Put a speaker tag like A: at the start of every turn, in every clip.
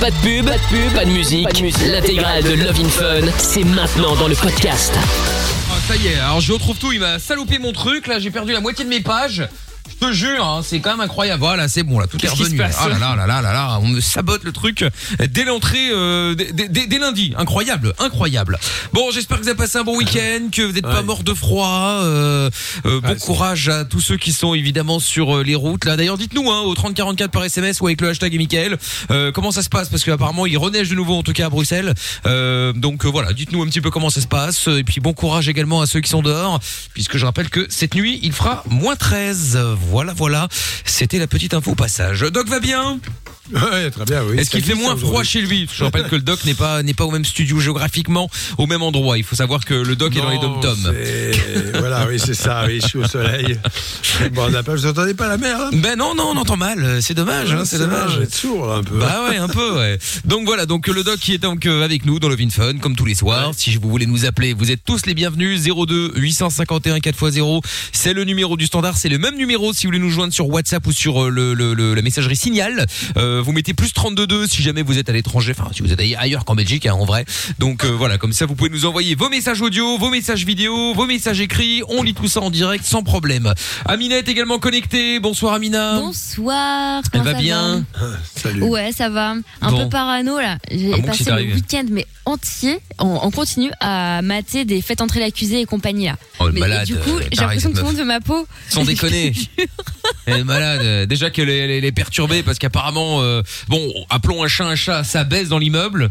A: Pas de pub, pas de pub, pas de musique. L'intégrale de Love in Fun, c'est maintenant dans le podcast.
B: Ah, ça y est, alors je retrouve tout, il m'a salopé mon truc, là j'ai perdu la moitié de mes pages. Je te jure, hein, c'est quand même incroyable. Voilà, c'est bon, là tout est
C: Qu'est-ce qui se
B: revenu.
C: passe
B: Ah là là là là là là, on me sabote le truc dès l'entrée, euh, dès, dès- dès lundi. Incroyable, incroyable. Bon, j'espère que vous avez passé un bon week-end, que vous n'êtes pas mort de froid. euh, euh, bon courage à tous ceux qui sont évidemment sur euh, les routes. Là, d'ailleurs, dites-nous hein, au 3044 par SMS ou avec le hashtag et Michael, euh, comment ça se passe parce qu'apparemment il reneige de nouveau en tout cas à Bruxelles. Euh, donc euh, voilà, dites-nous un petit peu comment ça se passe et puis bon courage également à ceux qui sont dehors puisque je rappelle que cette nuit il fera moins 13. Euh, Voilà, voilà. C'était la petite info au passage. Doc va bien
D: Ouais, très bien, oui.
B: Est-ce qu'il fait
D: Samedi, ça,
B: moins froid
D: aujourd'hui.
B: chez lui Je rappelle que le doc n'est pas n'est pas au même studio géographiquement, au même endroit. Il faut savoir que le doc est dans les dom toms.
D: Et voilà, oui, c'est ça, oui, je suis au soleil. Je suis au bord de la plage, vous entendez pas la mer hein, là
B: Ben non, non, on entend mal. euh, C'est dommage, hein, c'est dommage.
D: Vous êtes sourd là, un peu.
B: Bah ouais, un peu, ouais. Donc voilà, donc euh, le doc qui est donc euh, avec nous dans le Fun, comme tous les soirs. Si vous voulez nous appeler, vous êtes tous les bienvenus. 02 851 4x0. C'est le numéro du standard. C'est le même numéro si vous voulez nous joindre sur WhatsApp ou sur euh, le, le- le- la messagerie Signal. Euh, vous mettez plus 32 si jamais vous êtes à l'étranger. Enfin, si vous êtes ailleurs- ailleurs qu'en Belgique, hein, en vrai. Donc euh, voilà, comme ça, vous pouvez nous envoyer vos messages audio, vos messages vidéo, vos messages écrits. On lit tout ça en direct sans problème. Amina est également connectée. Bonsoir Amina.
E: Bonsoir.
B: Hum. Elle
E: comment
B: va
E: ça
B: bien
D: Ah, Salut.
E: Ouais, ça va. Un
B: Bon.
E: peu parano là. J'ai
B: Ah bon, qu'est-ce qui
E: passé
B: t'est
E: le
B: arrivé
E: week-end mais entier en, en continu à mater des fêtes entrer l'accusé et compagnie là.
B: Oh, le
E: mais
B: malade,
E: du coup,
B: euh,
E: j'ai
B: pareil,
E: l'impression que tout
B: cette
E: le
B: meuf.
E: monde veut ma peau.
B: Sans déconner. Elle est malade. Euh, Déjà qu'elle est, elle est- elle est perturbée parce qu'apparemment, euh, bon, appelons un chat un chat, ça baisse dans l'immeuble.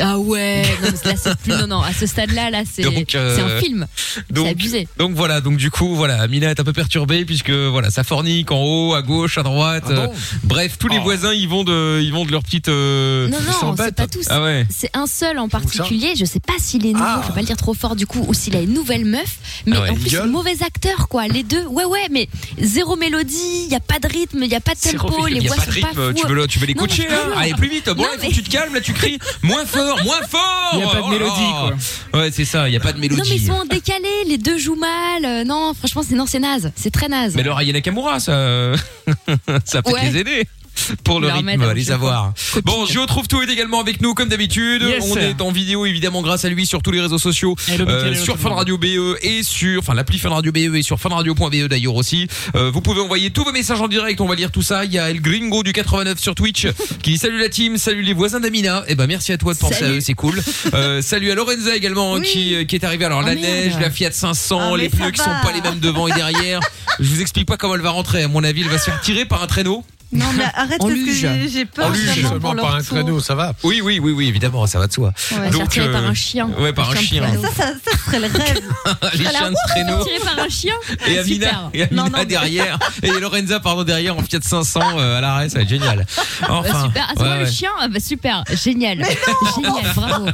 E: Ah ouais. Non, mais là c'est plus. Non non. À ce stade là, là c'est
B: Donc, euh,
E: c'est un film.
B: donc-
E: C'est abusé.
B: Donc voilà, donc du coup, voilà, Amina est un peu perturbée puisque voilà, ça fornique en haut, à gauche, à
E: Ah
B: droite. euh, bref, tous les voisins, ils vont de, ils vont de leur petite. euh,
E: Oh. Non non, c'est pas tous.
B: Ah ouais.
E: C'est un seul en particulier, je sais pas s'il est nouveau, faut pas le dire trop fort du coup, ou s'il a une nouvelle meuf, mais
B: Ah ouais.
E: en plus
D: Gueule.
E: mauvais acteur quoi, les deux, ouais ouais, mais zéro mélodie, y a pas de rythme, y a pas de tempo, les
B: Il y a
E: voix
B: pas
E: sont
B: de rythme,
E: pas
B: tu
E: fou.
B: veux, le- tu veux les
E: Non,
B: coacher
E: mais
B: là
E: vraiment.
B: Allez plus vite, bon,
E: Non,
B: il faut
E: mais-
B: que tu te calmes, là tu cries moins fort, moins fort
C: Il y a pas de
B: Oh là là.
C: mélodie,
B: Ouais, c'est ça, il y a pas de
E: Non mais ils
B: mélodie.
E: sont en décalé, les deux jouent mal, euh, non franchement c'est non c'est naze, c'est très naze.
B: Mais leur Ayana Kamura, ça, ça peut
E: Ouais.
B: les aider pour le
E: Leur
B: rythme,
E: mettre un
B: allez
E: petit
B: savoir.
E: coup.
B: Bon, Gio trouve tout est également avec nous comme d'habitude.
C: Yes.
B: On est en vidéo évidemment grâce à lui sur tous les réseaux sociaux, euh,
C: Hello, Mickaël, hello,
B: sur
C: tout le
B: Fun
C: monde.
B: Radio BE et sur, enfin l'appli Fun Radio BE et sur funradio.be E d'ailleurs aussi. Euh, vous pouvez envoyer tous vos messages en direct, on va lire tout ça. Il y a El Gringo du 89 sur Twitch qui dit salut la team, salut les voisins d'Amina. Et eh ben merci à toi de penser à
E: Salut.
B: eux, c'est cool. Euh, salut à Lorenza également hein,
E: Oui.
B: qui qui est arrivé. Alors
E: Oh,
B: la
E: merde.
B: neige, la Fiat 500,
F: Ah,
B: les
F: mais ça
B: pneus qui sont
F: va.
B: pas les mêmes devant et derrière. Je vous explique pas comment elle va rentrer. À mon avis, elle va se faire tirer par un traîneau.
F: Non, mais arrête
C: En
F: parce que
C: luge.
F: j'ai- j'ai
B: En
F: peur
B: luge.
F: vraiment
D: Seulement
F: pour leur
D: par un
F: tour.
D: traîneau, ça va.
B: Oui, oui, oui, oui, évidemment, ça va de soi.
E: On va se faire tirer
B: euh,
E: par un chien.
B: ouais, par un chien. Ah,
E: poilou.
F: Ça, ça, ça serait le rêve.
B: les
E: Voilà,
B: chiens de
E: ouh,
B: traîneau.
E: Tiré par un chien Ah,
B: Et Amina,
E: Super.
B: et Amina
F: Non, non, mais-
B: derrière, et Lorenza, pardon, derrière en Fiat 500 euh, à l'arrêt, ça va être génial. Enfin,
E: Bah, Super, ah, c'est moi
B: ouais,
E: le
B: ouais. Oh,
E: chien Ah bah super, génial. Génial, bravo.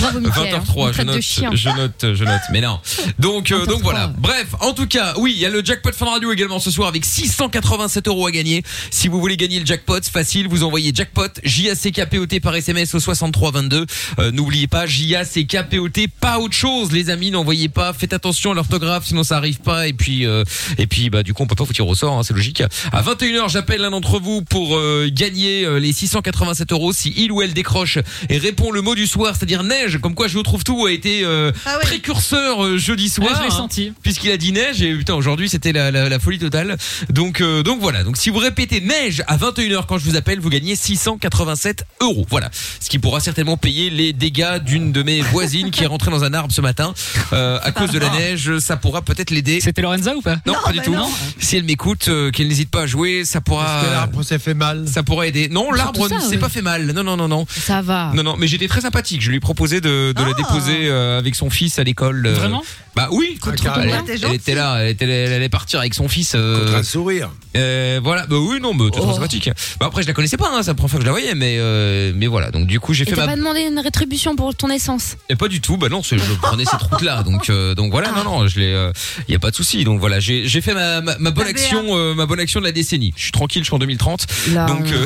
E: Bravo Mickaël. On
B: 20h03, je
E: traite de
B: note,
E: chien.
B: je note, je note, mais non. Donc, euh,
E: 20h03.
B: donc voilà. Bref, en tout cas, oui, il y a le jackpot Fun Radio également ce soir avec 687 euros à gagner. Si vous voulez gagner le jackpot, c'est facile, vous envoyez jackpot, J-A-C-K-P-O-T par SMS au 6322. Euh, N'oubliez pas, J-A-C-K-P-O-T, pas autre chose, les amis, n'envoyez pas, faites attention à l'orthographe, sinon ça arrive pas, et puis, euh, et puis, bah, du coup, on peut pas vous tirer au sort, hein, c'est logique. À 21h, j'appelle l'un d'entre vous pour euh, gagner euh, les 687 euros si il ou elle décroche et répond le mot du soir, c'est-à-dire neige. Comme quoi, je retrouve tout a été euh,
F: Ah ouais.
B: précurseur euh, jeudi
C: Ouais,
B: soir.
C: Ah, je l'ai
B: hein,
C: senti.
B: Puisqu'il a dit neige et putain aujourd'hui c'était la, la- la folie totale. Donc euh, donc voilà. Donc si vous répétez neige à 21h quand je vous appelle, vous gagnez 687 euros. Voilà. Ce qui pourra certainement payer les dégâts d'une de mes voisines qui est rentrée dans un arbre ce matin Euh, à cause de la neige. Ça pourra peut-être l'aider.
C: C'était Lorenza ou pas
B: Non, pas du
F: bah
B: tout.
F: non.
B: Si elle m'écoute, euh, qu'elle n'hésite pas à jouer, ça
D: Parce que
B: pourra,
D: l'arbre s'est fait mal.
B: ça pourra aider. Non, l'arbre
E: ça,
B: ne s'est
E: ouais.
B: pas fait mal. Non, non, non, non,
E: Ça
C: Ah.
E: va.
B: non, non. Mais j'étais très sympathique. Je lui ai proposé de, de la
F: Ah.
B: déposer euh, avec son fils à l'école. euh,
C: Vraiment
B: Bah oui.
D: carrément.
B: elle,
F: Ah, t'es
B: elle
F: gentil.
B: était là. Elle, était, elle allait partir avec son fils. euh,
D: Contre un sourire.
B: euh, voilà. Bah oui, non, mais t'es trop
E: Oh.
B: sympathique. Bah après, je la connaissais pas. Hein, c'est la première fois que je la voyais, mais euh, mais voilà. Donc du coup, j'ai
E: Et
B: fait
E: t'as
B: ma.
E: pas demandé une rétribution pour ton essence
B: Et pas du tout, bah non, c'est- je prenais cette route-là, donc euh, donc voilà, non non, je l'ai, il y a pas de souci, donc voilà, j'ai j'ai fait ma, ma, ma bonne
F: T'avais
B: action, euh, ma bonne action de la décennie. Je suis tranquille, je suis en 2030,
E: Là,
B: donc euh,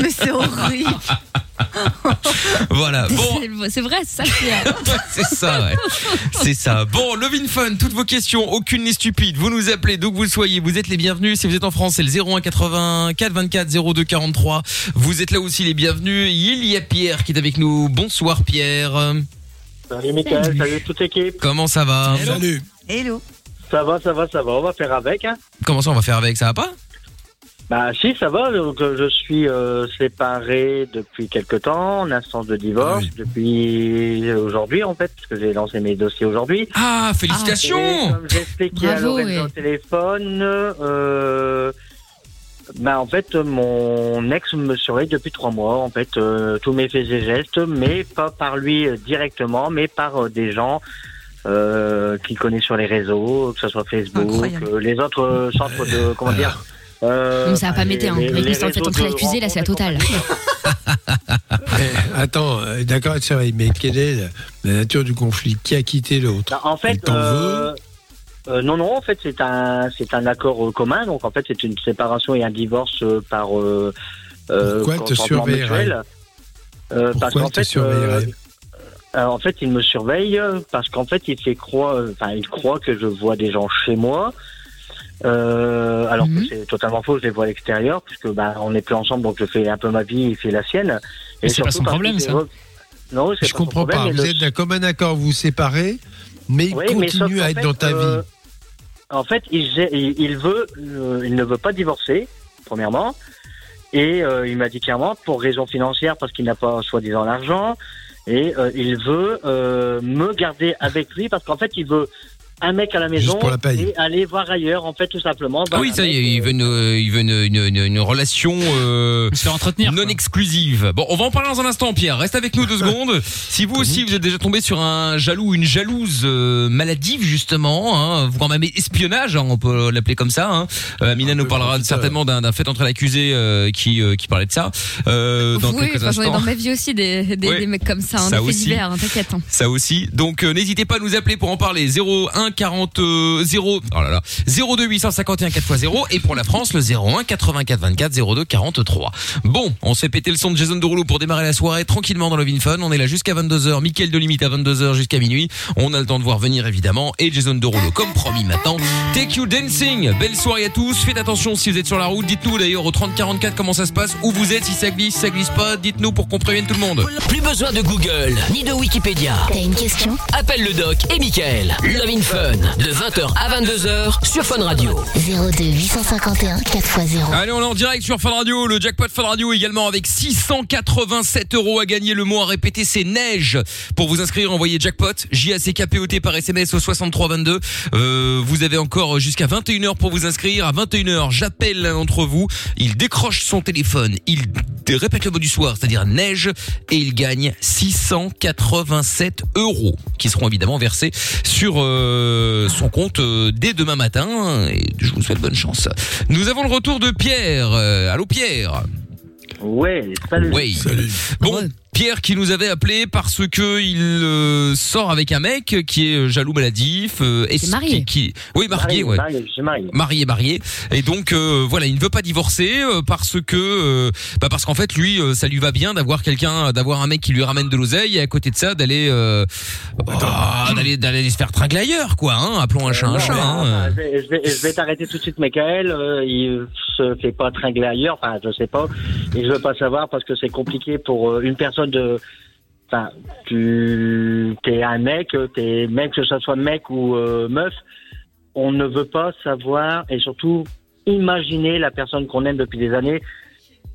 F: Mais c'est horrible.
B: Voilà. Ah, Bon,
E: C'est- C'est vrai, c'est ça le pire.
B: c'est ça, ouais. C'est ça. Bon, Levin Fun, toutes vos questions, aucune n'est stupide. Vous nous appelez d'où que vous soyez, vous êtes les bienvenus. Si vous êtes en France, c'est le 01 84 24 02 43. Vous êtes là aussi les bienvenus. Il y a Pierre qui est avec nous. Bonsoir Pierre.
C: Salut Mickaël, salut toute l'équipe.
B: Comment ça va
D: Salut.
F: Hello.
C: Ça va, ça va, ça va, on va faire avec. Hein.
B: Comment ça on va faire avec ça va pas
C: Bah si, ça va, donc euh, je suis euh, séparé depuis quelque temps, en instance de
B: Ah
C: divorce, depuis aujourd'hui en fait, parce que j'ai lancé mes dossiers aujourd'hui.
B: Ah,
C: Et
B: félicitations
C: comme j'expliquais à
E: Bravo,
C: Lorenzo
E: ouais.
C: au téléphone, euh, bah en fait mon ex me surveille depuis trois mois, en fait euh, tous mes faits et gestes, mais pas par lui euh, directement, mais par euh, des gens euh, qu'il connaît sur les réseaux, que ce soit Facebook,
F: Incroyable.
C: euh, les autres euh, centres de comment dire.
E: Non,
C: euh,
E: mais ça va pas
C: les-
E: m'aider, hein.
C: les-
E: Avec
C: les
E: l'histoire de fait
C: réseaux
E: entrer
C: de
E: l'accusé, là, c'est la
C: rencontres et
E: totale.
D: Eh, attends, euh, d'accord, ça va, mais quelle est la, la nature du conflit Qui a quitté l'autre
C: Bah, en
D: Il
C: fait,
D: t'en
C: euh, euh, non, non, en fait, c'est un, c'est un accord euh, commun. Donc, en fait, c'est une séparation et un divorce euh, par. Euh, euh,
D: Pourquoi elle te
C: consentement
D: surveillerait
C: mutuel. Euh,
D: Pourquoi
C: parce qu'en
D: elle te
C: fait, euh,
D: surveillerait
C: euh, en fait, il me surveille euh, parce qu'en fait, il fait croire, euh, enfin, il croit que je vois des gens chez moi. Euh, alors
E: Mhm.
C: que c'est totalement faux, je les vois à l'extérieur puisque bah, on n'est plus ensemble, donc je fais un peu ma vie, il fait la sienne.
G: Mais c'est pas
C: surtout
G: son
C: parce
G: problème,
C: qu'il
G: ça.
C: re- Non, c'est
D: Je
C: pas son
D: comprends
C: problème,
D: pas.
C: mais
D: Vous
C: le-
D: êtes d'un commun accord, vous vous séparez, mais il
C: oui, mais sauf
D: continue
C: qu'en
D: à être
C: fait,
D: dans ta
C: euh,
D: vie.
C: En fait, il, gê- il- il veut, euh, il ne veut pas divorcer, premièrement. Et euh, il m'a dit clairement, pour raison financière, parce qu'il n'a pas soi-disant l'argent. Et euh, il veut euh, me garder avec lui, parce qu'en fait, il veut un mec à la maison
D: pour la paye.
C: et aller voir ailleurs, en fait, tout simplement.
B: Ah
C: Voir
B: oui,
C: un
B: ça y
C: mec,
B: est, il
C: euh,
B: veut une, il veut une, une- une- une relation euh,
G: Je vais entretenir.
B: non
G: quoi.
B: exclusive. Bon, on va en parler dans un instant, Pierre. Reste avec nous deux secondes. Si vous aussi, vous êtes déjà tombé sur un jaloux, une jalouse euh, maladive, justement, hein, voire même espionnage, hein, on peut l'appeler comme ça. Hein. Euh, Amina
G: Ah
D: Un
B: nous
D: peu
B: parlera
D: profiteur.
B: certainement d'un d'un fait entre l'accusé euh, qui, euh, qui parlait de ça euh, dans
E: oui,
B: quelques
E: enfin, j'en ai
B: instants.
E: dans ma vie aussi des, des,
B: Ouais.
E: des mecs comme ça, hein,
B: Ça
E: des faits
B: aussi.
E: divers, hein, t'inquiète. hein.
B: Ça aussi. Donc euh, n'hésitez pas à nous appeler pour en parler 01 40 euh, 0 oh là là 02 851 4x0 et pour la France le 01 84 24 02 43. Bon, on se fait péter le son de Jason Derulo pour démarrer la soirée tranquillement dans le Fun. On est là jusqu'à 22h, Mickaël de limite à 22h jusqu'à minuit. On a le temps de voir venir évidemment et Jason Derulo comme promis maintenant. Take you dancing. Belle soirée à tous. Faites attention si vous êtes sur la route, dites-nous d'ailleurs au 30 44 comment ça se passe, où vous êtes, si ça glisse, si ça glisse pas, dites-nous pour qu'on prévienne tout le monde.
A: Plus besoin de Google ni de Wikipédia.
H: T'as une question
A: Appelle le doc et Michael. Love in Fun de 20h à 22h sur Fun Radio.
H: 02 851 4x0.
B: Allez, on est en direct sur Fun Radio, le jackpot Fun Radio également avec 687 euros à gagner. Le mot à répéter, c'est neige. Pour vous inscrire, envoyez jackpot, J-A-C-K-P-O-T par SMS au 6322. Euh, vous avez encore jusqu'à 21h pour vous inscrire. À 21h, j'appelle l'un d'entre vous. Il décroche son téléphone. Il dé- répète le mot du soir, c'est-à-dire neige, et il gagne 687 euros qui seront évidemment versés sur euh, son compte euh, dès demain matin. Et je vous souhaite bonne chance. Nous avons le retour de Pierre. Euh, allô Pierre.
C: Ouais, salut.
B: Oui. Bon. Pierre qui nous avait appelé parce que il euh, sort avec un mec qui est jaloux maladif. euh, et
E: C'est marié.
B: Qui, qui- Oui, marié, ouais.
C: Marié, je suis marié.
B: Marié, marié, et donc euh, voilà, il ne veut pas divorcer euh, parce que, euh, bah parce qu'en fait lui, euh, ça lui va bien d'avoir quelqu'un, d'avoir un mec qui lui ramène de l'oseille et à côté de ça d'aller, euh, ah, d'aller, d'aller se faire tringler ailleurs, quoi. Hein, appelons un chat un
C: Euh, Non,
B: chat.
C: mais,
B: hein.
C: enfin, je vais, je vais- je vais t'arrêter tout de suite, Michael. Euh, il se fait pas tringler ailleurs. Enfin, je sais pas. Et je veux pas savoir parce que c'est compliqué pour euh, une personne de. Enfin, tu t'es un mec, euh, t'es même que ce soit mec ou euh, meuf, on ne veut pas savoir et surtout imaginer la personne qu'on aime depuis des années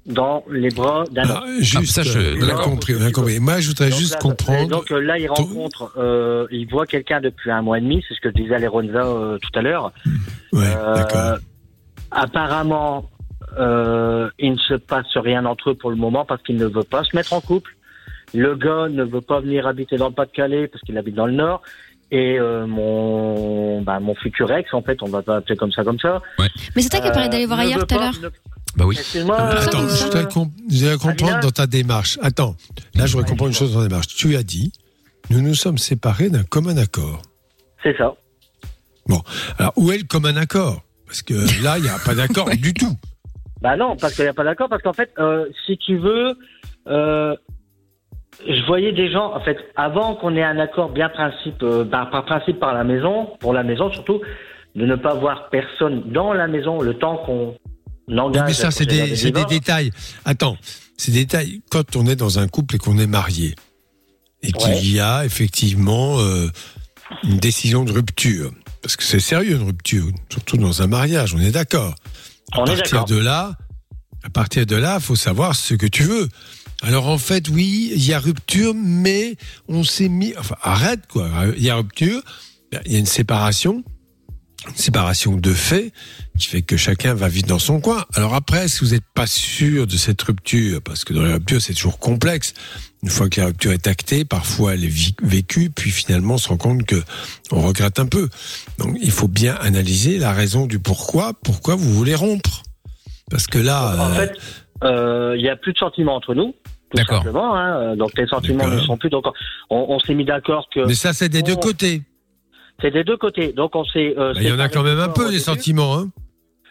C: dans les bras d'un.
D: Alors, juste,
B: Ah,
D: euh,
B: ça, je-
D: on a
C: d'accord.
D: compris, on a compris. Moi, je voudrais
C: Donc
D: juste
C: là,
D: comprendre.
C: Donc euh, là, il rencontre, euh, il voit quelqu'un depuis un mois et demi, c'est ce que disait Léronza euh, tout à l'heure.
D: Ouais,
C: Euh,
D: d'accord.
C: apparemment, euh, il ne se passe rien entre eux pour le moment parce qu'il ne veut pas se mettre en couple. Le gars ne veut pas venir habiter dans le Pas-de-Calais parce qu'il habite dans le Nord. Et euh, mon, bah, mon futur ex, en fait, on va pas appeler comme ça, comme ça.
E: Mais c'est toi qui as parlé d'aller voir
C: euh, ne
E: ailleurs
C: veut
E: tout à
C: pas-
E: l'heure.
C: ne-
B: Bah oui.
C: Excuse-moi.
D: Attends,
C: euh,
D: je voudrais, com- je voudrais comprendre
C: Amina
D: dans ta démarche. Attends, là, je voudrais
C: Ouais,
D: comprendre une
C: je
D: chose dans ta démarche. Tu as dit, nous nous sommes séparés d'un commun accord.
C: C'est ça.
D: Alors, où est le commun accord Parce que là, il n'y a pas d'accord du tout.
C: Bah non, parce qu'il n'y a pas d'accord, parce qu'en fait, euh, si tu veux, euh, je voyais des gens, en fait, avant qu'on ait un accord bien principe, euh, bah, par principe par la maison, pour la maison surtout, de ne pas voir personne dans la maison le temps qu'on engage.
D: mais ça,
C: à
D: c'est
C: procéder à
D: des, c'est des
C: divorces.
D: détails. Attends, c'est des détails. Quand on est dans un couple et qu'on est marié, et qu'il y a effectivement euh, une décision de rupture, parce que c'est sérieux une rupture, surtout dans un mariage, on est d'accord. À
C: On est
D: partir
C: d'accord.
D: de là, à partir de là, faut savoir ce que tu veux. Alors en fait, oui, il y a rupture, mais on s'est mis. Enfin, arrête quoi. Il y a rupture, ben, il y a une séparation, une séparation de fait qui fait que chacun va vite dans son coin. Alors après, si vous n'êtes pas sûr de cette rupture, parce que dans la rupture c'est toujours complexe. Une fois que la rupture est actée, parfois elle est vi- vécue, puis finalement on se rend compte que on regrette un peu. Donc il faut bien analyser la raison du pourquoi, pourquoi vous voulez rompre. Parce que là,
C: En
D: euh,
C: fait, euh, il n'y a plus de sentiments entre nous. Tout
B: D'accord.
C: simplement, hein, euh, donc les sentiments
D: D'accord.
C: ne sont plus. Donc on, on s'est mis d'accord que
D: mais ça c'est des deux
C: on-
D: côtés.
C: c'est des deux côtés. Donc on s'est. euh,
D: Bah, Il y en a
C: séparés
D: quand même un
C: au
D: peu
C: début.
D: des sentiments. Hein.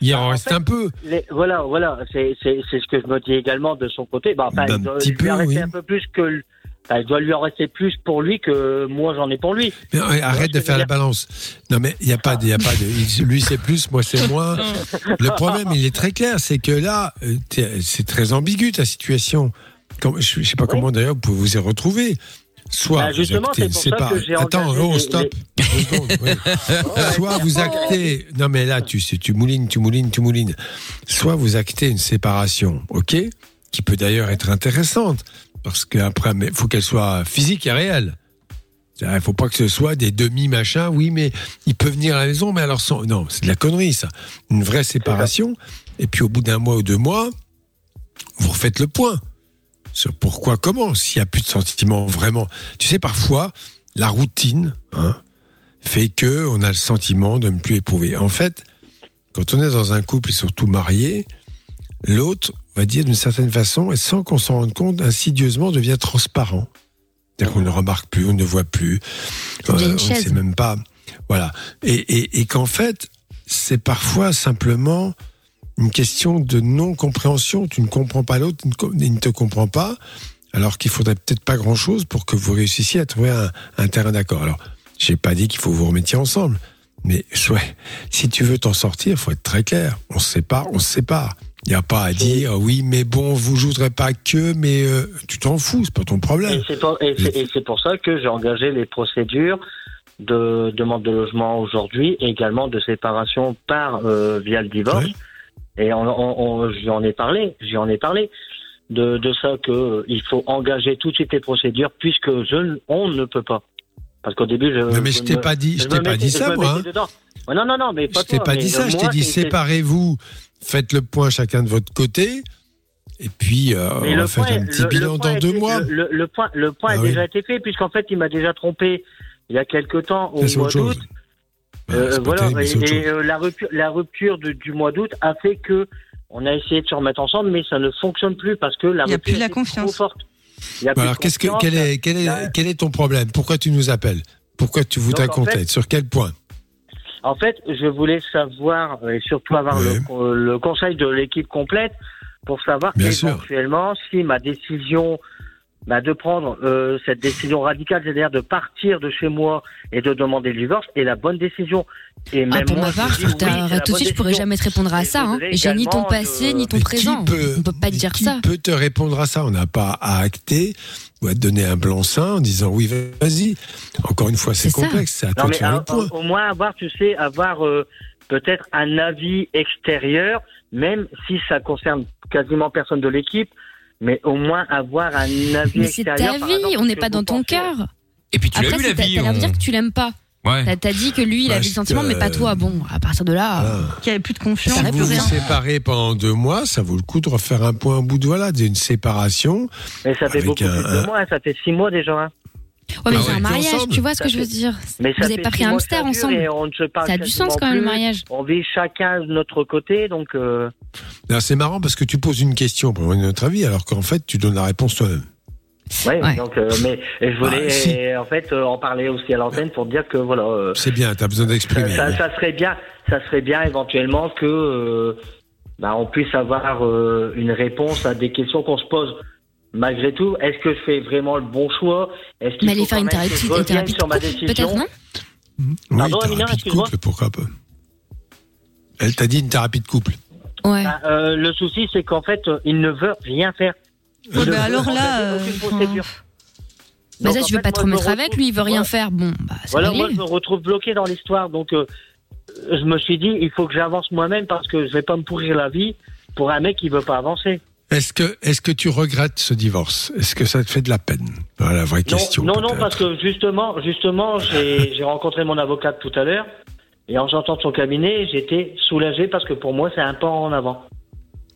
D: Il en
C: Bah, en
D: reste
C: fait,
D: un peu.
C: Les- voilà, voilà, c'est c'est- c'est ce que je me dis également de son côté. Bah, enfin,
D: Bah,
C: il doit,
D: un petit
C: il doit
D: peu,
C: rester
D: oui.
C: un peu plus que. l- enfin, il doit lui en rester plus pour lui que moi j'en ai pour lui.
D: Mais, ouais, arrête
C: ce
D: de
C: que je
D: faire
C: veux
D: la
C: dire
D: balance. Non, mais il n'y a pas de. il Y a pas de il- lui, c'est plus, moi, c'est moins. Le problème, il est très clair, c'est que là, euh, t'es- c'est très ambigu ta situation. Comme, je ne sais pas comment, d'ailleurs, vous pouvez vous y retrouver. Soit
C: Bah, justement,
D: vous actez
C: c'est
D: une
C: pour ça
D: sépa-
C: que j'ai
D: Attends,
C: engagé
D: oh,
C: les-
D: stop. Deux secondes, oui. Soit vous actez. Non, mais là, tu, tu moulines, tu moulines, tu moulines. Soit vous actez une séparation, OK Qui peut d'ailleurs être intéressante. Parce qu'après, il faut qu'elle soit physique et réelle. Il ne faut pas que ce soit des demi-machins. Oui, mais il peut venir à la maison, mais alors sans. Non, c'est de la connerie, ça. Une vraie séparation. Et puis au bout d'un mois ou deux mois, vous refaites le point sur pourquoi, comment, s'il n'y a plus de sentiments vraiment. Tu sais, parfois, la routine hein, fait que on a le sentiment de ne plus éprouver. En fait, quand on est dans un couple et surtout marié, l'autre va dire d'une certaine façon, et sans qu'on s'en rende compte, insidieusement devient transparent. C'est-à-dire qu'on ne remarque plus, on ne voit plus, Euh,
E: Ça devient une
D: on ne
E: chaise.
D: sait même pas. Voilà. Et, et- et qu'en fait, c'est parfois simplement une question de non-compréhension. Tu ne comprends pas l'autre, tu ne com- il ne te comprend pas, alors qu'il faudrait peut-être pas grand-chose pour que vous réussissiez à trouver un, un terrain d'accord. Alors, j'ai pas dit qu'il faut vous remettre ensemble, mais ouais, si tu veux t'en sortir, faut être très clair. On se sépare, on se sépare. Il n'y a pas à dire oui, mais bon, vous jouerez pas que, mais euh, tu t'en fous, c'est pas ton
C: Et
D: problème.
C: c'est pour, et c'est- et c'est pour ça que j'ai engagé les procédures de demande de logement aujourd'hui et également de séparation par euh, via le divorce.
D: Ouais.
C: Et on, on- on- j'y en ai parlé, j'y en ai parlé de, de ça que euh, il faut engager tout de suite les procédures puisque je ne- on ne peut pas. Parce qu'au début, je,
D: Non, mais je
C: je
D: t'ai
C: me-
D: pas dit, je
C: me
D: t'ai pas
C: mettais-
D: dit
C: je
D: ça,
C: me
D: moi. hein.
C: mettais dedans. Ouais, Non, non, non,
F: Oh,
C: mais pas
D: Je t'ai
C: toi,
D: pas
C: mais
D: dit ça, je t'ai
C: moi,
D: dit
C: c'est-
D: séparez-vous, faites le point chacun de votre côté, et puis euh,
C: Mais
D: on
C: le
D: va faire
C: point,
D: un petit
C: le- le
D: bilan
C: point
D: dans
C: a
D: deux
C: été-
D: mois.
C: Le, le- le point, le point
D: Ah
C: a
D: oui.
C: déjà été fait, puisqu'en fait, il m'a déjà trompé il y a quelque temps, au
D: Ça, c'est
C: mois
D: autre chose.
C: d'août.
D: Ouais,
C: Euh,
D: c'est pas
C: voilà,
D: terrible, mais
C: et,
D: c'est autre chose.
C: et, euh, la rupture, la rupture de- du mois d'août a fait que on a essayé de se remettre ensemble, mais ça ne fonctionne plus parce que la
F: Il y a
C: rupture
F: plus la
C: était
F: confiance.
C: trop forte. Il y a plus
D: Bah, Alors,
C: de
D: qu'est-ce que,
C: confiance.
D: quel, est, quel, est,
C: Là-
D: quel est ton problème Pourquoi tu nous appelles Pourquoi tu voudrais
C: Donc,
D: qu'on
C: en fait-
D: t'aide Sur quel point
C: En fait, je voulais savoir euh, et surtout avoir
D: Ouais.
C: le, euh, le conseil de l'équipe complète pour savoir
D: Bien sûr.
C: éventuellement si ma décision bah, de prendre euh, cette décision radicale, c'est-à-dire de partir de chez moi et de demander le divorce, est la bonne décision. Et
E: Ah,
C: même
E: pour
C: moi,
E: ma
C: je
E: part,
C: dis oui,
E: faut que
C: c'est la
E: t'arrêtes tout de
C: bonne
E: suite, je pourrais
C: décision.
E: jamais te répondre à
C: Et
E: ça.
C: je
E: hein.
C: voudrais
E: J'ai ni ton
C: également,
E: passé,
C: euh,
E: ni ton
D: Mais
E: présent.
D: Qui peut,
E: On peut pas
D: mais
E: dire
D: qui
E: ça.
D: peut te répondre à ça On n'a pas à acter ou à te donner un blanc-seing en disant oui, vas-y. Encore une fois, c'est
E: C'est ça.
D: complexe, c'est à
C: Non,
D: toi de
C: mais
D: faire
C: à-
D: le point.
C: au- au moins avoir, tu sais, avoir euh, peut-être un avis extérieur, même si ça concerne quasiment personne de l'équipe, mais au moins avoir un avis
E: Mais c'est ta
C: extérieur. par exemple,
E: vie, on
C: ce
E: n'est
C: que
E: pas
C: vous
E: dans ton
C: pensez.
E: cœur.
B: Et puis tu l'as
E: Après,
B: eu la
E: c'est- t'as
B: vie.
E: t'as l'air de
B: on-
E: dire que tu l'aimes pas.
B: Ouais.
E: T'as t'as dit que lui, il
D: Bah,
E: avait
D: c'est
E: le sentiment, mais pas
D: que-
E: toi. Bon, à partir de là,
D: Ah.
F: Qu'il n'y avait plus de confiance.
E: Ça
D: Si
E: reste
D: vous
E: rien.
D: vous séparez pendant deux mois, ça vaut le coup de refaire un point au bout de voilà, d'une séparation.
C: Mais ça fait
D: Avec
C: beaucoup
D: un-
C: plus
D: un-
C: de mois, ça fait six mois déjà. hein.
E: ouais, mais
D: Ah
E: c'est un
D: ouais.
E: mariage,
D: Ensemble.
E: tu vois ce que
C: Ça
E: je veux
C: fait-
E: dire.
C: Mais
E: Vous
C: ça
E: avez
C: fait
E: pas pris
C: six
E: un
C: mois
E: hamster
C: que ça dure
E: ensemble.
C: et on ne se parle
E: Ça a du
C: quasiment
E: sens quand même, le
C: plus.
E: mariage.
C: On vit chacun de notre côté, donc. euh,
D: Là, C'est marrant parce que tu poses une question pour donner notre avis, alors qu'en fait, tu donnes la réponse toi-même.
C: ouais,
E: Ouais.
C: donc. euh, mais et je voulais
D: Ah, si.
C: et en fait euh, en parler aussi à l'antenne pour dire que voilà. euh,
D: C'est bien, tu as besoin
C: ça,
D: d'exprimer.
C: ça- ça serait bien, ça serait bien éventuellement que euh, bah, on puisse avoir euh, une réponse à des questions qu'on se pose. malgré tout, est-ce que je fais vraiment le bon choix Est-ce qu'il
E: Mais aller
C: faut
E: faire
C: quand
E: une
C: même que
E: thérapie,
C: je
E: une
C: revienne
E: thérapie de
C: sur ma
E: couple, peut-être,
C: décision
E: non
D: Mmh. Oui,
C: Pardon, Amina,
D: thérapie de
C: excuse-moi.
D: couple, pourquoi pas Elle t'a dit une thérapie de couple.
E: Ouais.
C: Bah, euh, Le souci, c'est qu'en fait, euh, il ne veut rien faire.
E: Ah,
F: Ouais,
C: Il
F: mais
C: ne
F: alors
C: veut
F: là,
C: en fait
F: euh,
C: aucune
F: enfin,
C: procédure.
E: Bah
C: Donc,
E: ça,
C: en
E: tu veux
C: fait,
E: pas te
C: moi, je me
E: remettre avec
C: retrouve-
E: lui, il veut rien
C: Voilà.
E: faire. Bon, bah c'est
C: Voilà, moi,
E: réglé.
C: je me retrouve bloqué dans l'histoire. Donc, euh, je me suis dit, il faut que j'avance moi-même parce que je vais pas me pourrir la vie pour un mec qui veut pas avancer.
D: Est-ce que, est-ce que tu regrettes ce divorce Est-ce que ça te fait de la peine Voilà la vraie question.
C: non, non, non,
D: peut-être.
C: parce que justement, justement, j'ai j'ai rencontré mon avocate tout à l'heure et en sortant de son cabinet, j'étais soulagé parce que pour moi, c'est un pas en avant.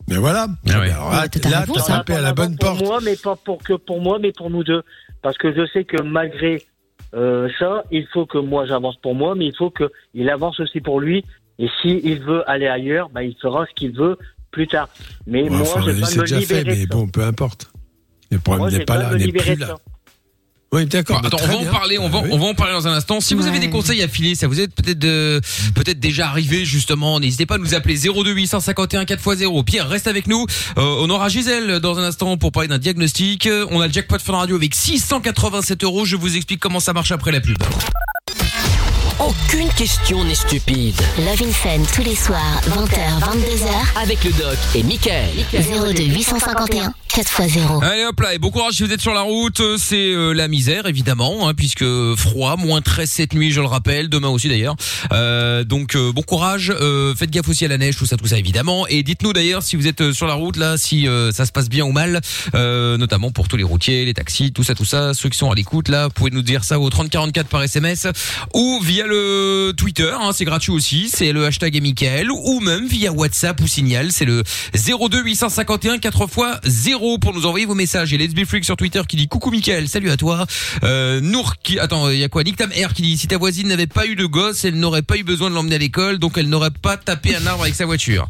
D: Mais voilà.
B: Ah ouais.
D: Alors là,
E: Ouais, t'as
D: t- là,
E: raison,
D: t'as
E: ça.
D: tapé à la bonne
C: pour
D: porte.
C: moi, mais pas pour que pour moi, mais pour nous deux. Parce que je sais que malgré euh, ça, il faut que moi j'avance pour moi, mais il faut que il avance aussi pour lui. Et si il veut aller ailleurs, bah, il fera ce qu'il veut plus tard. Mais
D: Ouais,
C: moi,
D: enfin, à mon
C: je vais
D: avis,
C: pas
D: c'est
C: me
D: déjà
C: libérer.
D: fait, mais
C: de ça.
D: bon, peu importe. Le
C: moi,
D: problème
C: je
D: n'est
C: vais
D: pas
C: pas
D: là,
C: me
D: n'est
C: libérer
D: plus
C: de
D: là.
C: ça.
D: Oui, d'accord. mais
B: Attends, on
D: très
B: va en
D: bien.
B: parler, on va,
D: Oui.
B: on va en parler dans un instant. Si vous avez des
E: Ouais.
B: conseils à filer, ça vous est peut-être euh, peut-être déjà arrivé justement, n'hésitez pas à nous appeler 02 851 4x0. Pierre, reste avec nous. Euh, on aura Gisèle dans un instant pour parler d'un diagnostic. Euh, On a le jackpot Fun Radio avec 687 euros. Je vous explique comment ça marche après la pub.
A: Aucune question n'est stupide.
H: Love in Fun tous les soirs, 20h, 22h.
A: Avec le doc et Michael.
H: 02 851 4x0.
B: Allez hop là et bon courage si vous êtes sur la route, Euh, c'est euh, la misère évidemment hein, puisque froid, moins 13 cette nuit je le rappelle, demain aussi d'ailleurs. Euh, donc euh, bon courage, Euh, faites gaffe aussi à la neige, tout ça tout ça évidemment et dites-nous d'ailleurs si vous êtes euh, sur la route là si euh, ça se passe bien ou mal euh, notamment pour tous les routiers, les taxis, tout ça tout ça, ceux qui sont à l'écoute là, vous pouvez nous dire ça au 3044 par SMS ou via le Twitter, hein, c'est gratuit aussi, c'est le hashtag et Mickaël, ou même via WhatsApp ou Signal, c'est le 02 851 4 x 0 pour nous envoyer vos messages. Et Let's Be Freak sur Twitter qui dit coucou Mickaël, salut à toi. Euh, Nour qui, attends, il y a quoi? Nick Tam R qui dit si ta voisine n'avait pas eu de gosse, elle n'aurait pas eu besoin de l'emmener à l'école, donc elle n'aurait pas tapé un arbre avec sa voiture.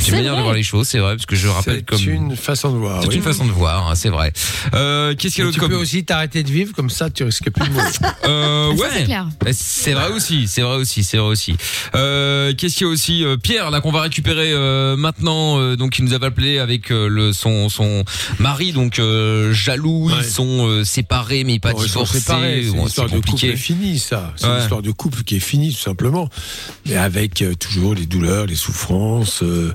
B: C'est
E: C'est
B: une manière de
E: vrai.
B: voir les choses, c'est vrai, parce que je rappelle
D: C'est
B: comme.
D: une façon de voir.
B: C'est
D: oui.
B: une façon de voir, hein, c'est vrai. Euh, qu'est-ce qu'il y a
D: Mais
B: d'autre
D: tu peux
B: comme...
D: aussi t'arrêter de vivre, comme ça tu risques plus de mourir.
B: Euh,
E: Ah, ça,
B: ouais.
E: c'est clair.
B: Bah, C'est vrai aussi, c'est vrai aussi, c'est vrai aussi. Euh, Qu'est-ce qu'il y a aussi euh, Pierre, là qu'on va récupérer euh, maintenant, euh, donc il nous avait appelé avec euh, le son son mari, donc euh, jaloux,
D: Ouais.
B: ils sont euh, séparés mais pas
D: Bon, ils sont
B: divorcés.
D: séparés, C'est
B: Bon,
D: une histoire
B: c'est
D: de couple
B: compliqué.
D: est finie, ça. C'est
B: Ouais.
D: une histoire de couple qui est finie, tout simplement. Mais avec euh, toujours les douleurs, les souffrances, euh,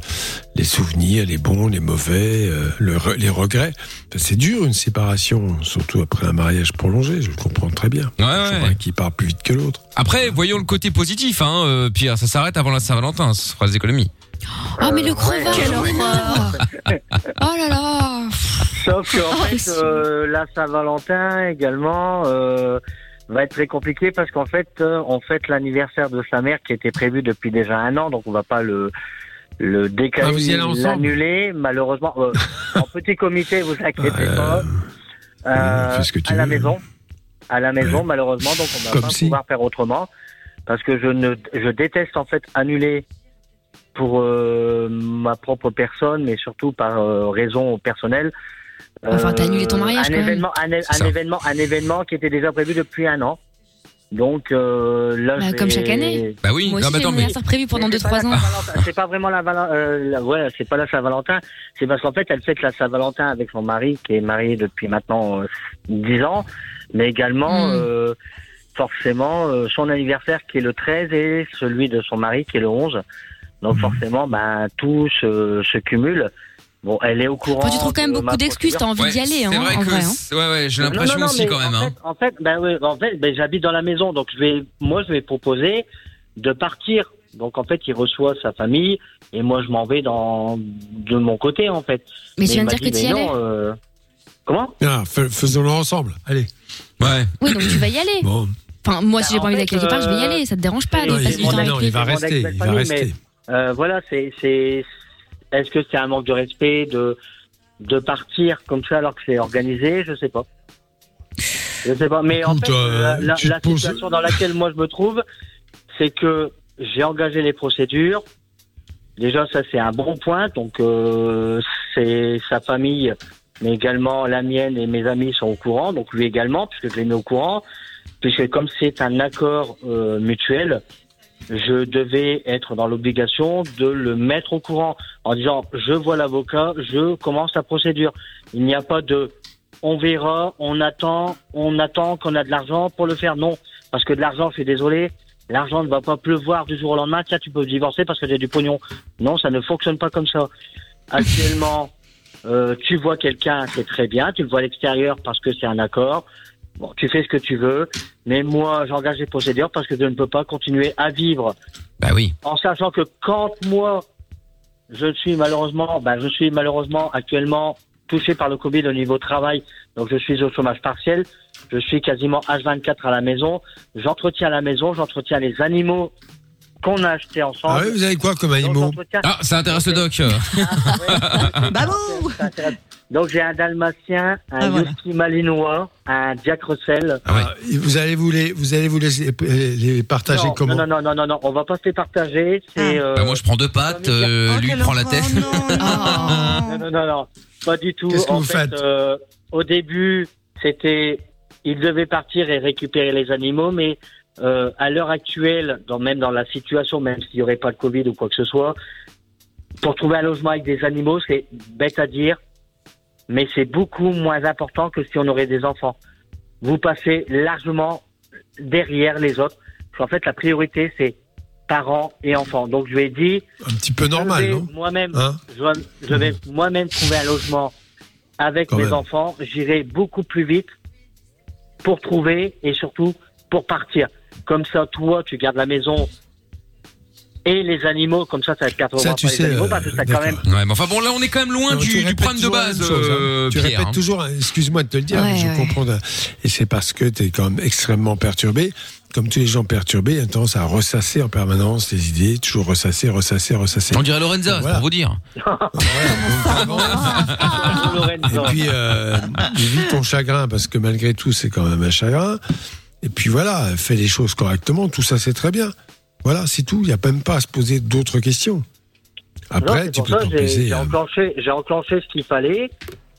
D: les souvenirs, les bons, les mauvais, euh, le re- les regrets. Enfin, c'est dur, une séparation, surtout après un mariage prolongé. Je le comprends très bien.
B: Ouais,
D: Je vois
B: ouais.
D: un qui part plus vite que l'autre.
B: Après, voyons le côté positif, hein, euh, Pierre. Ça s'arrête avant la Saint-Valentin, ce sera les économies.
E: Ah, mais le crevard
F: Quelle horreur
E: Oh là là
C: Sauf que en
E: Ah,
C: fait,
E: c'est-
C: euh, la Saint-Valentin également euh, va être très compliqué parce qu'en fait, euh, on fête l'anniversaire de sa mère qui était prévu depuis déjà un an, donc on va pas le le décaler,
D: Ah, vous y allez ensemble
C: l'annuler. Malheureusement, euh, en petit comité, vous inquiétez
D: Euh,
C: pas. Euh,
D: fais ce que tu
C: à la
D: veux.
C: maison, à la maison,
D: Ouais.
C: malheureusement, donc on va
D: Comme
C: pas
D: si.
C: pouvoir faire autrement parce que je ne, je déteste en fait annuler pour euh, ma propre personne, mais surtout par euh, raison personnelle. Euh,
E: Enfin, t'as annulé ton mariage,
C: un
E: quand même.
C: événement, un, é-
B: C'est
C: un
B: ça.
C: événement, un événement qui était déjà prévu depuis un an. Donc euh, là,
E: Bah,
C: je
E: comme
C: vais-
E: chaque année.
B: Bah oui,
E: Moi
B: non,
E: aussi, j'ai
B: mais attends,
E: un
B: mais.
E: anniversaire prévu pendant
C: Mais
E: 2-3
C: c'est pas
E: ans.
C: la Saint-Valentin- C'est pas vraiment la Valentin. ouais, c'est pas la Saint-Valentin. C'est parce qu'en fait, elle fête la Saint-Valentin avec son mari, qui est marié depuis maintenant euh, 10 ans, mais également
E: Mm.
C: euh, forcément euh, son anniversaire qui est le 13 et celui de son mari qui est le 11.
E: Hmm.
C: Donc forcément, ben tout se, se cumule. Bon, elle est au courant.
E: Enfin, tu trouves quand même
C: de ma
E: beaucoup d'excuses, t'as envie
B: Ouais,
E: d'y aller, hein,
B: c'est vrai
E: en
B: que
E: vrai. hein.
B: c'est- ouais, ouais, j'ai
C: Non,
B: l'impression
C: non, non,
B: aussi
C: mais
B: quand même.
C: En
B: hein.
C: fait, en fait, ben oui, en fait, ben j'habite dans la maison, donc je vais, moi, je vais proposer de partir. Donc en fait, il reçoit sa famille et moi, je m'en vais dans de mon côté, en fait.
E: Mais tu
C: il
E: viens de
C: m'a
E: dire que
C: dit,
E: tu y
C: mais
E: allais.
C: non, euh, Comment
D: Ah, fais- Faisons-le ensemble. Allez.
B: Ouais.
E: Oui, donc tu vas y aller.
D: Bon.
E: Enfin, moi, si j'ai
C: Bah,
E: pas
C: en
E: envie d'aller
C: fait,
E: quelque part, je vais y
C: euh,
E: aller. Ça te dérange pas
C: Non,
E: d'aller
C: il-
E: passer du
C: non,
E: temps
C: non,
E: avec
D: il
E: lui
D: va
C: c'est mon
D: rester. Il va
C: ex-belle-famille,
D: rester.
C: Euh, Voilà, c'est, c'est, est-ce que c'est un manque de respect de de partir comme ça alors que c'est organisé Je sais pas. Je sais pas. Mais en
D: Écoute,
C: fait,
D: euh,
C: la, la-
D: tu te
C: la
D: poses-
C: situation dans laquelle moi je me trouve, c'est que j'ai engagé les procédures. Déjà, ça c'est un bon point. Donc, euh, c'est sa famille, mais également la mienne et mes amis sont au courant. Donc lui également, puisque je les mets au courant. Puisque comme c'est un accord euh, mutuel, je devais être dans l'obligation de le mettre au courant en disant je vois l'avocat, je commence la procédure. Il n'y a pas de on verra, on attend, on attend qu'on a de l'argent pour le faire. Non, parce que de l'argent, je suis désolé, l'argent ne va pas pleuvoir du jour au lendemain. Tiens, tu peux divorcer parce que j'ai du pognon. Non, ça ne fonctionne pas comme ça. Actuellement, euh, tu vois quelqu'un, c'est très bien. Tu le vois à l'extérieur parce que c'est un accord. Bon, tu fais ce que tu veux. Mais moi, j'engage des procédures parce que je ne peux pas continuer à vivre
B: Bah oui.
C: en sachant que quand moi, je suis malheureusement, ben, je suis malheureusement actuellement touché par le Covid au niveau travail, donc je suis au chômage partiel, je suis quasiment H24 à la maison, j'entretiens la maison, j'entretiens les animaux qu'on a achetés ensemble.
D: Ah oui, vous avez quoi comme
C: Donc,
D: animaux
C: j'entretiens-
B: Ah, ça intéresse le doc. euh.
C: Ah,
F: Babou
C: Ça intéresse. Donc j'ai un dalmatien,
F: Bah
C: un
F: Ah, voilà.
C: husky malinois, un Jack Russell.
B: Ah ouais.
D: Ah, Vous allez vous les, vous allez vous les, les- les partager
C: Non,
D: comment
C: non, non, non, non, non, on va pas se les partager. C'est, euh,
B: Bah moi je prends deux pattes, euh,
F: Ah. Oh,
B: lui il
F: quel
B: prend la
F: enfant,
B: tête.
F: non, non,
C: Non,
F: non.
C: non, non, non, pas du tout.
D: Qu'est-ce que
C: en
D: vous
C: fait,
D: faites
C: euh, Au début, c'était. Il devait partir et récupérer les animaux, mais euh, à l'heure actuelle, dans, même dans la situation, même s'il n'y aurait pas de Covid ou quoi que ce soit, pour trouver un logement avec des animaux, c'est bête à dire, mais c'est beaucoup moins important que si on aurait des enfants. Vous passez largement derrière les autres. Parce qu'en fait, la priorité, c'est parents et enfants. Donc, je lui ai dit,
D: Un petit peu normal,
C: je vais
D: non
C: moi-même
D: Hein
C: je, je vais moi-même trouver un logement avec
D: Quand
C: mes
D: même.
C: enfants. J'irai beaucoup plus vite pour trouver et surtout pour partir. Comme ça, toi, tu gardes la maison et les animaux. Comme ça, ça te gardera
D: Ça,
C: pas
D: tu
C: les
D: sais,
C: animaux
D: euh,
C: parce que t'as
D: d'accord.
C: quand même.
B: Ouais, mais enfin bon là on est quand même loin
D: Non, tu
B: du, du
D: répètes
B: problème de
D: toujours la
B: base.
D: même chose, hein.
B: euh,
D: tu
B: Pierre,
D: répètes
B: hein.
D: toujours, hein, excuse-moi de te le dire,
E: Ouais,
D: mais je
E: ouais.
D: comprends. hein. Et c'est parce que tu es quand même extrêmement perturbé. Comme tous les gens perturbés, ils ont tendance à ressasser en permanence les idées, toujours ressasser, ressasser, ressasser.
B: On dirait Lorenza, c'est
D: Voilà.
B: pour vous dire.
D: Voilà, donc vraiment.
C: Ah,
D: Et
C: Lorenzo.
D: puis, euh, vis ton chagrin, parce que malgré tout, c'est quand même un chagrin. Et puis voilà, fais les choses correctement, tout ça, c'est très bien. Voilà, c'est tout. Il n'y a même pas à se poser d'autres questions.
C: Non,
D: Après,
C: c'est
D: tu
C: pour
D: peux euh.
C: ça,
D: t'en
C: j'ai-
D: poser.
C: J'ai enclenché, j'ai enclenché ce qu'il fallait.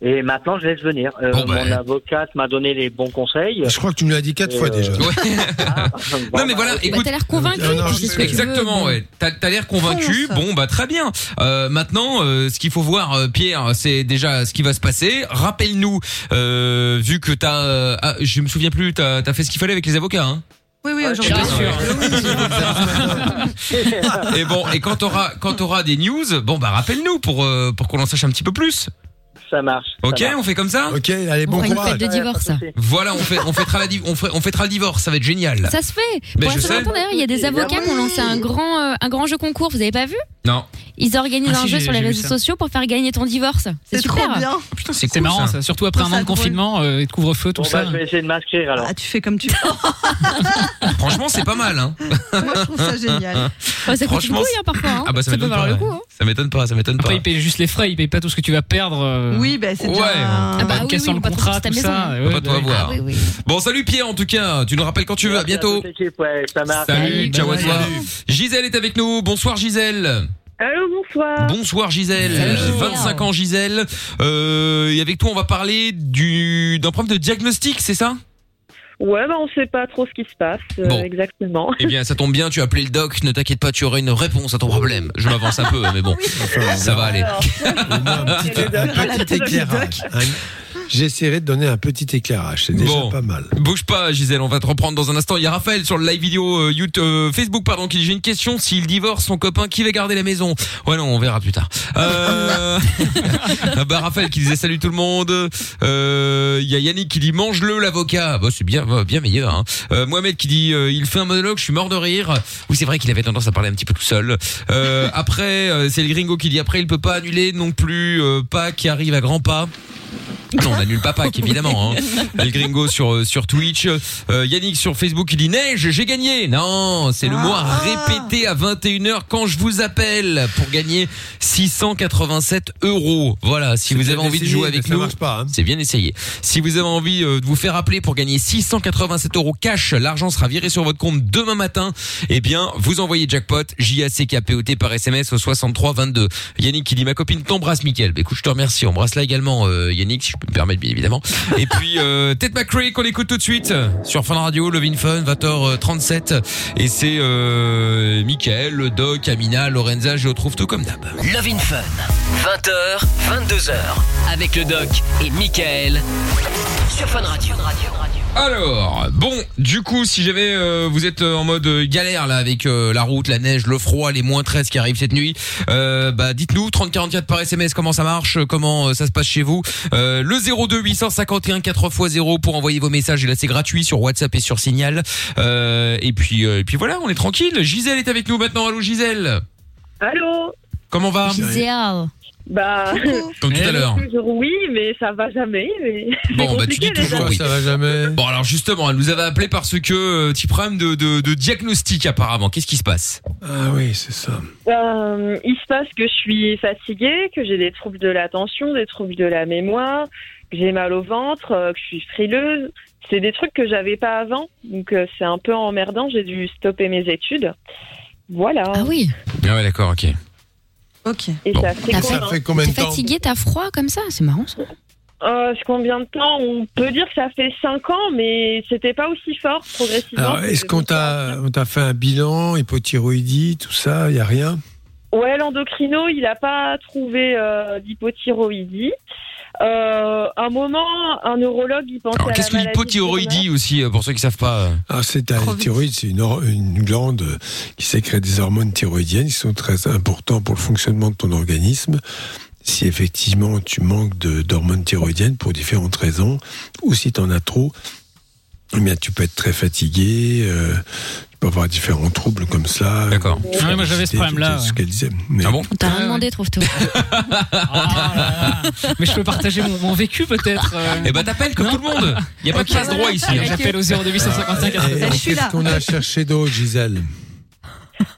C: Et maintenant, je laisse venir. Euh,
B: Bon, ben.
C: Mon avocate m'a donné les bons conseils.
D: Je crois que tu me l'as dit quatre
C: Et,
D: fois
C: euh,
D: déjà.
C: Ah, bon,
B: Non mais
C: bah,
B: voilà,
E: Bah,
B: écoute.
E: t'as l'air convaincu.
D: Non, non,
E: tu
D: je
E: dis ce
D: sais.
E: que tu veux,
B: Exactement,
E: bon.
B: ouais. T'as t'as l'air convaincu.
F: Fonce.
B: Bon, bah très bien. Euh, maintenant, euh, ce qu'il faut voir, euh, Pierre, c'est déjà ce qui va se passer. Rappelle-nous, euh, vu que t'as, euh, ah, je me souviens plus, t'as as fait ce qu'il fallait avec les avocats. Hein
F: Oui, oui,
C: je suis
F: aujourd'hui.
B: et bon, et quand t'auras quand t'auras des news, bon bah rappelle-nous pour euh, pour qu'on en sache un petit peu plus.
C: ça marche. ça
B: Ok,
C: marche.
B: on fait comme ça.
D: Ok, allez,
E: On
D: bon
E: fera une
D: courage.
E: fête de divorce. ça.
B: Voilà, on fait on fêtera la div- on fait- on fêtera le divorce, ça va être génial.
E: Ça se fait.
B: Mais
E: Pour
B: je
E: la
B: sais.
E: Saint-Valentin, d'ailleurs, il y a des avocats qui ont lancé un grand, euh, un grand jeu concours. Vous avez pas vu
B: Non.
E: Ils organisent
G: Ah,
E: un
G: si,
E: jeu
G: j'ai-
E: sur les
G: j'ai vu
E: réseaux
G: ça.
E: sociaux pour faire gagner ton divorce. C'est
F: C'est
E: super.
F: trop bien.
B: Putain,
G: C'est
B: c'est cool,
G: marrant,
B: ça.
G: ça. surtout après
F: Ça,
G: un an
F: c'est
G: de
F: drôle.
G: confinement euh, et de couvre-feu, tout
C: Bon,
G: ça.
C: bah, je vais essayer de m'inscrire alors.
F: Ah, tu fais comme tu veux.
B: Franchement, c'est pas mal hein.
F: Moi, je trouve ça génial.
E: Ouais, ça coûte une
B: Franchement,
E: couille, hein, parfois. hein.
B: Ah bah ça
E: peut
B: m'étonne pas.
E: valoir le coup.
B: ouais.
E: hein.
B: Ça m'étonne pas, ça m'étonne pas.
G: Après, il paye juste les frais, il paye pas tout ce que tu vas perdre. euh,
F: Oui, ben c'est
B: Mmh. Ouais.
F: déjà.
E: Ah bah
G: en
E: oui,
G: cassant
E: oui,
G: le
E: on va
G: contrat,
E: trouver
G: tout
E: ta
G: ça.
E: maison.
G: ouais,
B: Pas toi à
G: bah,
B: voir.
E: Ah oui, oui.
B: Bon, salut Pierre en tout cas, tu nous rappelles quand tu veux, à
C: Merci
B: bientôt.
C: toute l'équipe, ouais, ça marche.
B: Salut,
E: Salut,
B: ciao à
G: bye
B: toi.
G: bye.
B: Gisèle est avec nous. Bonsoir Gisèle.
I: Allô, bonsoir.
B: Bonsoir Gisèle.
G: Salut,
B: Euh,
G: Gisèle.
B: 25 ans Gisèle. Euh, et avec toi, on va parler du d'un problème de diagnostic, c'est ça
I: Ouais, bah, on sait pas trop ce qui se passe euh,
B: Bon.
I: exactement.
B: Eh bien, ça tombe bien, tu as appelé le doc, ne t'inquiète pas, tu auras une réponse à ton problème. Je m'avance un peu, mais bon, ça va aller.
I: Alors,
D: Au moins, un petit- un petit éclairage. Un- J'essaierai de donner un petit éclairage, c'est déjà
B: Bon.
D: pas mal.
B: Bouge pas, Gisèle, on va te reprendre dans un instant. Il y a Raphaël sur le live vidéo euh, YouTube, euh, Facebook, pardon, qui dit j'ai une question. S'il divorce son copain, qui va garder la maison Ouais, non, on verra plus tard. Euh... ah bah, Raphaël qui disait salut tout le monde. Euh, Il y a Yannick qui dit mange-le l'avocat. Bah, c'est bien, bah, bien meilleur. Hein. Euh, Mohamed qui dit euh, il fait un monologue, je suis mort de rire. Oui, c'est vrai qu'il avait tendance à parler un petit peu tout seul. Euh, après, euh, c'est le gringo qui dit après il peut pas annuler non plus euh, pas qui arrive à grands pas. Non, on annule pas Pâques, évidemment. Hein. El Gringo sur, euh, sur Twitch. Euh, Yannick sur Facebook, il dit Neige, j'ai gagné. Non, c'est le mot à répéter à 21h quand je vous appelle pour gagner 687 euros. Voilà, si vous avez envie de jouer avec
D: ça
B: nous.
D: marche pas. hein.
B: C'est bien essayé. Si vous avez envie euh, de vous faire appeler pour gagner 687 euros cash, l'argent sera viré sur votre compte demain matin. Eh bien, vous envoyez jackpot J A C K P O T par SMS au 63 22. Yannick qui dit ma copine t'embrasse, Mickaël. Bah, écoute, je te remercie. Embrasse-la également, euh, Yannick. Yannick, si je peux me permettre, bien évidemment. Et puis, euh, Ted McRae, qu'on écoute tout de suite sur Fun Radio, Love in Fun, 20h37. Et c'est euh, Michael, le Doc, Amina, Lorenza, je retrouve tout comme d'hab.
A: Love in Fun, 20h, 22h, avec le doc et Michael sur Fun Radio.
B: Alors, bon, du coup, si jamais euh, vous êtes euh, en mode euh, galère là avec euh, la route, la neige, le froid, les moins 13 qui arrivent cette nuit, euh, bah dites-nous 3044 par SMS comment ça marche, euh, comment euh, ça se passe chez vous. Euh, le 02 851 4 x 0 pour envoyer vos messages et là c'est gratuit sur WhatsApp et sur Signal. Euh, et puis euh, et puis voilà, on est tranquille. Gisèle est avec nous maintenant. Allô Gisèle.
I: Allô
B: Comment va
E: Gisèle.
I: Bah,
B: Comme tout à l'heure.
I: toujours oui, mais ça va jamais. Mais...
B: Bon, bah tu
I: compliqué,
B: dis toujours oui.
D: Ça va jamais.
B: Bon alors justement, elle nous avait appelé parce que euh, petit problème de, de, de diagnostic apparemment. Qu'est-ce qui se passe
D: Ah oui, c'est ça.
I: Euh, il se passe que je suis fatiguée, que j'ai des troubles de l'attention, des troubles de la mémoire, que j'ai mal au ventre, euh, que je suis frileuse. C'est des trucs que j'avais pas avant, donc euh, c'est un peu emmerdant. J'ai dû stopper mes études. Voilà.
E: Ah oui.
B: Ah ouais d'accord, ok.
F: Ok.
I: Et
B: Bon.
I: ça fait
E: T'as
I: quoi,
E: fait-
I: hein
D: Ça fait combien
E: T'es
D: de temps
E: fatigué, t'as froid comme ça C'est marrant ça.
I: Euh, c'est combien de temps On peut dire que ça fait 5 ans, mais c'était pas aussi fort progressivement.
D: Alors, est-ce qu'on t'a, on t'a fait un bilan, hypothyroïdie, tout ça Il n'y a rien
I: Ouais, l'endocrino, il n'a pas trouvé euh, d'hypothyroïdie. Euh, un moment, un neurologue, il pensait
B: Alors
I: à
B: qu'est-ce que
I: la maladie de
B: l'hypothyroïdie aussi euh, pour ceux qui savent pas euh
D: Ah, c'est un
F: Trop vite.
D: thyroïde, c'est une, or- une glande euh, qui sécrète des hormones thyroïdiennes qui sont très importantes pour le fonctionnement de ton organisme. Si effectivement tu manques de- d'hormones thyroïdiennes pour différentes raisons, ou si tu en as trop, eh bien, tu peux être très fatigué, euh, tu peux avoir différents troubles comme ça.
B: D'accord.
G: Ah ouais, moi, j'avais ce
D: C'était-
G: problème-là,
D: c'était ce qu'elle disait. Mais-
B: Ah bon
E: On t'a rien
G: Ouais,
E: demandé, trouve-toi.
G: Ah, là, là. Mais je peux partager mon, mon vécu peut-être. euh.
B: Eh ben t'appelles comme
G: Non.
B: tout le monde. Il y a pas de
G: Ok.
B: passe droit ici. hein.
G: J'appelle au 02
D: Et
F: je suis
D: Qu'est-ce
F: là.
D: qu'on a cherché d'autre, Gisèle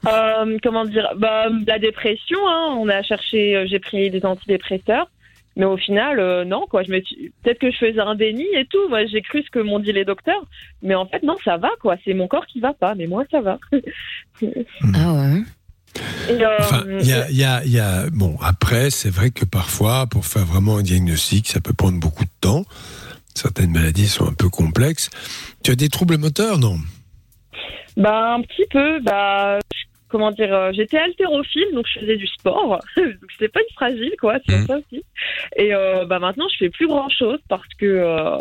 I: Euh, comment dire bah, La dépression, hein, on a cherché, euh, j'ai pris des antidépresseurs, mais au final, euh, non, quoi. Je me suis- Peut-être que je faisais un déni et tout. Moi, j'ai cru ce que m'ont dit les docteurs, mais en fait, non, ça va, quoi. C'est mon corps qui va pas, mais moi, ça va.
E: Ah ouais.
I: Et, euh,
D: Enfin, il y a, il y a- il y a- bon, après, c'est vrai que parfois, pour faire vraiment un diagnostic, ça peut prendre beaucoup de temps. Certaines maladies sont un peu complexes. Tu as des troubles moteurs, non
I: Bah un petit peu. Bah je- comment dire, euh, j'étais haltérophile, donc je faisais du sport. donc c'était pas une fragile quoi, c'est
B: Mhm.
D: Mmh.
I: ça aussi. Et euh, bah maintenant je fais plus grand chose parce que euh,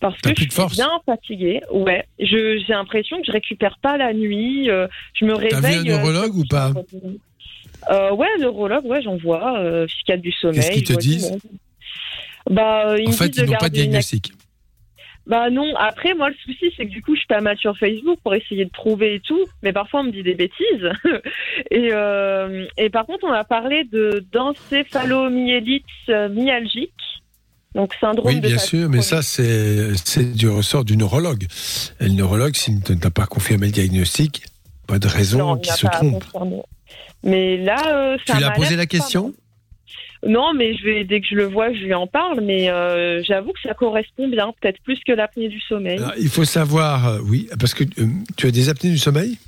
I: parce
D: T'as
I: que
D: plus
I: je
D: de
I: suis
D: force.
I: bien fatiguée. Ouais, je j'ai l'impression que je récupère pas la nuit. euh, je me
D: T'as
I: réveille.
D: vu un
I: euh,
D: neurologue ou pas
I: euh, ouais, neurologue, ouais, j'en vois, euh, psychiatre du sommeil.
D: Qu'est-ce qu'ils te
I: je vois du
D: disent
I: monde. Bah, euh, ils
D: En
I: me
D: fait,
I: disent
D: ils
I: de
D: n'ont pas de
I: garder une
D: diagnostic.
I: bah non, après moi le souci c'est que du coup je suis pas mal sur Facebook pour essayer de trouver et tout, mais parfois on me dit des bêtises. et, euh, et par contre on a parlé de d'encéphalomyélite euh, myalgique, donc syndrome
D: Oui,
I: de
D: bien
I: fatigue
D: sûr, mais
I: chronique.
D: ça, c'est c'est du ressort du neurologue. Et le neurologue, s'il ne t'a pas confirmé le diagnostic, pas de
I: Non,
D: raison
I: il
D: qu'il
I: n'y a
D: se
I: pas à
D: trompe.
I: confirmer. Mais là, euh, ça
D: Tu l'as
I: m'alerte
D: posé la
I: pas
D: question
I: mal. Non, mais je vais dès que je le vois, je lui en parle. Mais euh, j'avoue que ça correspond bien, peut-être plus que l'apnée du sommeil.
D: Alors, Ah, Il faut savoir, euh, oui, parce que euh, tu as des apnées du sommeil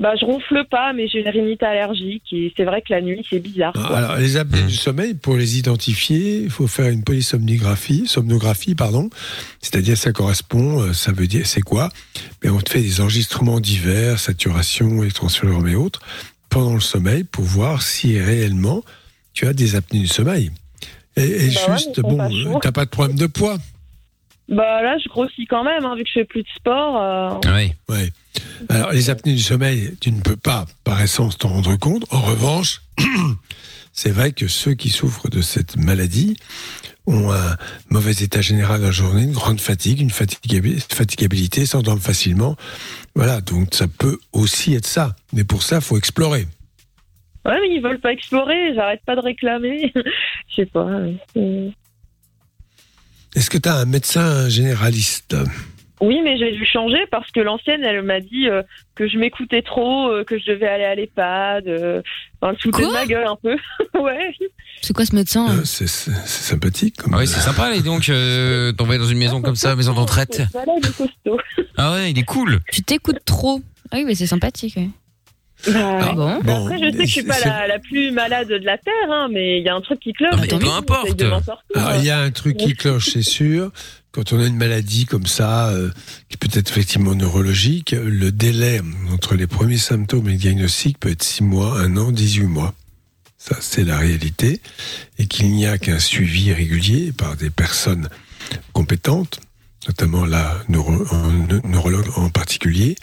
I: Bah je ronfle pas, mais j'ai une rhinite allergique et c'est vrai que la nuit c'est bizarre.
D: Ah,
I: quoi.
D: Alors, les apnées
B: Hmm.
D: du sommeil, pour les identifier, il faut faire une polysomnographie, somnographie, pardon. C'est-à-dire, ça correspond, euh, ça veut dire, c'est quoi Mais on te fait des enregistrements divers, saturation, électronsphérogramme et autres, pendant le sommeil, pour voir si réellement tu as des apnées du sommeil. Et, et
I: Bah ouais, mais
D: juste,
I: ils sont
D: bon,
I: pas
D: euh,
I: chauds.
D: t'as pas de problème de poids.
I: Bah là, je grossis quand même, hein, vu que je fais plus de sport. euh,
B: Ah ouais.
D: Ouais. Alors, les apnées du sommeil, tu ne peux pas, par essence, t'en rendre compte. En revanche, c'est vrai que ceux qui souffrent de cette maladie ont un mauvais état général dans la journée, une grande fatigue, une fatigabi- fatigabilité, s'endorment facilement. Voilà, donc ça peut aussi être ça. Mais pour ça, faut explorer.
I: Ouais, mais ils veulent pas explorer, j'arrête pas de réclamer. Je sais pas. euh,
D: Est-ce que tu as un médecin généraliste
I: Oui, mais j'ai dû changer parce que l'ancienne, elle m'a dit euh, que je m'écoutais trop, euh, que je devais aller à l'EHPAD. Euh, enfin, elle se foutait de
E: Quoi
I: ma gueule un peu. ouais.
E: C'est quoi ce médecin hein là
D: Euh, C'est c'est- c'est sympathique. Comme...
B: Ah ouais, c'est sympa allez donc euh, tomber dans une maison comme ça, maison d'entraide.
I: Voilà, il est costaud.
B: Ah ouais, il est cool.
E: Tu t'écoutes trop. Ah oui, mais c'est sympathique. ouais.
I: Bah,
B: Ah bon
I: bah Après, je sais que je suis pas
D: c'est-
I: la, la plus malade de la Terre, hein, mais il y a un truc qui cloche.
B: Ah, mais
I: et
B: peu
I: j'essaye
B: importe.
I: de m'en sortir.
D: Alors, il y a un truc qui cloche, c'est sûr. Quand on a une maladie comme ça, euh, qui peut être effectivement neurologique, le délai entre les premiers symptômes et le diagnostic peut être 6 mois, 1 an, 18 mois. Ça, c'est la réalité. Et qu'il n'y a qu'un suivi régulier par des personnes compétentes, notamment la neuro- en- ne- neurologue en particulier,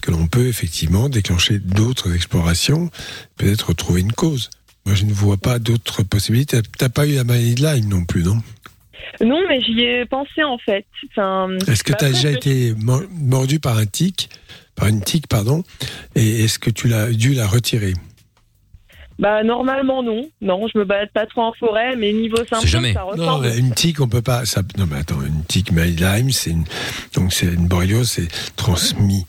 D: que l'on peut effectivement déclencher d'autres explorations, peut-être trouver une cause. Moi, je ne vois pas d'autres possibilités. T'as pas eu la maladie de Lyme non plus, non
I: Non, mais j'y ai pensé en fait. Enfin,
D: Est-ce que
I: bah,
D: tu as
I: après,
D: déjà
I: je-
D: été mor- mordu par un tic, par une tique, pardon, et est-ce que tu l'as dû la retirer
I: Bah normalement non. Non, je me balade pas trop en forêt, mais niveau symptômes,
B: jamais.
I: ça
D: Non,
I: ressemble.
D: mais une tique, on peut pas. ça- non, mais attends, une tique maladie de Lyme, c'est une, donc c'est une borréliose, c'est transmis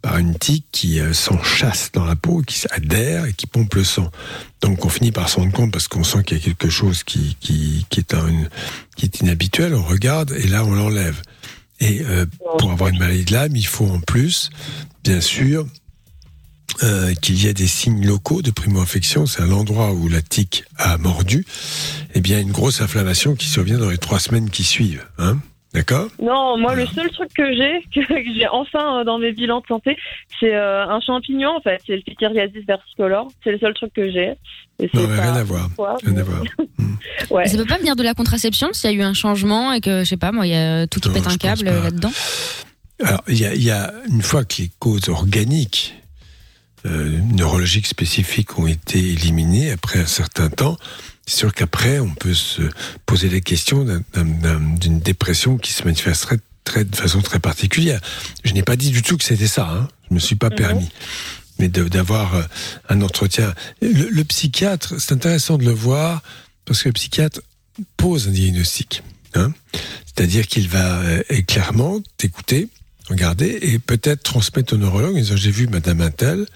D: par une tique qui euh, s'enchasse dans la peau, qui s'adhère et qui pompe le sang. Donc on finit par se rendre compte parce qu'on sent qu'il y a quelque chose qui qui qui est un, qui est inhabituel. On regarde et là on l'enlève. Et euh, pour avoir une maladie de Lyme, il faut en plus, bien sûr, euh, qu'il y a des signes locaux de primo-infection, c'est à l'endroit où la tique a mordu, eh bien une grosse inflammation qui survient dans les trois semaines qui suivent. Hein D'accord
I: Non, moi le seul truc que j'ai, que, que j'ai enfin euh, dans mes bilans de santé, c'est euh, un champignon en fait, c'est le Pityriasis versicolor. C'est le seul truc que j'ai. Et
D: Non,
I: c'est
D: mais
I: pas-
D: rien à voir.
I: quoi,
D: Rien à voir.
I: ouais.
E: Ça peut pas venir de la contraception s'il y a eu un changement et que, je sais pas, moi, il y a tout qui
D: Non,
E: pète
D: je
E: un
D: pense
E: câble
D: pas.
E: euh, là-dedans.
D: Alors, il y a, il y a- une fois que les causes organiques euh, neurologiques spécifiques ont été éliminées après un certain temps, c'est sûr qu'après, on peut se poser la question d'un- d'un- d'un- d'une dépression qui se manifesterait très, de façon très particulière. Je n'ai pas dit du tout que c'était ça, hein. je ne me suis pas permis. Mais de- d'avoir euh, un entretien. Le, le psychiatre, c'est intéressant de le voir, parce que le psychiatre pose un diagnostic. hein. C'est-à-dire qu'il va euh, et clairement t'écouter, regarder et peut-être transmettre au neurologue en disant J'ai vu madame un tel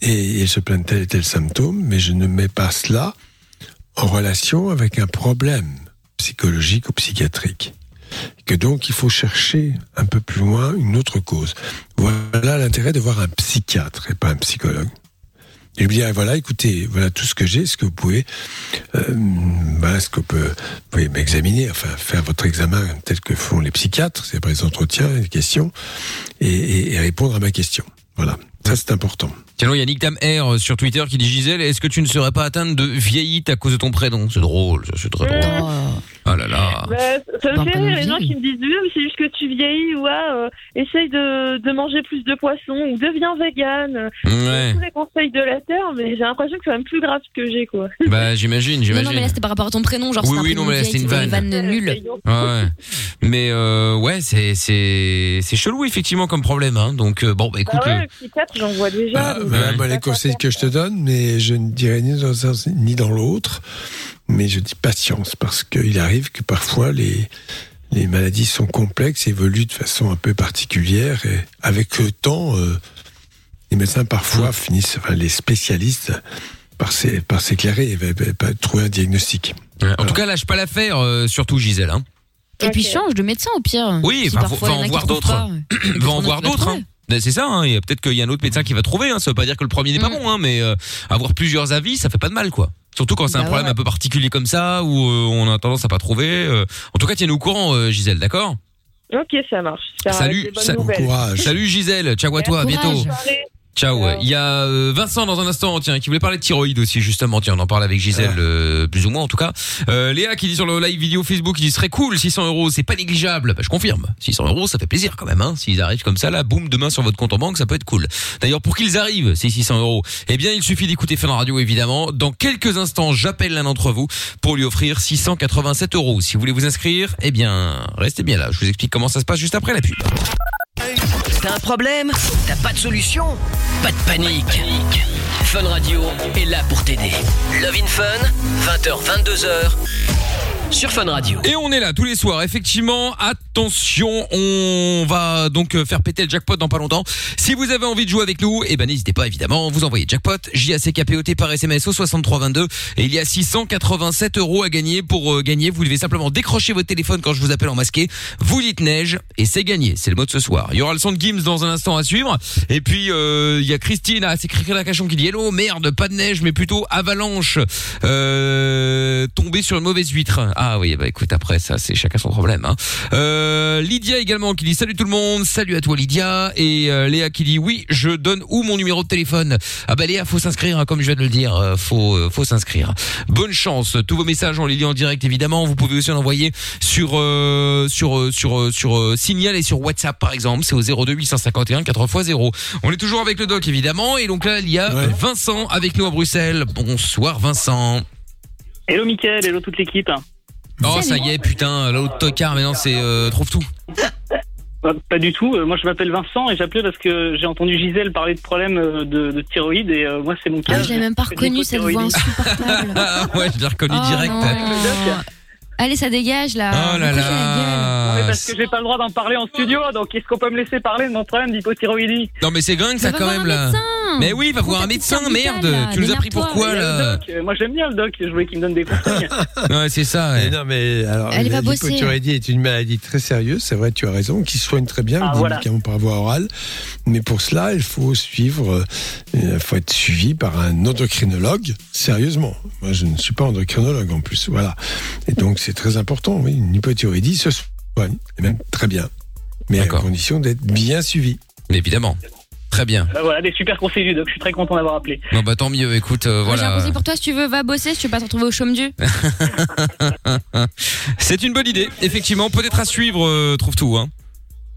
D: et elle se plaint de tel et tel symptôme, mais je ne mets pas cela en relation avec un problème psychologique ou psychiatrique. Que donc il faut chercher un peu plus loin une autre cause. Voilà l'intérêt de voir un psychiatre et pas un psychologue. Et lui dire, voilà, écoutez, voilà tout ce que j'ai, ce que vous pouvez, euh, voilà ce que vous pouvez- vous pouvez m'examiner, enfin faire votre examen tel que font les psychiatres, c'est par les entretiens, les questions, et, et- et répondre à ma question. Voilà, ça c'est important.
B: Sinon, il y a Nick Tam R euh, sur Twitter qui dit Gisèle, est-ce que tu ne serais pas atteinte de vieillite à cause de ton prénom C'est drôle, ça, c'est très drôle. Ah là là.
I: Bah, ça
E: Dans
I: me fait
E: ta
I: rire les
E: vie.
I: gens qui me disent oui, mais c'est juste que tu vieillis ou ah, euh, essaye de, de manger plus de poissons ou deviens vegan. Euh,
B: Ouais.
I: Tous les conseils de la terre, mais j'ai l'impression que c'est même plus grave ce que j'ai quoi.
B: Bah, j'imagine,
E: Non, non, mais là,
B: j'imagine.
E: c'était par rapport à ton prénom. Genre,
B: Oui,
E: c'est un
B: oui,
E: prénom
B: non, mais là,
E: vieille,
B: c'est une
E: tu vois, les
B: vanne.
E: vannes nulles.
B: Ouais, Ah ouais. Mais euh, ouais, c'est c'est c'est chelou effectivement comme problème. Hein. Donc euh, bon, bah, écoute,
I: Ah ouais,
B: euh,
I: le psychiatre, j'en vois déjà.
E: Ah,
D: Voilà,
E: bah,
I: donc,
D: voilà,
I: euh,
D: moi,
I: je sais
D: les
I: pas quoi
D: conseils
I: faire.
D: que je te donne, mais je ne dirais ni dans un sens ni dans l'autre. Mais je dis patience parce qu'il arrive que parfois les, les maladies sont complexes, évoluent de façon un peu particulière et avec le temps, euh, les médecins parfois finissent, enfin, les spécialistes par s'é- par s'éclairer et ben, ben, ben, trouver un diagnostic.
B: euh, en tout cas, lâche pas l'affaire, euh, surtout Gisèle. Hein.
E: Et puis,
I: Ok.
E: change de médecin au pire.
B: Oui,
E: Si
B: bah,
E: parfois,
B: va
E: il y
B: en
E: a qui
B: voir
E: trouvent
B: d'autres.
E: pas.
B: va en voir
E: tu vas
B: d'autres.
E: trouver.
B: Hein. Ben, C'est ça. Hein. Et peut-être qu'il y a un autre médecin qui va trouver. Hein. Ça veut pas dire que le premier n'est pas
E: Mm.
B: bon, hein, mais euh, avoir plusieurs avis, ça fait pas de mal, quoi. Surtout quand c'est un
E: Bah
B: problème
E: ouais.
B: un peu particulier comme ça, où euh, on a tendance à pas trouver. euh. En tout cas, tiens-nous au courant, euh, Gisèle, d'accord
I: euh, Ok, ça marche. Ça
B: Salut,
I: reste des bonnes
B: ça-
D: Bon
I: nouvelles.
D: courage.
B: Salut Gisèle, ciao à toi, à
E: Bah, Courage.
B: bientôt.
I: Pareil.
B: Ciao.
I: Ciao.
B: Il y a euh, Vincent dans un instant, tiens, qui voulait parler de thyroïde aussi, justement. Tiens, on en parle avec Gisèle,
D: Ah.
B: euh, plus ou moins en tout cas. Euh, Léa qui dit sur le live vidéo Facebook, il serait cool, 600 euros, c'est pas négligeable. Bah, je confirme, 600 euros, ça fait plaisir quand même. Hein. S'ils arrivent comme ça, là, boum, demain sur votre compte en banque, ça peut être cool. D'ailleurs, pour qu'ils arrivent, ces 600 euros, eh bien, il suffit d'écouter Fun Radio, évidemment. Dans quelques instants, j'appelle l'un d'entre vous pour lui offrir 687 euros. Si vous voulez vous inscrire, eh bien, restez bien là. Je vous explique comment ça se passe juste après la pub.
A: T'as un problème T'as pas de solution Pas de panique. Fun Radio est là pour t'aider. Love in Fun, 20h, 22h. sur Fun Radio.
B: Et on est là tous les soirs. Effectivement, attention, on va donc euh, faire péter le jackpot dans pas longtemps. Si vous avez envie de jouer avec nous, eh ben n'hésitez pas évidemment, vous envoyez jackpot J A C K P O T par SMS au 6322 et il y a 687 euros à gagner. Pour euh, gagner, vous devez simplement décrocher votre téléphone quand je vous appelle en masqué. Vous dites neige et c'est gagné. C'est le mot de ce soir. Il y aura le son de Gims dans un instant à suivre. Et puis euh, il y a Christine, ah, c'est la Cachon qui dit hello, merde, pas de neige mais plutôt avalanche. Euh, tombé sur une mauvaise huître. Ah oui, bah écoute, après ça, c'est chacun son problème. hein. Euh, Lydia également qui dit salut tout le monde, salut à toi Lydia. Et euh, Léa qui dit oui, je donne où mon numéro de téléphone Ah bah Léa, faut s'inscrire, hein, comme je viens de le dire, euh, faut euh, faut s'inscrire. Bonne chance. Tous vos messages, on les lit en direct évidemment. Vous pouvez aussi en envoyer sur euh, sur euh, sur euh, sur euh, Signal et sur WhatsApp par exemple. C'est au 02 851 4 x 0. On est toujours avec le doc évidemment. Et donc là, il y a Vincent avec nous à Bruxelles. Bonsoir Vincent.
J: Hello Mickaël, hello toute l'équipe.
B: Oh ça y est putain l'autre tocard mais non c'est euh, trouve tout.
J: Pas, pas du tout, euh, moi je m'appelle Vincent et j'appelais parce que j'ai entendu Gisèle parler de problèmes euh, de, de thyroïde et euh, moi c'est mon cas.
E: Ah, J'avais même pas reconnu cette voix insupportable.
B: Ah ouais je l'ai reconnu
E: Oh
B: direct.
E: non. Allez, ça dégage là.
J: Ah,
B: Oh là
J: Non, mais
B: là.
J: parce que j'ai pas le droit d'en parler en studio, donc est-ce qu'on peut me laisser parler de mon problème d'hypothyroïdie
B: Non mais c'est gringue ça
J: Va
B: quand
J: voir
B: même
J: un
B: là.
J: médecin.
B: Mais oui va voir un médecin merde. tu nous as pris pourquoi là
J: Le doc, euh, Moi j'aime bien le doc, je voulais qu'il me donne des conseils.
B: Ouais c'est ça. ouais.
D: non mais alors
J: Elle
D: la
J: va bosser.
D: l'hypothyroïdie est une maladie très sérieuse, c'est vrai, tu as raison, qui se soigne très bien
J: Ah,
D: avec des
J: voilà.
D: médicaments par voie orale, mais pour cela, il faut suivre euh, il faut être suivi par un endocrinologue sérieusement. Moi je ne suis pas endocrinologue en plus, voilà. Et donc c'est très important, oui, une hypothyroïdie se soigne et même très bien. Mais à condition d'être bien suivi.
B: Évidemment. Très bien.
J: Bah voilà, des super conseils du doc, je suis très content d'avoir appelé.
B: Non bah tant mieux écoute euh,
E: J'ai un
B: voilà.
E: conseil pour toi, si tu veux, va bosser, si tu veux pas te retrouver au chaume du.
B: Ah, c'est une bonne idée effectivement peut-être à suivre euh, trouve tout hein.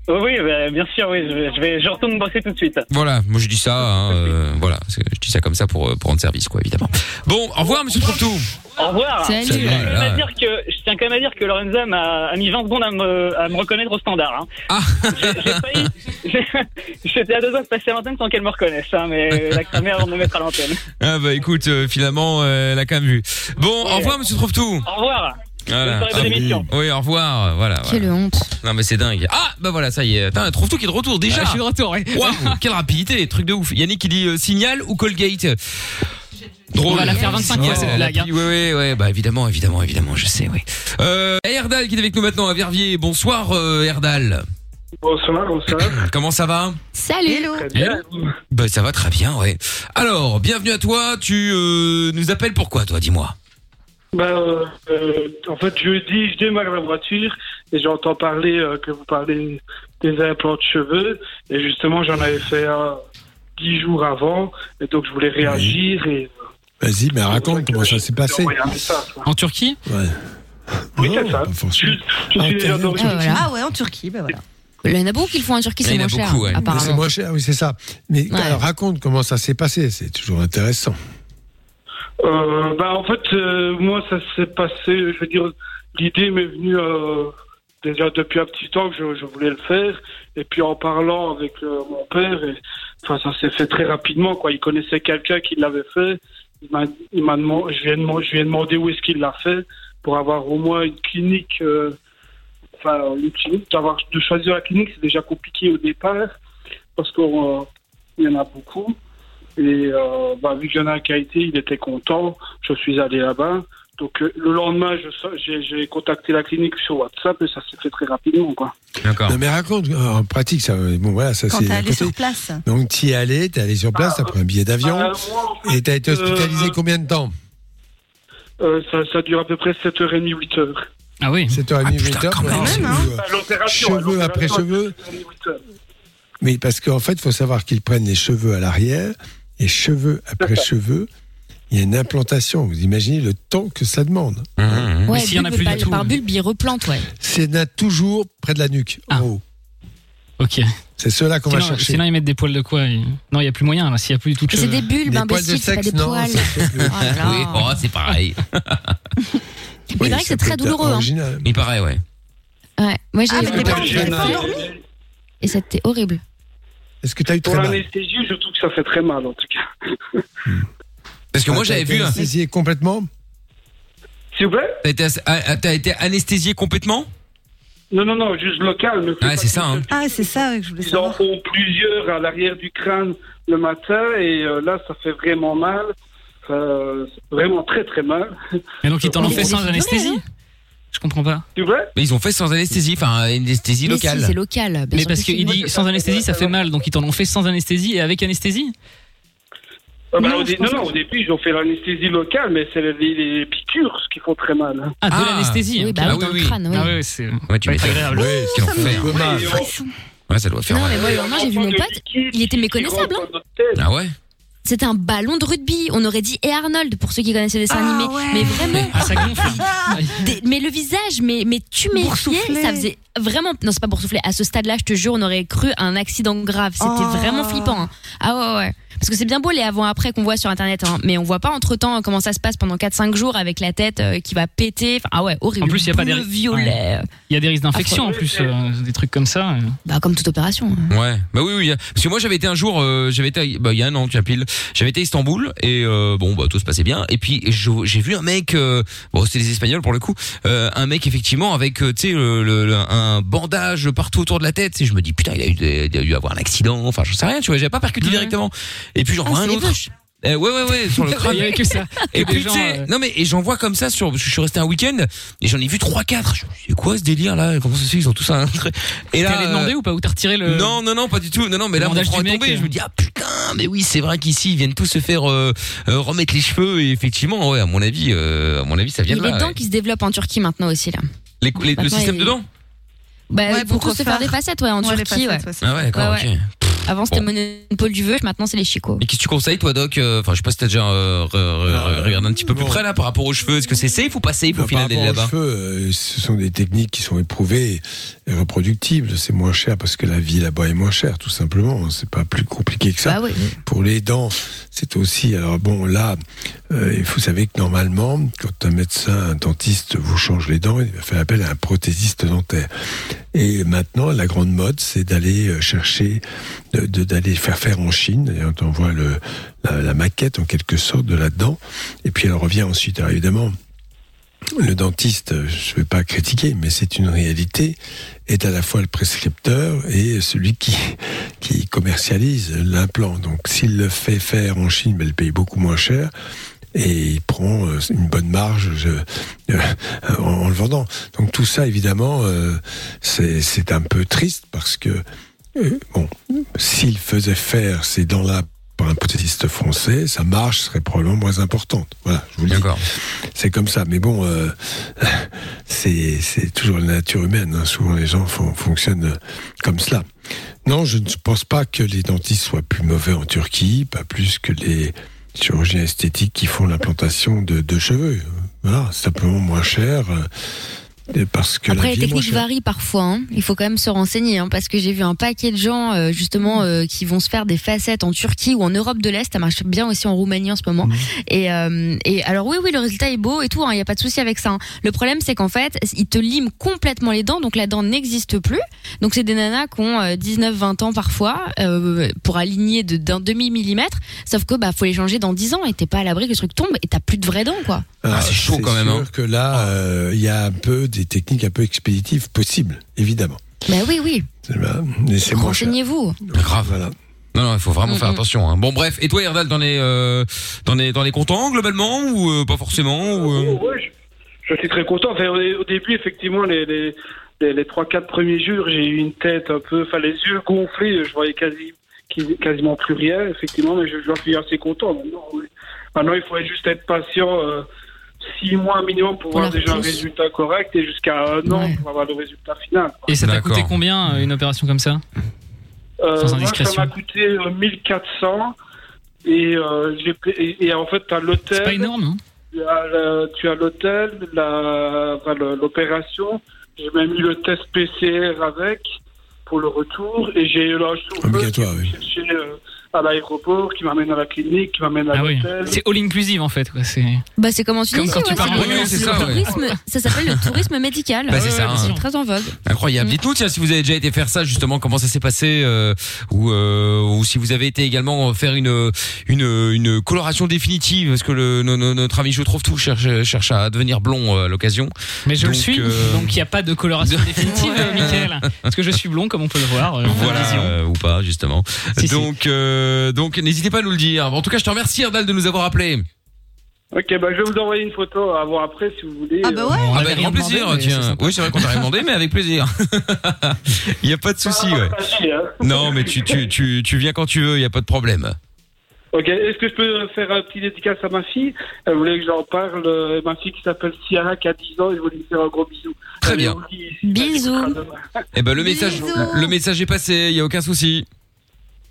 J: Oh oui, bah, bien sûr, oui, je, vais- je vais, je retourne bosser tout de suite.
B: Voilà moi je dis ça hein, euh, voilà c'est- je dis ça comme ça pour euh, pour rendre service quoi évidemment. Bon au revoir monsieur trouve tout.
J: Au revoir.
B: Salut.
J: Je tiens, quand même à
B: Voilà.
J: dire que, je tiens quand même à dire que Lorenza m'a a mis 20 secondes à me, à me reconnaître au standard. Hein.
B: Ah.
J: J'ai- j'ai failli- j'ai- J'étais à deux doigts de passer à l'antenne sans qu'elle me reconnaisse, hein, mais la cramère avant de me mettre à l'antenne.
B: Ah bah écoute euh, finalement euh, elle a quand même vu. Bon au revoir monsieur trouve tout.
J: Au revoir.
B: Voilà.
J: Bonne soirée, bonne
B: Ah oui.
J: émission.
B: Oui, au revoir. Voilà. Ah, voilà.
E: Quelle honte.
B: Non mais c'est dingue. Ah bah voilà, ça y est. Attends, trouve tout qui est de retour déjà.
G: Ah, je suis de retour, ouais.
B: Waouh, quelle rapidité, truc de ouf. Yannick qui dit euh, signal ou Colgate. Drôle. Oh,
G: On va la faire 25 fois,
B: Ouais,
G: cette blague, hein.
B: Oui, oui, oui, bah évidemment, évidemment, évidemment, je sais, oui. Euh, Erdal qui est avec nous maintenant à Verviers. Bonsoir euh, Erdal.
K: Bonsoir, bonsoir.
B: Comment ça va
E: Salut.
B: Bah ça va très bien, ouais. Alors, bienvenue à toi. Tu euh, nous appelles pourquoi toi, dis-moi.
K: Bah, euh, euh, en fait, jeudi, je démarre la voiture et j'entends parler euh, que vous parlez des implants de cheveux. Et justement, j'en avais fait un dix jours avant. Et donc, je voulais réagir. Et...
D: Vas-y, mais raconte comment ça s'est passé.
K: envoyé un message,
G: En Turquie
D: Ouais.
K: Oui, c'est ça.
D: Je,
K: je suis déjà dans
E: Ah, voilà.
F: ouais, en Turquie, ben voilà.
E: Il y en a beaucoup Ah, qui le font en Turquie, c'est moins cher.
D: C'est
E: Apparemment.
D: moins cher, oui, c'est ça. Mais
E: Ouais.
D: alors, raconte comment ça s'est passé, c'est toujours intéressant.
K: Euh, bah, en fait, euh, moi, ça s'est passé. Je veux dire, l'idée m'est venue euh, déjà depuis un petit temps que je, je voulais le faire. Et puis en parlant avec euh, mon père, et- enfin, ça s'est fait très rapidement. Quoi. Il connaissait quelqu'un qui l'avait fait. Il m'a, il m'a demandé, je, lui ai demandé, je lui ai demandé où est-ce qu'il l'a fait pour avoir au moins une clinique. euh, Enfin, une clinique, d'avoir, de choisir la clinique, c'est déjà compliqué au départ parce qu'il y en a beaucoup. Et euh, bah, vu qu'il y en a un qui a été, il était content. Je suis allé là-bas. Donc euh, le lendemain, je so- j'ai j'ai contacté la clinique sur WhatsApp et ça s'est fait très rapidement. Quoi.
B: D'accord.
D: Non, mais raconte, euh, en pratique, ça, euh, bon, voilà, ça
K: Quand
D: c'est.
K: t'es
D: d'un
K: allé
D: côté.
K: sur place.
D: Donc, t'y es allé, t'es allé sur place, t'as pris un billet d'avion.
K: bah, moi, en fait,
D: et t'as été hospitalisé
K: euh,
D: combien de temps
K: Euh, ça, ça dure à peu près 7h30, 8h.
G: Ah oui.
D: 7h30, 8h.
E: Hein
L: hein.
D: Cheveux après cheveux. Mais parce qu'en fait, il faut savoir qu'ils prennent les cheveux à l'arrière et cheveux après cheveux. Il y a une implantation. Vous imaginez le temps que ça demande.
M: Mmh.
D: Mmh.
E: Ouais, bulbe par- Par bulbe, il replante, ouais.
D: C'est na- toujours près de la nuque, en haut.
G: Ah. Ok.
D: C'est ceux-là qu'on va
G: Sinon-
D: chercher.
G: Sinon, ils mettent des poils de quoi ils- Non, il n'y a plus moyen, là, s'il n'y a plus du tout de
E: C'est
G: cheveux.
E: des bulbes, Des imbécile, poils de c'est pas sexe, des non, poils. ça fait plus. Oh là là.
B: oui, oh, c'est pareil.
E: il paraît que c'est très douloureux. hein.
B: Il paraît, ouais.
E: Ouais. Moi, j'ai
K: Ah, mais
E: eu
K: t'es pas
E: des
K: obligé de
E: bulbes. Et c'était horrible.
D: Est-ce que t'as eu
K: Pour
D: Ah très mal
K: l'anesthésie, je trouve que ça fait très mal en tout cas.
B: Parce que moi, j'avais vu un-
D: Saisi complètement
K: S'il vous plaît
B: T'as été, as- ah, ah, t'as été anesthésié complètement
K: Non, non, non, juste local. mais
B: Ah, c'est ça, hein.
F: Ah, c'est ça que je voulais
K: Ils en font plusieurs à l'arrière du crâne le matin et euh, là, ça fait vraiment mal. Euh, vraiment très très mal.
G: Mais donc ils t'en ont fait sans
K: Ouais,
G: anesthésie Je comprends pas.
K: Tu veux
B: Mais ils ont fait sans anesthésie, enfin anesthésie locale.
E: local.
G: Mais
B: sûr
G: parce
B: que si.
G: qu'il dit sans anesthésie, ça fait mal, donc ils t'en ont fait sans anesthésie et avec anesthésie
K: Ah bah,
G: Non,
K: au
G: je
K: dé-
G: pense
K: non, non,
G: que-
K: au début, ils ont fait l'anesthésie locale, mais c'est les, les- les piqûres qui font très mal. hein.
G: Ah, de l'anesthésie
E: oui,
G: ok.
E: bah oui, Ah oui, dans le oui. crâne, oui.
G: Ah oui, c'est
B: Ouais, tu
G: pas
B: m'étonnes.
G: agréable.
B: Oui, Ouh, quel ça me enfer. fait mal. Ouais, ça doit faire
E: Non, mais
B: mal.
E: moi, le lendemain, j'ai vu mon pote, il était méconnaissable. hein.
B: Ah ouais
E: C'était un ballon de rugby. On aurait dit et Arnold pour ceux qui connaissent le dessin
H: Ah
E: animé. Mais vraiment.
B: Ah, hein.
E: Des- mais le visage, mais, mais tu
F: Boursouflé.
E: ça faisait vraiment. Non, c'est pas boursouflé. À ce stade-là, je te jure, on aurait cru à un accident grave. C'était
F: Oh.
E: vraiment flippant. hein. Ah ouais, ouais. Parce que c'est bien beau les avant-après qu'on voit sur internet, hein, mais on voit pas entre temps comment ça se passe pendant 4-5 jours avec la tête euh, qui va péter. Enfin, ah ouais, horrible.
G: En plus, il y a pas des
E: Bleu violet.
G: Ouais. Il y a des risques d'infection en plus, euh, des trucs comme ça.
E: Bah comme toute opération.
F: hein.
B: Ouais, bah oui, oui. Parce que moi j'avais été un jour, euh, j'avais été, à- bah, il y a un an, tu as pile, j'avais été à Istanbul et euh, bon, bah tout se passait bien. Et puis je- j'ai vu un mec, euh, bon c'est des Espagnols pour le coup, euh, un mec effectivement avec, euh, tu sais, le- le- le- un bandage partout autour de la tête. Et je me dis putain, il a, eu, des- il a dû avoir un accident. Enfin, je sais rien, tu vois, j'avais pas percuté directement. Et puis
G: Ah,
B: j'en vois un autre. Euh, ouais, ouais, ouais, sur le crâne.
G: Il y avait que ça.
B: Et
G: Que
B: puis,
G: des gens,
B: tu sais,
G: euh,
B: non mais et j'en vois comme ça sur parce que je suis resté un week-end et j'en ai vu 3 4. Je me suis dit, c'est quoi ce délire là Comment ça se fait ils ont tous un trait Et là
G: T'es allé demander ou pas Ou t'as retiré le.
B: Non non non, pas du tout. Non non, mais
G: le
B: là mon
G: bandage
B: frère
G: du
B: est
G: mec,
B: tombé,
G: euh.
B: je me dis ah putain, mais oui, c'est vrai qu'ici ils viennent tous se faire euh, euh, remettre les cheveux et effectivement, ouais, à mon avis euh, à mon avis ça
E: Il y
B: vient
E: a
B: de
E: les
B: là.
E: dents
B: ouais.
E: qui se développent en Turquie maintenant aussi là.
B: Les- les- le
E: Maintenant,
B: système
E: il-
B: de dents
E: Bah
F: Ouais,
E: ils vont
F: pour
E: tous se faire
F: refaire.
E: des facettes ouais en
F: Ouais, les
E: Turquie
F: facettes,
E: ouais.
F: ouais,
B: Ah ouais, d'accord,
E: Ouais, ouais.
B: OK.
E: Avant c'était monopole du vœu, maintenant c'est les chicots.
B: Et qu'est-ce que tu conseilles toi doc Euh, Enfin, je sais pas si t'as déjà euh, re- re- re- regardé un petit peu plus près là par rapport aux cheveux, est-ce que c'est safe ou pas safe au
D: Bah, Par
B: final
D: rapport
B: d'aller
D: aux
B: là-bas
D: cheveux, euh, ce sont des techniques qui sont éprouvées et reproductibles. C'est moins cher parce que la vie là-bas est moins chère, tout simplement. C'est pas plus compliqué que ça.
E: Bah oui.
D: Pour les dents, c'est aussi. Alors bon, là, euh, il faut savoir que normalement, quand un médecin, un dentiste vous change les dents, il va faire appel à un prothésiste dentaire. Et maintenant, la grande mode, c'est d'aller euh, chercher, de- de- d'aller faire faire en Chine. D'ailleurs, on voit le, la, la maquette en quelque sorte de la dent, et puis elle revient ensuite. Alors évidemment. Le dentiste, euh, je ne vais pas critiquer, mais c'est une réalité, est à la fois le prescripteur et celui qui, qui commercialise l'implant. Donc s'il le fait faire en Chine, mais le paye beaucoup moins cher. Et il prend euh, une bonne marge je- euh, en, en le vendant. Donc tout ça, évidemment, euh, c'est c'est un peu triste parce que euh, bon, s'il faisait faire ces dents-là par un prothésiste français, sa marge serait probablement moins importante. Voilà, je vous le dis. C'est comme ça. Mais bon, euh, c'est c'est toujours la nature humaine. hein. Souvent, les gens font- fonctionnent euh, comme cela. Non, je ne pense pas que les dentistes soient plus mauvais en Turquie, pas plus que les chirurgiens esthétiques qui font l'implantation de, de cheveux. Voilà, c'est simplement moins cher. euh, et parce que la
E: Après,
D: vie
E: les
D: est moins
E: techniques
D: chère.
E: varient parfois. hein. Il faut quand même se renseigner, hein, parce que j'ai vu un paquet de gens euh, justement euh, qui vont se faire des facettes en Turquie ou en Europe de l'Est. Ça marche bien aussi en Roumanie en ce moment.
D: Mmh.
E: Et, euh, et alors oui, oui, le résultat est beau et tout. hein, Il n'y a pas de souci avec ça. hein. Le problème, c'est qu'en fait, ils te liment complètement les dents, donc la dent n'existe plus. Donc c'est des nanas qui ont 19-20 ans parfois euh, pour aligner de- d'un demi millimètre. Sauf que bah faut les changer dans 10 ans et t'es pas à l'abri que le truc tombe et t'as plus de vraies dents quoi.
B: Ah, c'est chaud quand même,
D: sûr
B: hein.
D: que là, euh, il y a un peu des techniques un peu expéditives possibles, évidemment.
E: Bah oui, oui.
D: C'est bien, mais c'est moins cher.
E: Renseignez-vous.
B: Grave. Non, non, il faut vraiment
E: Mm,
B: faire
E: mm.
B: attention. hein. Bon, bref. Et toi, Erdal, t'en es, euh, t'en es, t'en es content globalement ou euh, pas forcément ou, euh,
K: Je suis très content. Enfin, au, au début, effectivement, les, les, les, 3-4 premiers jours, j'ai eu une tête un peu. Enfin, les yeux gonflés, je voyais quasi, qui- quasiment plus rien, effectivement, mais je, je suis assez content. Maintenant, oui. Maintenant, il faut juste être patient. 6 mois minimum pour, voir
G: la
K: déjà un
G: repousse.
K: résultat correct et jusqu'à un an
G: Ouais.
K: pour avoir le résultat final.
G: Et ça t'a coûté combien euh, une opération comme ça
K: Euh,
G: Sans
K: moi,
G: indiscrétion.
K: ça m'a coûté euh, 1400 et, euh, j'ai pla- et, et en fait t'as l'hôtel.
G: C'est pas énorme, hein
K: tu as le- Tu as l'hôtel, la- enfin, le- l'opération. J'ai même eu le test PCR avec pour le retour et j'ai là je suis
D: Obligatoire, oui.
K: cherché, euh, à l'aéroport, qui m'amène à la clinique, qui m'amène à
G: Ah oui.
K: l'hôtel.
G: C'est all inclusive en fait. Quoi. C'est...
E: Bah, c'est comme en Tunisie,
G: quand tu
E: ouais,
G: parles
E: c'est
G: de
E: le-
G: nous, c'est
E: le
G: ça, ouais.
E: tourisme- ça s'appelle le tourisme médical. Euh,
B: Bah, c'est ça, hein.
E: C'est très en vogue.
B: Incroyable. Dites-nous, tiens, si vous avez déjà été faire ça, justement, comment ça s'est passé, euh, ou, euh, ou si vous avez été également faire une, une, une coloration définitive, parce que le, no- no- notre ami Je trouve tout cherche, cherche à devenir blond euh, à l'occasion. euh,
G: Mais je le suis, donc il n'y a pas de coloration définitive, euh, Mickaël. Parce que je suis blond, comme on peut le voir. euh, en
B: Voilà,
G: vision.
B: euh, ou pas, justement. donc, euh, donc, n'hésitez pas à nous le dire. En tout cas, je te remercie, Erdal, de nous avoir appelés.
K: Ok, bah, je vais vous envoyer une photo à voir après si vous voulez. Ah bah
B: Ah bah, avec grand plaisir, tiens. Oui, c'est vrai qu'on t'a rien demandé, mais avec plaisir. Il n'y a pas de souci, ouais.
K: hein.
B: Non, mais tu, tu, tu, tu viens quand tu veux, il n'y a pas de problème.
K: Ok, est-ce que je peux faire un petit dédicace à ma fille Elle voulait que j'en parle. euh, Ma fille qui s'appelle Ciara, qui a 10 ans, et je voulais lui faire un gros bisou.
B: Très bien.
E: Bisous.
B: Eh ben, le message, le message est passé, il n'y a aucun souci.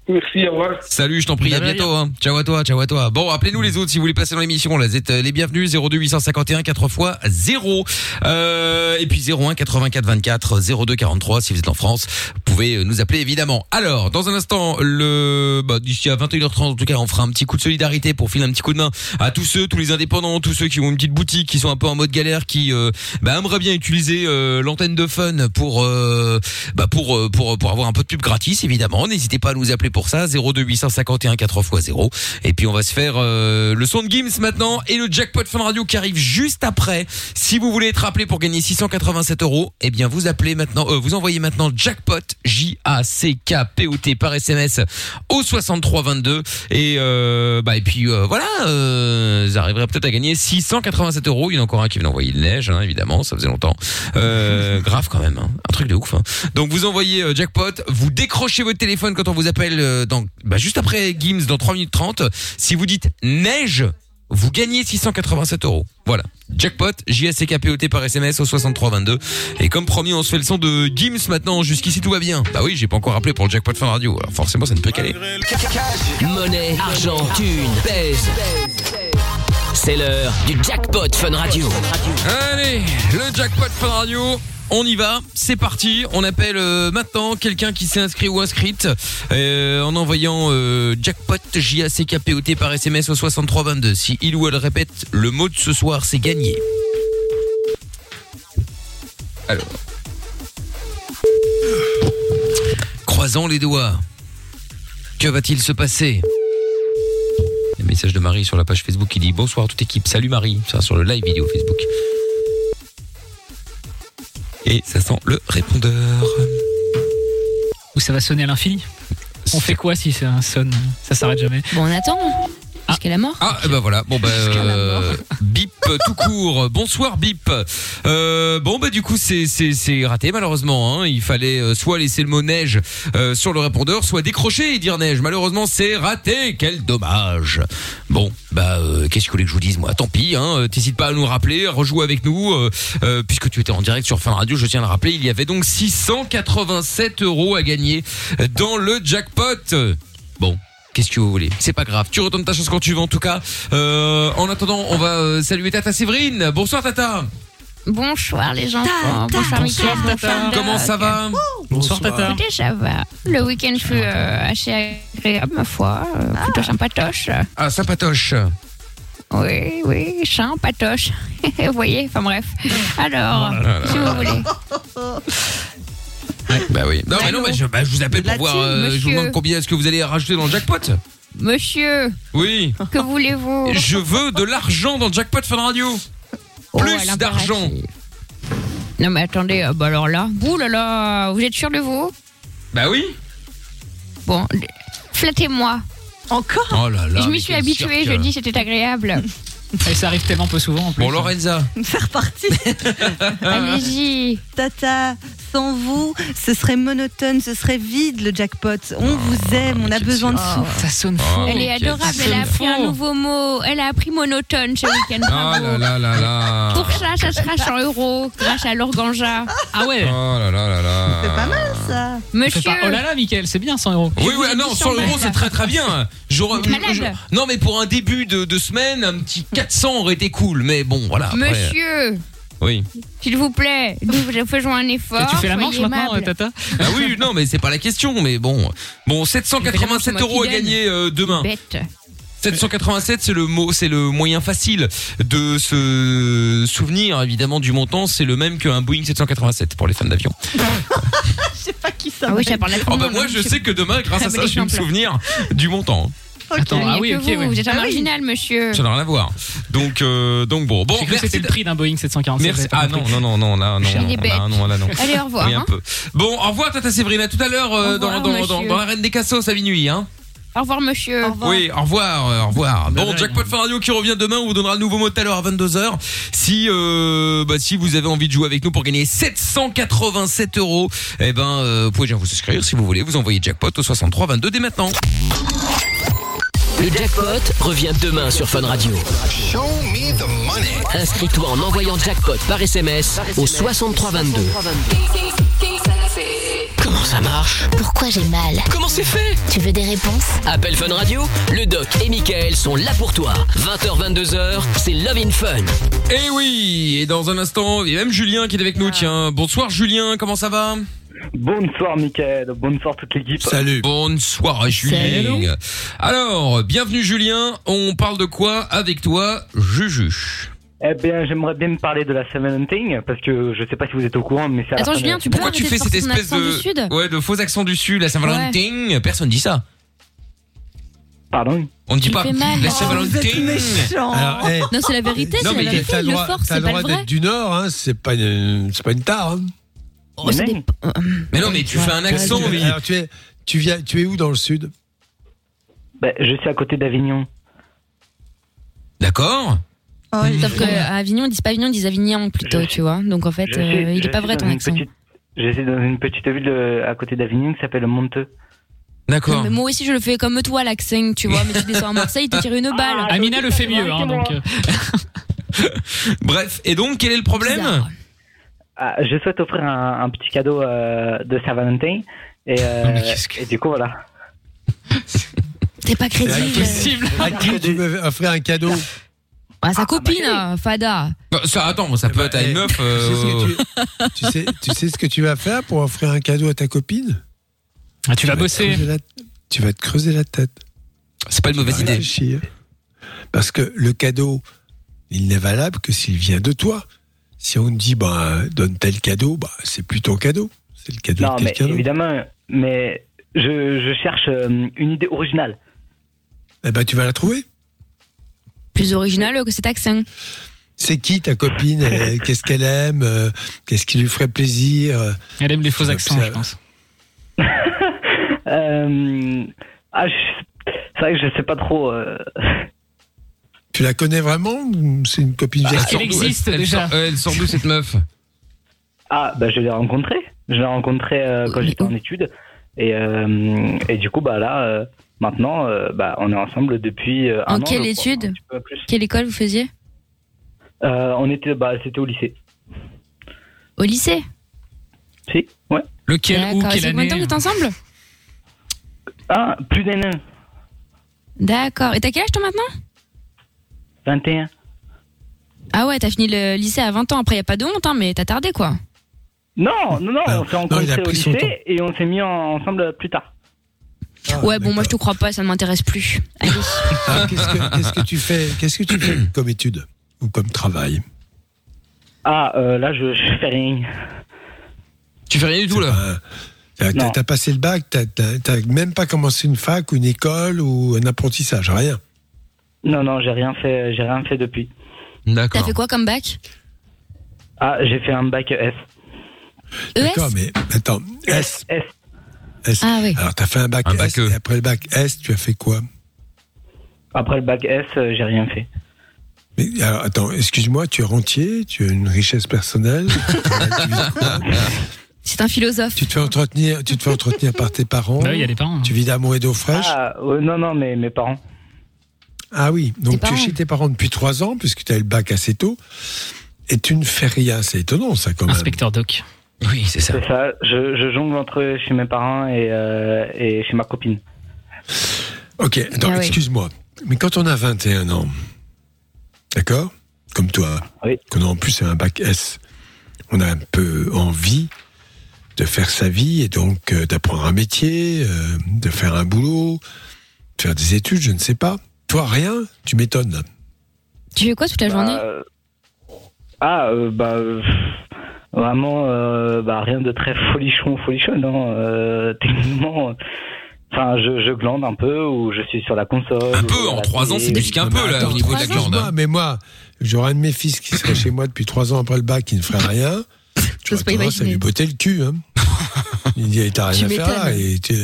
K: Merci, au revoir.
B: Salut, je t'en prie, à
K: Bye bye.
B: bientôt. hein. Ciao à toi, ciao à toi. Bon, appelez-nous les autres si vous voulez passer dans l'émission. Là, vous êtes euh, les bienvenus. 02851 4 x 0. Euh, et puis 01 84 24 02 43 si vous êtes en France. Vous pouvez euh, nous appeler évidemment. Alors, dans un instant, le bah, d'ici à 21h30 en tout cas, on fera un petit coup de solidarité pour filer un petit coup de main à tous ceux, tous les indépendants, tous ceux qui ont une petite boutique, qui sont un peu en mode galère, qui euh, bah, aimeraient bien utiliser euh, l'antenne de Fun pour euh, bah, pour, euh, pour pour avoir un peu de pub gratis évidemment. N'hésitez pas à nous appeler pour ça 02 851 4 x 0 et puis on va se faire euh, le son de Gims maintenant et le jackpot Fun Radio qui arrive juste après. Si vous voulez être appelé pour gagner 687 euros, eh bien vous appelez maintenant euh, vous envoyez maintenant jackpot J A C K P O T par SMS au 6322 et euh, bah et puis euh, voilà, euh, vous arriverez peut-être à gagner 687 euros. Il y en a encore un qui vient d'envoyer de neige hein, évidemment, ça faisait longtemps. Euh, grave quand même, hein. un truc de ouf. hein. Donc vous envoyez euh, jackpot, vous décrochez votre téléphone quand on vous appelle euh, dans bah, juste après Gims dans 3 minutes 30. Si vous dites neige, vous gagnez 687 euros. Voilà. Jackpot, J-A-C-K-P-O-T par SMS au 6322. Et comme promis, on se fait le son de Gims maintenant. Jusqu'ici, tout va bien. Bah oui, j'ai pas encore appelé pour le jackpot fin radio. Alors forcément, ça ne peut qu'aller.
A: Monnaie, argent, thune, pèse. C'est l'heure du jackpot Fun Radio.
B: Allez, le jackpot Fun Radio. On y va, c'est parti. On appelle euh, maintenant quelqu'un qui s'est inscrit ou inscrite euh, en envoyant euh, jackpot J A C K P O T par SMS au 6322. Si il ou elle répète le mot de ce soir, c'est gagné. Alors, croisons les doigts. Que va-t-il se passer Le message de Marie sur la page Facebook qui dit bonsoir à toute équipe. Salut Marie. Ça sur le live vidéo Facebook. Et ça sent le répondeur.
G: Ou ça va sonner à l'infini. On fait quoi si ça sonne Ça s'arrête jamais.
E: Bon, on attend. hein, Jusqu'à la mort.
B: Ah, bah voilà. Bon, bah. euh, bip euh, tout court. Bonsoir, bip. Euh, bon, bah, du coup, c'est- c'est c'est raté, malheureusement. hein. Il fallait euh, soit laisser le mot neige euh, sur le répondeur, soit décrocher et dire neige. Malheureusement, c'est raté. Quel dommage. Bon, bah, euh, qu'est-ce que vous voulez que je vous dise, moi Tant pis, hein. Euh, T'hésites pas à nous rappeler, à rejouer avec nous. euh, euh, puisque tu étais en direct sur Fin Radio, je tiens à le rappeler. Il y avait donc 687 euros à gagner dans le jackpot. Bon. Qu'est-ce que vous voulez C'est pas grave. Tu retournes ta chance quand tu veux, en tout cas. Euh, en attendant, on va euh, saluer Tata Séverine. Bonsoir, Tata.
E: Bonsoir les gens. Bonsoir Mickaël. Bonsoir
B: Comment ça va Bonsoir,
E: Écoutez, ça va. Le week-end fut euh, assez agréable, ma foi. Euh, Plutôt sympatoche.
B: Ah, ça patoche.
E: Oui, oui, sympatoche. Vous voyez, enfin bref. Alors,
B: Oh là là là
E: si
B: là
E: vous voulez.
B: Bah oui. Non, mais non,
E: Allô
B: mais je, bah, je vous appelle pour
E: La
B: voir.
E: team,
B: euh, je vous
E: monsieur.
B: demande combien est-ce que vous allez rajouter dans le jackpot
E: Monsieur,
B: Oui.
E: que voulez-vous
B: Je veux de l'argent dans le jackpot Fun Radio.
E: Oh,
B: Plus d'argent.
E: Non mais attendez, euh, bah alors là, ouh là là, vous êtes sûr de vous
B: Bah oui.
E: Bon, d- flattez-moi. Encore
B: Oh là là,
E: Je
B: mais
E: m'y suis
B: quel
E: habituée,
B: cirque.
E: je dis c'était agréable.
G: Et ça arrive tellement peu souvent en plus.
B: Bon, Lorenza.
F: C'est reparti.
B: Ah.
E: Allez-y.
F: Tata, sans vous, ce serait monotone, ce serait vide le jackpot. On
B: Ah,
F: vous aime, on a besoin de souffle.
G: Ça sonne
B: faux.
E: Elle est adorable, elle a appris un nouveau mot, elle a appris monotone ce week-end.
B: Oh là là là là.
E: Pour ça, ça sera 100 euros grâce à l'organja.
G: Ah ouais
B: Oh là là là là.
E: ça.
G: Fais
E: Monsieur.
G: pas- Oh là là, Mickaël, c'est bien 100 euros.
B: Oui, oui, ah non, 100 euros, c'est très très bien. J'aurais-
E: Malade.
B: je- non, mais pour un début de, de semaine, un petit 400 aurait été cool. Mais bon, voilà. après-
E: Monsieur.
B: Oui.
E: S'il vous plaît, nous faisons un effort.
G: Et tu fais la manche
E: soyez
G: maintenant,
E: aimables.
G: Tata
B: Ah oui, non, mais c'est pas la question, mais bon. Bon,
E: C'est
B: 787
E: moi qui
B: euros à
E: gagne. Ben.
B: gagner euh, demain.
E: Bête.
B: 787, c'est le mot, c'est le moyen facile de se souvenir évidemment du montant. C'est le même qu'un Boeing 787 pour les fans d'avion.
F: Je sais pas qui ça.
E: Ah oui, ça parle à tout
B: Oh
E: le
B: bah
E: monde,
B: moi,
E: hein,
B: je sais que demain, grâce à
E: Ah,
B: ça,
E: mais
B: je vais me
E: exemple.
B: souvenir du montant. Attends,
E: Il y a
B: ah oui,
E: que
B: ok,
E: vous,
B: oui.
E: vous êtes un
B: Ah oui.
E: marginal, monsieur.
B: Ça n'a rien à voir. Donc, euh, donc bon, bon.
G: J'ai cru que c'était le prix d'un Boeing 747.
B: Merci.
G: j'avais pas
B: Ah
G: compris.
B: non, non, non, non, là, non,
G: Il est
B: non, là,
G: bête.
B: non, là, non.
G: Allez, au revoir,
B: Oui, un
G: hein.
B: peu. Bon, au revoir, Tata Séverine. À tout à l'heure
E: Au
B: euh,
E: revoir,
B: dans, dans, dans,
E: monsieur.
B: dans la Reine des Cassos à minuit, hein.
E: Au revoir, monsieur.
B: Oui, au revoir, euh, au revoir.
G: Bye
B: Bon,
G: bye.
B: Jackpot Fun Radio qui revient demain, on vous donnera le nouveau mot tout à l'heure à 22h. Si, euh, bah, si vous avez envie de jouer avec nous pour gagner 787 euros, eh ben, euh, vous pouvez déjà vous inscrire si vous voulez, vous envoyez Jackpot au 63 22 dès maintenant.
A: Le jackpot revient demain sur Fun Radio. Inscris-toi en envoyant jackpot par SMS au 6322. Comment ça marche
H: Pourquoi j'ai mal
A: Comment c'est fait
H: Tu veux des réponses
A: Appel Fun Radio, le doc et Michael sont là pour toi. 20h22h, c'est Love in Fun.
B: Et Eh oui, et dans un instant, il y a même Julien qui est avec nous,
E: Ah.
B: tiens. Bonsoir Julien, comment ça va
L: Bonsoir Mickaël, bonsoir toute l'équipe.
B: Salut. Bonsoir Julien. Alors, bienvenue Julien, on parle de quoi avec toi, Juju
L: Eh bien, j'aimerais bien me parler de la Seven Hunting, parce que je sais pas si vous êtes au courant, mais c'est à la
E: Attends,
L: fin de-
E: Julien, tu peux
B: Pourquoi tu
E: arrêter
B: fais
E: de
B: cette
E: faire ton
B: espèce
E: accent
B: de
E: du Sud Ah
B: ouais de faux accent du Sud, la Saint-Valentin Personne dit ça.
L: Pardon.
B: On ne dit
E: Il
B: pas
E: fait mal.
B: la
E: Oh, vous
B: Saint-Valentin.
E: êtes méchant.
D: Alors, eh,
E: Non, c'est la vérité, c'est
D: non,
E: la
D: mais
E: vérité.
D: t'as
E: Il
D: le
E: le
D: droit,
E: force,
D: t'as
E: c'est
D: le
E: pas le
D: droit
E: vrai.
D: d'être du Nord, hein, c'est pas une, c'est pas une tare. hein.
E: Oh, ça dépend.
B: Mais non, mais tu fais un accent,
D: Tu-
B: mais-
D: Alors, tu es, tu viens, tu es où dans le Sud
L: Ben, je suis à côté d'Avignon.
B: D'accord.
E: Sauf qu'à Avignon, ils disent pas Avignon, ils disent Avignon plutôt, tu vois. Donc en fait,
L: Je
E: euh,
L: suis-
E: il
L: je
E: est pas
L: suis
E: vrai
L: dans
E: ton
L: une
E: accent.
L: petite- Je suis dans une petite ville euh, à côté d'Avignon qui s'appelle Monteux.
E: Non, mais moi aussi, je le fais comme toi, l'accent, tu vois. Mais tu descends à Marseille, tu tires une balle.
G: Amina le fait mieux, hein, donc. euh,
E: euh,
B: Bref, et donc quel est le problème
L: Ah, je souhaite offrir un, un petit cadeau euh, de Saint-Valentin. Et, euh, et du coup, voilà.
E: T'es pas
D: C'est
E: crédible.
D: impossible. À qui tu veux offrir un cadeau
E: Ah, sa copine, euh, Fada.
B: Bah, ça attends, ça peut être à une meuf euh,
D: tu sais, tu sais ce que tu vas faire pour offrir un cadeau à ta copine
G: Ah, tu vas
D: te
G: bosser.
D: creuser la- tu vas te creuser la tête.
B: C'est pas une mauvaise idée.
D: Parce que le cadeau, il n'est valable que s'il vient de toi. Si on te dit, ben, donne tel cadeau, bah, c'est plus ton cadeau. C'est le cadeau
L: Non,
D: de
L: mais
D: quelqu'un d'autre.
L: évidemment, mais je, je cherche euh, une idée originale.
D: Eh ben, tu vas la trouver.
E: Plus original que cet accent.
D: C'est qui ta copine Elle- Qu'est-ce qu'elle aime Euh, Qu'est-ce qui lui ferait plaisir
G: Elle aime les faux
D: Je
G: accents,
D: l'observe.
G: je pense.
L: Euh, ah, je- c'est vrai que je sais pas trop. euh,
D: Tu la connais vraiment ou C'est une
G: Ah,
D: copine
B: Elle
D: virtuelle
B: sort d'où- elle- elle sort- euh, Elle sort d'où cette meuf
L: Ah, bah, je l'ai rencontrée. Je l'ai rencontrée euh, quand j'étais en études. Et, euh, et du coup, bah là, euh, maintenant, euh, bah, on est ensemble depuis euh, un
E: En
L: an,
E: quelle
L: je crois.
E: étude Quelle école vous faisiez
L: Euh, On était, bah, c'était au lycée.
E: Au lycée
L: Si, ouais.
G: Lequel ou
E: D'accord. Et
G: quelle
E: c'est combien de
G: année
E: temps que t'es ensemble
L: Ah, plus d'un an.
E: D'accord. Et t'as quel âge toi maintenant
L: 21.
E: Ah ouais, t'as fini le lycée à 20 ans. Après, y a pas de honte, hein, mais t'as tardé quoi.
L: Non, non, non, on s'est
D: il a
L: rencontrés au
D: pris son temps.
L: lycée et on s'est mis en- ensemble plus tard.
E: ouais, bon, moi je te crois pas, ça ne m'intéresse plus. Ah, Allez.
D: Alors, Ah, qu'est-ce, que, qu'est-ce que tu fais Qu'est-ce que tu fais comme étude ou comme travail
L: Ah, euh, là, je, je fais rien.
B: Tu fais rien du tout là.
D: T'as, t'as-
L: Non.
D: t'as passé le bac, t'as, t'as- t'as même pas commencé une fac ou une école ou un apprentissage, rien.
L: Non, non, j'ai rien fait, j'ai rien fait depuis.
E: T'as
B: D'accord.
E: fait quoi comme bac
L: Ah, j'ai fait un bac ES.
E: ES
D: D'accord, mais attends, S.
L: S.
D: S.
E: Ah oui.
D: Alors t'as fait un bac,
B: Un bac E.
D: S, et après le bac S, tu as fait quoi
L: Après le bac S, euh, j'ai rien fait.
D: mais, alors, attends, excuse-moi, tu es rentier, tu as une richesse personnelle,
E: C'est un philosophe.
D: tu te fais entretenir, tu te fais entretenir par tes parents,
G: Bah oui, il y a les parents. hein.
D: tu vis d'amour et d'eau fraîche. Ah,
L: Ah, euh, non, non, mais mes parents.
D: oui, donc tu es
E: parents.
D: chez tes parents depuis trois ans puisque tu as eu le bac assez tôt et tu ne fais rien, c'est étonnant ça quand même.
G: Inspecteur Doc.
B: Oui, c'est ça.
L: C'est ça, je, je jongle entre chez mes parents et, euh, et chez ma copine.
D: Ok, attends,
E: Ah oui.
D: excuse-moi. Mais quand on a 21 ans, d'accord comme toi, qu'on a en plus un bac S, on a un peu envie de faire sa vie et donc euh, d'apprendre un métier, euh, de faire un boulot, de faire des études, je ne sais pas. Toi, rien, tu m'étonnes.
E: Tu fais quoi toute la journée
L: euh, Ah, euh, bah. euh, Vraiment, euh, bah, rien de très folichon, folichon, hein, euh, techniquement. euh, Enfin, je, je glande un peu, ou je suis sur la console. Un peu, en trois ans, c'est plus qu'un
D: peu, là, au niveau de la
L: hein.
D: glande. mais moi, j'aurais un de mes fils qui serait chez moi depuis trois ans après le bac, qui ne ferait rien. Je
E: pas
D: tendance à
E: imaginer.
D: lui botter le cul. Hein. Il dit, Eh, t'as rien
E: Tu
D: à faire là,
E: m'étonnes.
D: et tu,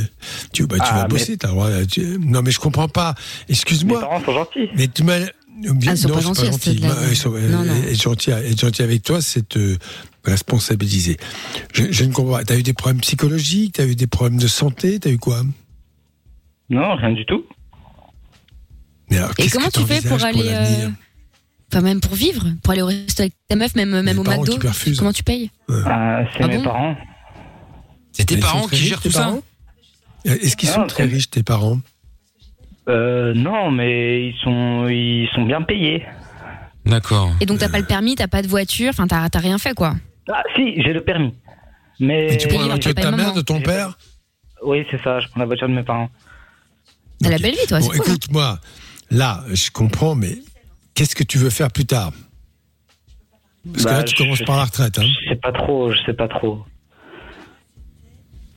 D: tu, bah, tu
L: Ah,
D: vas
L: mais-
D: bosser. t'as le droit, tu- Non, mais je comprends pas. Excuse-moi. Mes
L: parents sont gentils.
D: Mais tu m'as.
L: ils sont
D: non, je
L: Ah, pas
D: suis
L: gentils à ce stade-là.
D: Bah, ils sont-
L: Non, non.
D: Être, gentil, être gentil avec toi, c'est te responsabiliser. Je, je ne comprends pas. T'as eu des problèmes psychologiques, t'as eu des problèmes de santé, t'as eu quoi
L: Non, rien du tout.
D: Mais alors,
E: Et
D: qu'est-ce
E: comment
D: que
E: tu fais pour
D: t'envisages
E: aller.
D: l'avenir
E: euh, Enfin, même pour vivre, pour aller au resto avec ta meuf, même, même au
D: parents
E: McDo.
D: qui te refusent.
E: Comment tu payes
L: Euh, c'est
E: Ah
L: mes
E: bon
L: parents.
B: C'est
L: tes parents qui gèrent tout ça
D: Euh, Est-ce qu'ils sont
L: Non,
D: très
L: c'est-
D: riches, tes parents
L: Euh, non, mais ils sont, ils sont bien payés.
B: D'accord.
E: Et donc, t'as pas le permis, t'as pas de voiture, enfin, t'as t'as rien fait, quoi.
L: Ah, si, j'ai le permis. Mais
E: Mais tu prends la voiture de ta mère, de
D: ton père
L: Oui, c'est ça, je prends la voiture de mes parents.
E: T'as la belle vie, toi,
D: Bon,
E: c'est cool. hein.
D: écoute-moi, là, je comprends, mais qu'est-ce que tu veux faire plus tard Parce que
L: Bah,
D: là, tu
L: je-
D: commences par la retraite. Hein.
L: Je sais pas trop, je sais pas trop.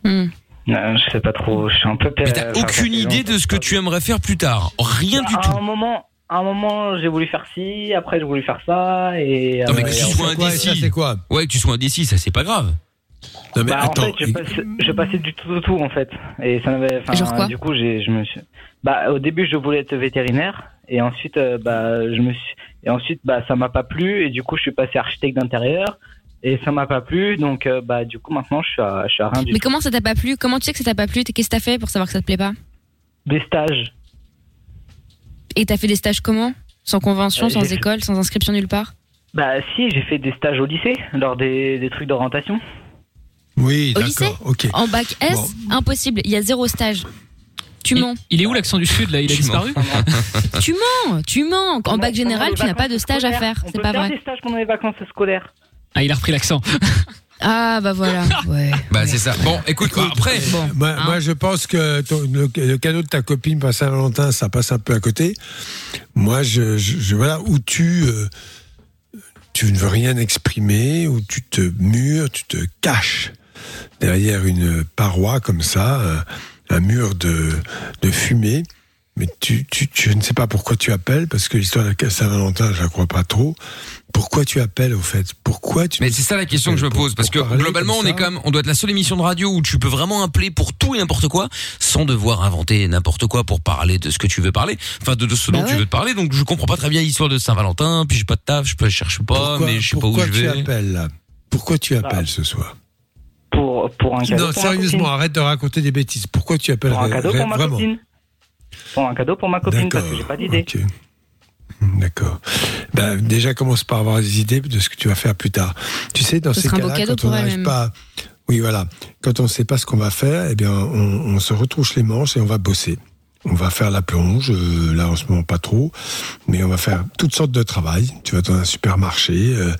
E: Hmm.
L: Euh, je sais pas trop, je suis un peu perdu.
D: Euh,
B: Mais t'as aucune idée de ce que tu aimerais faire plus tard. Rien
D: Ah,
B: du
L: à
B: tout.
L: Un moment, à un moment, j'ai voulu faire ci, après j'ai voulu faire ça, et.
B: Non, mais
L: euh,
B: que
L: et
B: tu
L: en
B: sois
L: fait-
B: indécis. Ouais, que tu sois indécis, ça c'est pas grave.
D: Non, mais
L: Bah,
B: attends,
L: en fait, je, passais, je passais du tout au tout en fait, et ça m'avait. enfin,
B: Genre quoi
L: du coup, j'ai, je me suis. Bah, au début, je voulais être vétérinaire, et ensuite, euh, bah, je me suis. Et ensuite, bah, ça m'a pas plu, et du coup, je suis passé architecte d'intérieur, et ça m'a pas plu, donc, euh, bah, du coup, maintenant, je suis à, je suis à rien du
E: Mais
L: tout.
E: comment ça t'a pas plu Comment tu sais que ça t'a pas plu Qu'est-ce que t'as fait pour savoir que ça te plaît pas
L: Des stages.
E: Et t'as fait des stages comment Sans convention,
L: Euh,
E: sans
L: j'ai-
E: école, sans inscription nulle part
L: Bah, si, j'ai fait des stages au lycée, lors des, des trucs d'orientation.
D: Oui,
E: Au lycée
D: d'accord, ok.
E: En bac S,
L: Bon.
E: impossible. Il y a zéro stage. Tu mens.
G: Il est où l'accent du sud là Il a disparu
D: Ah.
E: tu mens. Tu mens. En bac général,
L: les
E: tu n'as pas de stage à
L: scolaires,
E: faire.
L: on
E: C'est
L: peut
E: pas
L: faire
E: vrai.
L: des stages pendant les vacances scolaires.
G: Ah, il a repris l'accent.
E: Ah, bah voilà. Ouais.
B: Bah c'est ça. Bon, écoute, bah, après.
D: Moi, moi, je pense que ton- le, le cadeau de ta copine pour Saint-Valentin, ça passe un peu à côté. Moi, je, je, je- voilà où tu euh, tu ne veux rien exprimer, où tu te mures, tu te caches derrière une paroi comme ça, un, un mur de, de fumée. Mais tu, tu, tu- je ne sais pas pourquoi tu appelles, parce que l'histoire de Saint-Valentin, je la crois pas trop. Pourquoi tu appelles, au fait Pourquoi tu
B: Mais c'est ça la question que je me pose parce que globalement on est quand même on doit être la seule émission de radio où tu peux vraiment appeler pour tout et n'importe quoi sans devoir inventer n'importe quoi pour parler de ce que tu veux parler enfin de, de ce
D: Bah
B: dont tu
D: ouais.
B: veux te parler donc je comprends pas très bien l'histoire de Saint-Valentin puis j'ai pas de taf je peux- je cherche pas
D: Pourquoi-
B: mais je sais pas où
D: pourquoi
B: je
D: tu
B: vais
D: appelles là Pourquoi tu appelles ce soir
L: Ah. Pour, pour un cadeau.
D: Non,
L: pour ma
D: sérieusement,
L: copine.
D: arrête de raconter des bêtises. Pourquoi tu appelles
L: Pour un
D: ré-
L: cadeau
D: ré-
L: pour ma
D: vraiment
L: copine. Pour un cadeau pour ma copine, parce que j'ai pas d'idée.
D: Ok. D'accord. Ben, déjà, commence par avoir des idées de ce que tu vas faire plus tard. Tu sais, dans
E: Ce
D: ces
E: sera un beau
D: cas-là,
E: cadeau
D: quand on
E: pour
D: n'arrive
E: elle-même.
D: pas. à- Oui, voilà. Quand on ne sait pas ce qu'on va faire, eh bien, on, on se retrousse les manches et on va bosser. On va faire la plonge, euh, là en ce moment pas trop, mais on va faire toutes sortes de travail. Tu vas dans un supermarché, euh,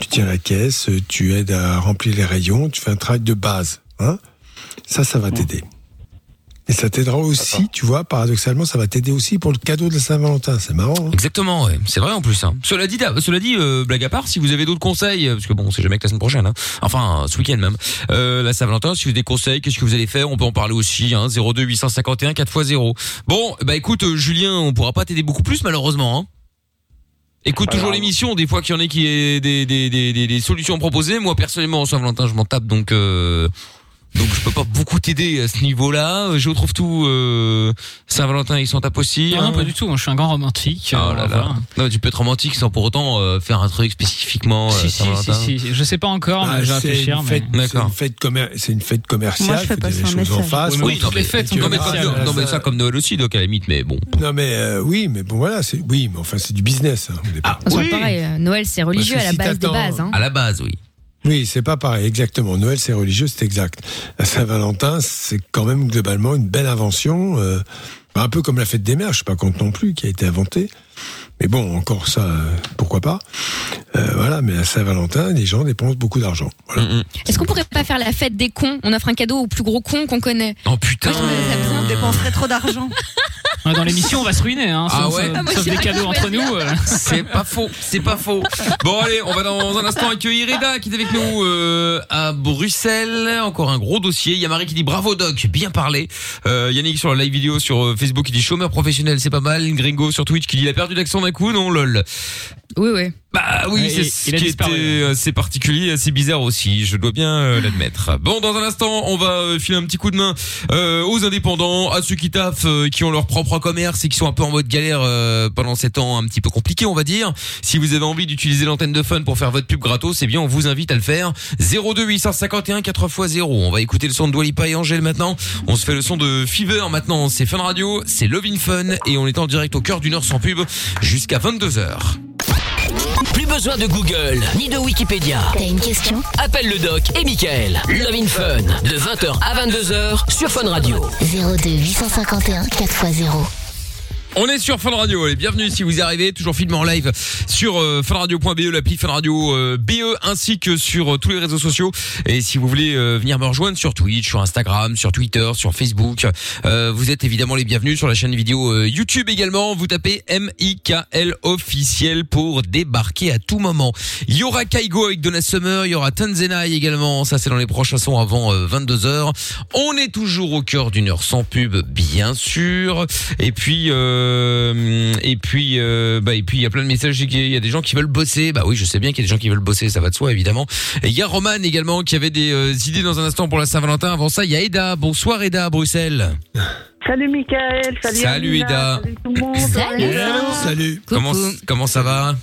D: tu tiens la caisse, euh, tu aides à remplir les rayons, tu fais un travail de base. Hein ça, ça va t'aider. Et ça t'aidera aussi, tu vois, paradoxalement, ça va t'aider aussi pour le cadeau de la Saint-Valentin. C'est marrant. hein
B: Exactement, ouais. c'est vrai en plus. hein. Cela dit, ah, cela dit, euh, blague à part, si vous avez d'autres conseils, euh, parce que bon, on sait jamais que la semaine prochaine, hein. enfin euh, ce week-end même, euh, la Saint-Valentin, si vous avez des conseils, qu'est-ce que vous allez faire, on peut en parler aussi, hein, 02 851 4x0. Bon, bah écoute, euh, Julien, on pourra pas t'aider beaucoup plus malheureusement. Hein. Écoute toujours l'émission, des fois qu'il y en a qui est des, des, des, des, des solutions proposées. Moi personnellement, en Saint-Valentin, je m'en tape, donc euh, donc je peux pas beaucoup t'aider à ce niveau-là. Je retrouve tout euh, Saint-Valentin, ils sont à aussi.
G: Non,
B: hein.
G: non, pas du tout. moi, Je suis un grand romantique.
B: Oh là
G: euh,
B: là.
G: voilà.
B: Non, mais tu peux être romantique sans pour autant euh, faire un truc spécifiquement. euh,
G: Si, si,
B: Saint-Valentin.
G: si, si. Je sais pas encore, mais
D: Ah,
G: je vais
D: c'est
G: réfléchir.
D: une
G: hein, mais-
D: fête, c'est une fête, commer- c'est une fête commerciale.
G: Moi, je fais
D: faut
G: passer
D: dire les
G: un
D: choses en
G: message.
D: face.
G: Oui, mais
D: Faut
G: oui, non,
D: que
G: mais
D: tu-
G: faites,
D: tu
G: non, mais
D: verras,
G: ça-
D: là,
B: Non mais
G: euh,
B: ça comme Noël aussi donc à la limite mais bon.
D: Non mais euh, oui, mais bon voilà, c'est oui, mais enfin c'est du business. hein, au départ.
G: Ah.
E: De toute façon, pareil, euh, Noël, c'est religieux
D: Parce
E: à
D: que
E: la
D: si
E: base des
D: t'attends-
E: bases. hein.
B: À la base, oui.
D: Oui, c'est pas pareil, exactement. Noël, c'est religieux, c'est exact. La Saint-Valentin, c'est quand même bah, globalement une belle invention, euh, un peu comme la fête des mères, je suis pas contre non plus, qui a été inventée. Mais bon, encore ça, euh, pourquoi pas Euh, Voilà, mais à Saint-Valentin, les gens dépensent beaucoup d'argent.
B: Mm,
D: Voilà.
E: Est-ce qu'on pourrait pas faire la fête des cons On offre un cadeau au plus gros con qu'on connaît.
B: Oh putain
F: On dépenserait trop d'argent.
G: Ah, Dans l'émission, on va se ruiner, hein,
B: Ah
G: sauf,
B: ouais.
G: euh,
B: Ah, moi,
G: sauf
B: je
G: des
B: sais pas
G: cadeaux
B: quoi faire.
G: entre nous. euh.
B: C'est pas faux, c'est pas faux. Bon allez, on va dans un instant accueillir Reda qui est avec nous euh, à Bruxelles. Encore un gros dossier. Il y a Marie qui dit bravo Doc, bien parlé. Euh, Yannick sur la live vidéo sur euh, Facebook qui dit chômeur professionnel, c'est pas mal. Gringo sur Twitch qui dit il a perdu l'accent d'un coup, non lol.
E: Oui, oui.
B: Bah oui,
G: Ouais,
B: c'est
G: il-
B: ce
G: il a
B: qui
G: disparu.
B: était assez euh, particulier, assez bizarre aussi, je dois bien euh, l'admettre. Bon, dans un instant, on va euh, filer un petit coup de main euh, aux indépendants, à ceux qui taffent, euh, qui ont leur propre commerce et qui sont un peu en mode galère euh, pendant ces temps un petit peu compliqués, on va dire. Si vous avez envie d'utiliser l'antenne de fun pour faire votre pub gratos, c'est bien, on vous invite à le faire. 02 851 4 x 0. On va écouter le son de Dwalipa et Angèle maintenant. On se fait le son de Fever maintenant. C'est Fun Radio, c'est Lovin Fun et on est en direct au cœur d'une heure sans pub jusqu'à 22h.
A: Plus besoin de Google ni de Wikipédia.
H: T'as une question
A: Appelle le doc et Michael. Love in Fun de 20h à 22h sur Fun Radio.
H: 02 851 4x0.
B: On est sur Fun Radio, allez, bienvenue si vous arrivez, toujours filmé en live sur euh, funradio.be, l'appli Fun Radio euh, BE, ainsi que sur euh, tous les réseaux sociaux. Et si vous voulez euh, venir me rejoindre sur Twitch, sur Instagram, sur Twitter, sur Facebook, euh, vous êtes évidemment les bienvenus sur la chaîne vidéo euh, YouTube également. Vous tapez MIKL officiel pour débarquer à tout moment. Il y aura Kaigo avec Donna Summer, il y aura Tanzenai également, ça c'est dans les prochains sons avant 22h. On est toujours au cœur d'une heure sans pub, bien sûr. Et puis, euh, et puis, euh, bah, et puis, il y a plein de messages. Il y a des gens qui veulent bosser. Bah oui, je sais bien qu'il y a des gens qui veulent bosser, ça va de soi, évidemment. Et il y a Roman également qui avait des euh, idées dans un instant pour la Saint-Valentin. Avant ça, il y a Eda. Bonsoir Eda à Bruxelles.
N: Salut Michael, salut
B: Salut,
N: Amina,
B: Eda.
N: Salut tout le monde. Hello.
B: Comment, comment ça va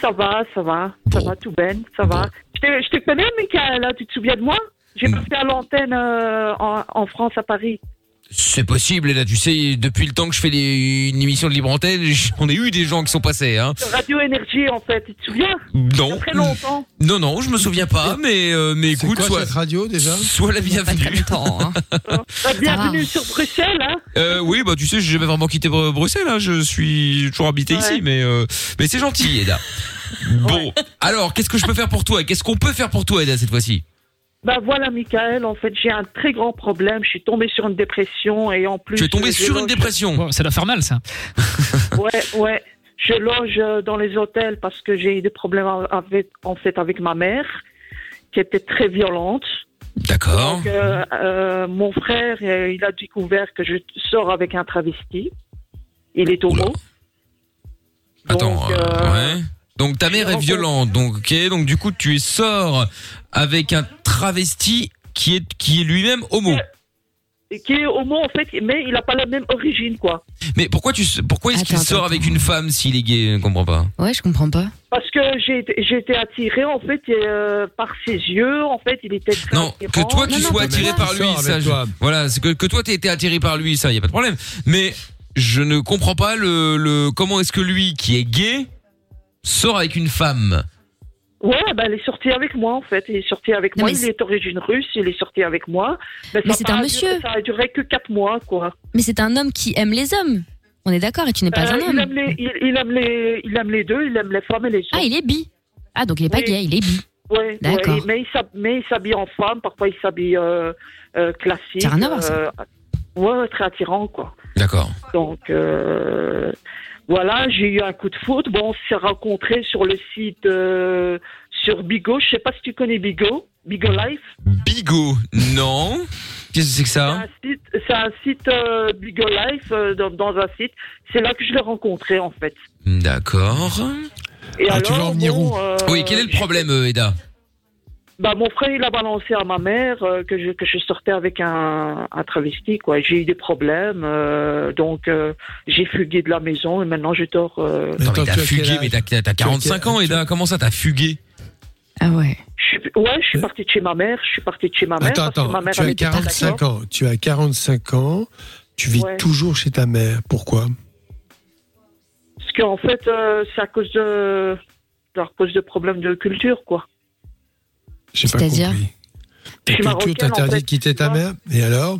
N: Ça va, ça va, ça va tout ben, ça va. Je te, je te connais Michael, hein, tu te souviens de moi J'ai
B: Mm.
N: passé à l'antenne euh, en, en France à Paris.
B: C'est possible, Eda. Tu sais, depuis le temps que je fais les- une émission de libre antenne, on a eu des gens qui sont passés. Hein.
N: Sur Radio Énergie en fait, tu te souviens
B: Non.
N: Très longtemps.
B: Non, non, je me souviens pas, mais, euh, mais écoute,
D: quoi
B: soit,
D: cette radio, déjà
B: soit la bienvenue.
N: Bah, bienvenue sur Bruxelles, hein
B: Euh, oui, bah tu sais, j'ai jamais vraiment quitté Bru- Bruxelles. hein. Je suis toujours habité
N: Ouais.
B: ici, mais euh, mais c'est gentil, Eda. Bon, alors qu'est-ce que je peux faire pour toi Qu'est-ce qu'on peut faire pour toi, Eda, cette fois-ci
N: Bah voilà Michael, en fait j'ai un très grand problème, je suis tombée sur une dépression et en plus...
B: Tu es tombé
N: je
B: sur une
N: loge-
B: dépression.
G: ça doit faire mal, ça.
N: Ouais, ouais. Je loge euh, dans les hôtels parce que j'ai eu des problèmes avec, en fait, avec ma mère, qui était très violente.
B: D'accord.
N: Donc, euh, euh, mon frère, euh, il a découvert que je sors avec un travesti. Il est homo.
B: Attends, euh, ouais. Donc ta mère est violente, donc ok, donc du coup tu sors avec un travesti qui est qui est lui-même homo.
N: Euh, Et qui est homo, en fait, mais il n'a pas la même origine, quoi.
B: Mais pourquoi tu pourquoi est-ce qu'il
N: Attends,
B: sort
N: attends,
B: avec une femme s'il est gay Je comprends pas.
E: Ouais, je comprends pas.
N: Parce que j'ai été- j'ai été attirée, en fait, euh, par ses yeux. En fait, il était très
B: Non, que toi tu sois attiré par lui, ça, je- voilà, c'est que que toi t'aies été attiré par lui, ça, y a pas de problème. Mais je ne comprends pas le, le comment est-ce que lui qui est gay sort avec une femme.
N: Ouais, bah, il est sorti avec moi en fait. Il est sorti avec moi. Il est d'origine russe. Il est sorti avec moi. Mais,
E: Mais
N: ça
E: c'est un
N: a pas
E: monsieur.
N: duré- ça a duré que 4 mois, quoi.
E: Mais c'est un homme qui aime les hommes. On est d'accord, et tu n'es pas
N: Euh,
E: un
N: il,
E: homme.
N: aime les, il, il aime les, il aime les deux. Il aime les femmes et les hommes.
E: Ah, il est bi. Ah, donc il est pas
N: Oui.
E: gay, il est bi.
N: Ouais,
E: D'accord.
N: ouais, mais il s'hab- mais il s'habille en femme. Parfois, il s'habille euh, euh, classique.
E: C'est rien à voir, ça.
N: euh, ouais, très attirant, quoi.
B: D'accord.
N: Donc euh, voilà, j'ai eu un coup de foot. Bon, on s'est rencontrés sur le site euh, sur Bigo. Je sais pas si tu connais Bigo. Bigo Life.
B: Bigot, non. Qu'est-ce que c'est que ça
N: site- c'est un site euh, Bigo Life euh, dans, dans un site. C'est là que je l'ai rencontré en fait.
B: D'accord.
N: Et
B: Ah,
D: Ah,
N: alors, bon, euh,
B: Oui, quel est le problème, euh, Eda
N: bah, mon frère il a balancé à ma mère euh, que je que je sortais avec un, un travesti quoi. J'ai eu des problèmes, euh, donc euh, j'ai fugué de la maison et maintenant je dors. euh,
B: Attends, mais t'as fugué, mais t'as- t'as t'as 45 ans, Eda. Comment ça, t'as fugué
E: Ah ouais.
N: Je, suis- ouais, je suis partie de chez ma mère. Je suis partie de chez ma mère.
D: Attends,
N: parce que ma
D: attends,
N: mère,
D: tu
N: elle
D: as
N: était pas
D: 45
N: d'accord.
D: ans, tu as 45 ans, tu vis
N: Ouais.
D: toujours chez ta mère. Pourquoi
N: Parce qu'en fait, euh, c'est à cause de, à cause de problèmes de culture quoi.
D: J'ai pas compris. Ta
N: Je suis
D: culture
N: marocaine, en
D: t'interdit
N: fait,
D: de quitter ta mère Et alors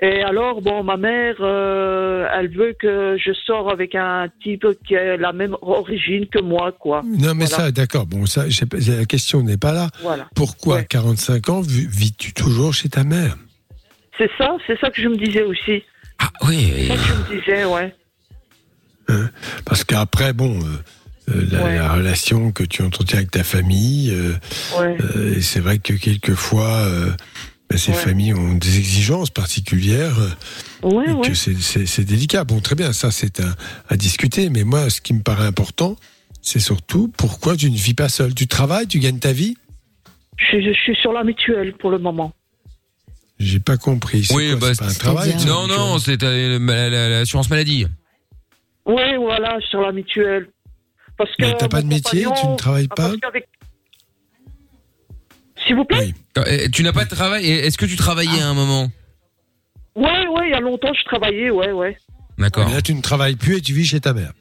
N: Et alors, bon, ma mère, euh, elle veut que je sors avec un type qui a la même origine que moi, quoi.
D: Non, mais
N: Voilà.
D: ça, d'accord. Bon, ça, j'ai pas- la question n'est pas là.
N: Voilà.
D: Pourquoi, à 45 ans, vi- vis-tu toujours chez ta mère
N: C'est ça, c'est ça que je me disais aussi.
B: Ah oui.
N: C'est ça que je me disais, ouais.
D: Hein? Parce qu'après, bon, euh, euh, la, la relation que tu entretiens avec ta famille, euh, euh, et c'est vrai que quelquefois, euh, ben, ces familles ont des exigences particulières. euh, et que c'est- c'est c'est délicat. Bon, très bien, ça c'est à, à discuter. Mais moi, ce qui me paraît important, c'est surtout pourquoi tu ne vis pas seul. Tu travailles, tu gagnes ta vie.
N: Je, je suis sur la mutuelle pour le moment.
D: J'ai pas compris. C'est
B: Oui,
D: quoi,
B: bah,
D: c'est pas un travail. ça
B: Non, non, c'est euh, la- la- l'assurance maladie.
N: Oui, voilà, sur la mutuelle. Parce que.
B: Mais t'as pas
N: mon
B: de métier,
N: compagnon-
B: tu ne travailles
N: Ah,
B: pas
N: parce qu'avec- S'il vous plaît Ah.
B: Euh, Tu n'as pas de travail. et Est-ce que tu travaillais à un moment
N: Ouais, ouais, il y a longtemps, je travaillais, ouais, ouais.
B: D'accord.
D: Mais là, tu ne travailles plus et tu vis chez ta mère.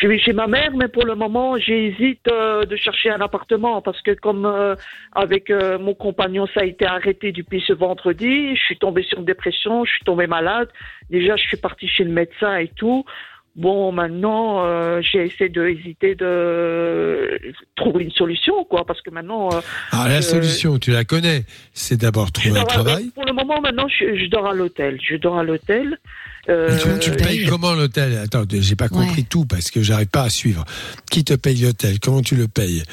N: Je vais chez ma mère, mais pour le moment, j'hésite euh, de chercher un appartement parce que comme euh, avec euh, mon compagnon, ça a été arrêté depuis ce vendredi, je suis tombée sur une dépression, je suis tombée malade. Déjà, je suis partie chez le médecin et tout. Bon, maintenant, euh, j'ai essayé de hésiter de trouver une solution, quoi, parce que maintenant. euh,
D: Alors, Ah, la
N: je-
D: solution, tu la connais, c'est d'abord
N: je
D: trouver un
N: dors à-
D: travail.
N: Pour le moment, maintenant, je, je dors à l'hôtel. Je dors à l'hôtel. Euh,
D: Tu payes comment l'hôtel Attends, j'ai pas compris tout parce que j'arrive pas à suivre. Qui te paye l'hôtel Comment tu le payes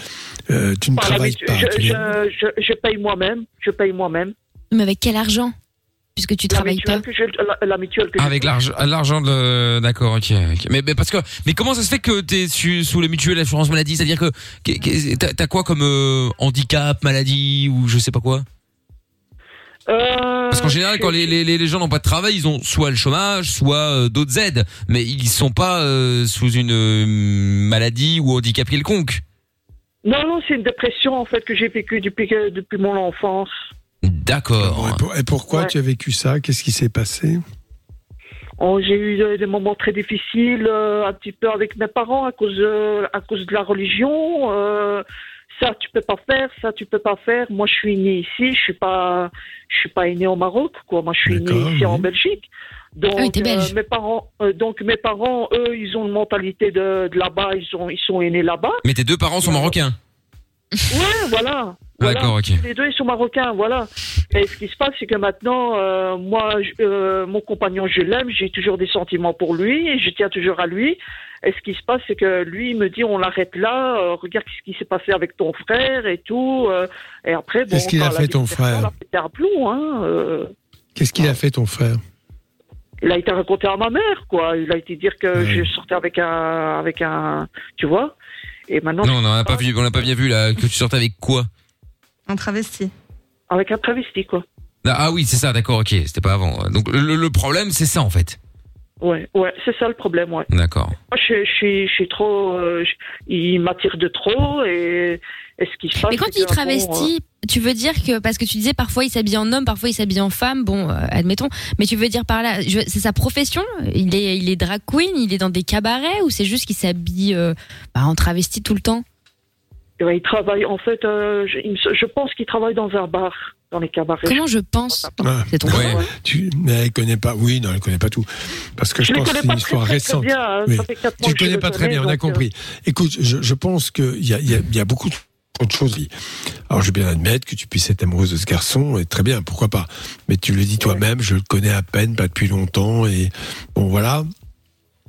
D: Euh, Tu ne
N: par
D: travailles
N: l'habitude,
D: pas.
N: je-
D: tu viens-
N: je- je- je paye moi-même. Je paye moi-même.
E: Mais avec quel argent Puisque tu travailles pas.
N: que je- la, la mutuelle que
B: Avec l'argent, Ah, l'argent de, d'accord, ok. ok. Mais, mais parce que, mais comment ça se fait que t'es su- sous le mutuel assurance maladie C'est-à-dire que qu'est- qu'est- t'as t'as quoi comme euh, handicap, maladie ou je sais pas quoi Parce qu'en général, quand les, les, les gens n'ont pas de travail, ils ont soit le chômage, soit euh, d'autres aides, mais ils sont pas euh, sous une euh, maladie ou handicap quelconque.
N: Non, non, c'est une dépression en fait que j'ai vécue depuis, que- depuis mon enfance.
B: D'accord.
D: Et, pour- et pourquoi tu as vécu ça Qu'est-ce qui s'est passé
N: Oh, j'ai eu euh, des moments très difficiles, euh, un petit peu avec mes parents à cause de, à cause de la religion. euh, ça, tu peux pas faire, ça, tu peux pas faire. Moi, je suis née ici, je suis pas, je suis pas née au Maroc, quoi. Moi, je suis née ici en Belgique. Donc,
E: Ah oui, t'es belge.
N: mes parents, euh, donc mes parents, eux, ils ont une mentalité de, de là-bas, ils sont, ils sont nés là-bas.
B: Mais tes deux parents sont marocains. Ah,
N: Ouais, voilà. Voilà.
B: D'accord, ok.
N: Les deux, ils sont marocains, voilà. Et ce qui se passe, c'est que maintenant, euh, moi, je- euh, mon compagnon, je l'aime, j'ai toujours des sentiments pour lui, et je tiens toujours à lui. Et ce qui se passe, c'est que lui, il me dit, on l'arrête là, euh, regarde ce qui s'est passé avec ton frère et tout. euh, et après, bon,
D: Qu'est-ce qu'il
N: quand
D: a
N: la
D: fait, ton
N: dépression,
D: frère
N: Il a pété un plomb, hein. euh,
D: Qu'est-ce qu'il a fait ton frère
N: il a été raconté à ma mère, quoi. Il a été dire
D: Ah
N: que je sortais avec un, avec un, tu vois. Et maintenant,
B: Non, non, on n'a pas vu, on n'a pas bien vu là que tu sortais avec quoi
N: un travesti. Avec un travesti, quoi.
B: Ah ah oui, c'est ça, d'accord, ok. C'était pas avant. Donc le, le problème, c'est ça en fait.
N: Ouais, ouais, c'est ça le problème, ouais.
B: D'accord.
N: Moi, je, je suis, je suis trop. euh, je- il m'attire de trop et, et ce qui se passe.
E: Mais quand
N: c'est
E: tu dis
N: que, bon, hein.
E: travesti, tu veux dire que parce que tu disais parfois il s'habille en homme, parfois il s'habille en femme, bon, euh, admettons. Mais tu veux dire par là, je- c'est sa profession Il est, il est drag queen, il est dans des cabarets ou c'est juste qu'il s'habille euh, bah, en travesti tout le temps
N: euh, ouais, il travaille. En fait, euh, je, il me- je pense qu'il travaille dans un bar, dans les cabarets. Ah,
E: Comment je pense
D: C'est
E: ton
D: frère tu, Mais elle connaît pas. Oui, non, elle connaît pas tout. Parce que je,
N: Je le
D: pense que
N: connais
D: c'est une
N: pas très,
D: histoire
N: très, très
D: récente.
N: bien, hein.
D: Oui.
N: Ça fait quatre mois
D: Tu
N: que je
D: connais
N: le
D: pas très
N: connais,
D: bien, on a
N: donc, euh,
D: compris. Écoute, je, je pense qu'il y a, il y a- il y a beaucoup de choses. Alors, je veux bien admettre que tu puisses être amoureuse de ce garçon, et très bien, pourquoi pas. Mais tu le dis toi-même, je le connais à peine, pas depuis longtemps, et bon, voilà.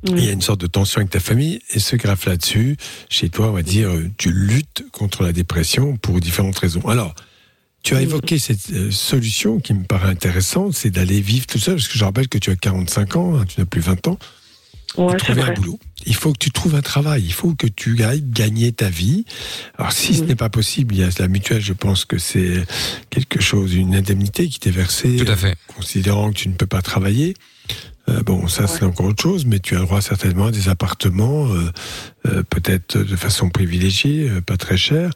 D: Et Il y a une sorte de tension avec ta famille, et ce graphe là-dessus, chez toi, on va dire, euh, tu luttes contre la dépression pour différentes raisons. Alors, tu as évoqué cette euh, solution qui me paraît intéressante, c'est d'aller vivre tout seul, parce que je rappelle que tu as 45 ans, hein, tu n'as plus 20 ans.
N: Ouais,
D: faut
N: c'est
D: trouver un
N: vrai.
D: boulot. Il faut que tu trouves un travail. Il faut que tu ailles gagner ta vie. Alors, si ce n'est pas possible, il y a la mutuelle, je pense que c'est quelque chose, une indemnité qui t'est versée.
B: Tout à fait.
D: euh, Considérant que tu ne peux pas travailler. Euh, bon, ça, c'est encore autre chose, mais tu as droit certainement à des appartements, euh, euh, peut-être de façon privilégiée, euh, pas très cher,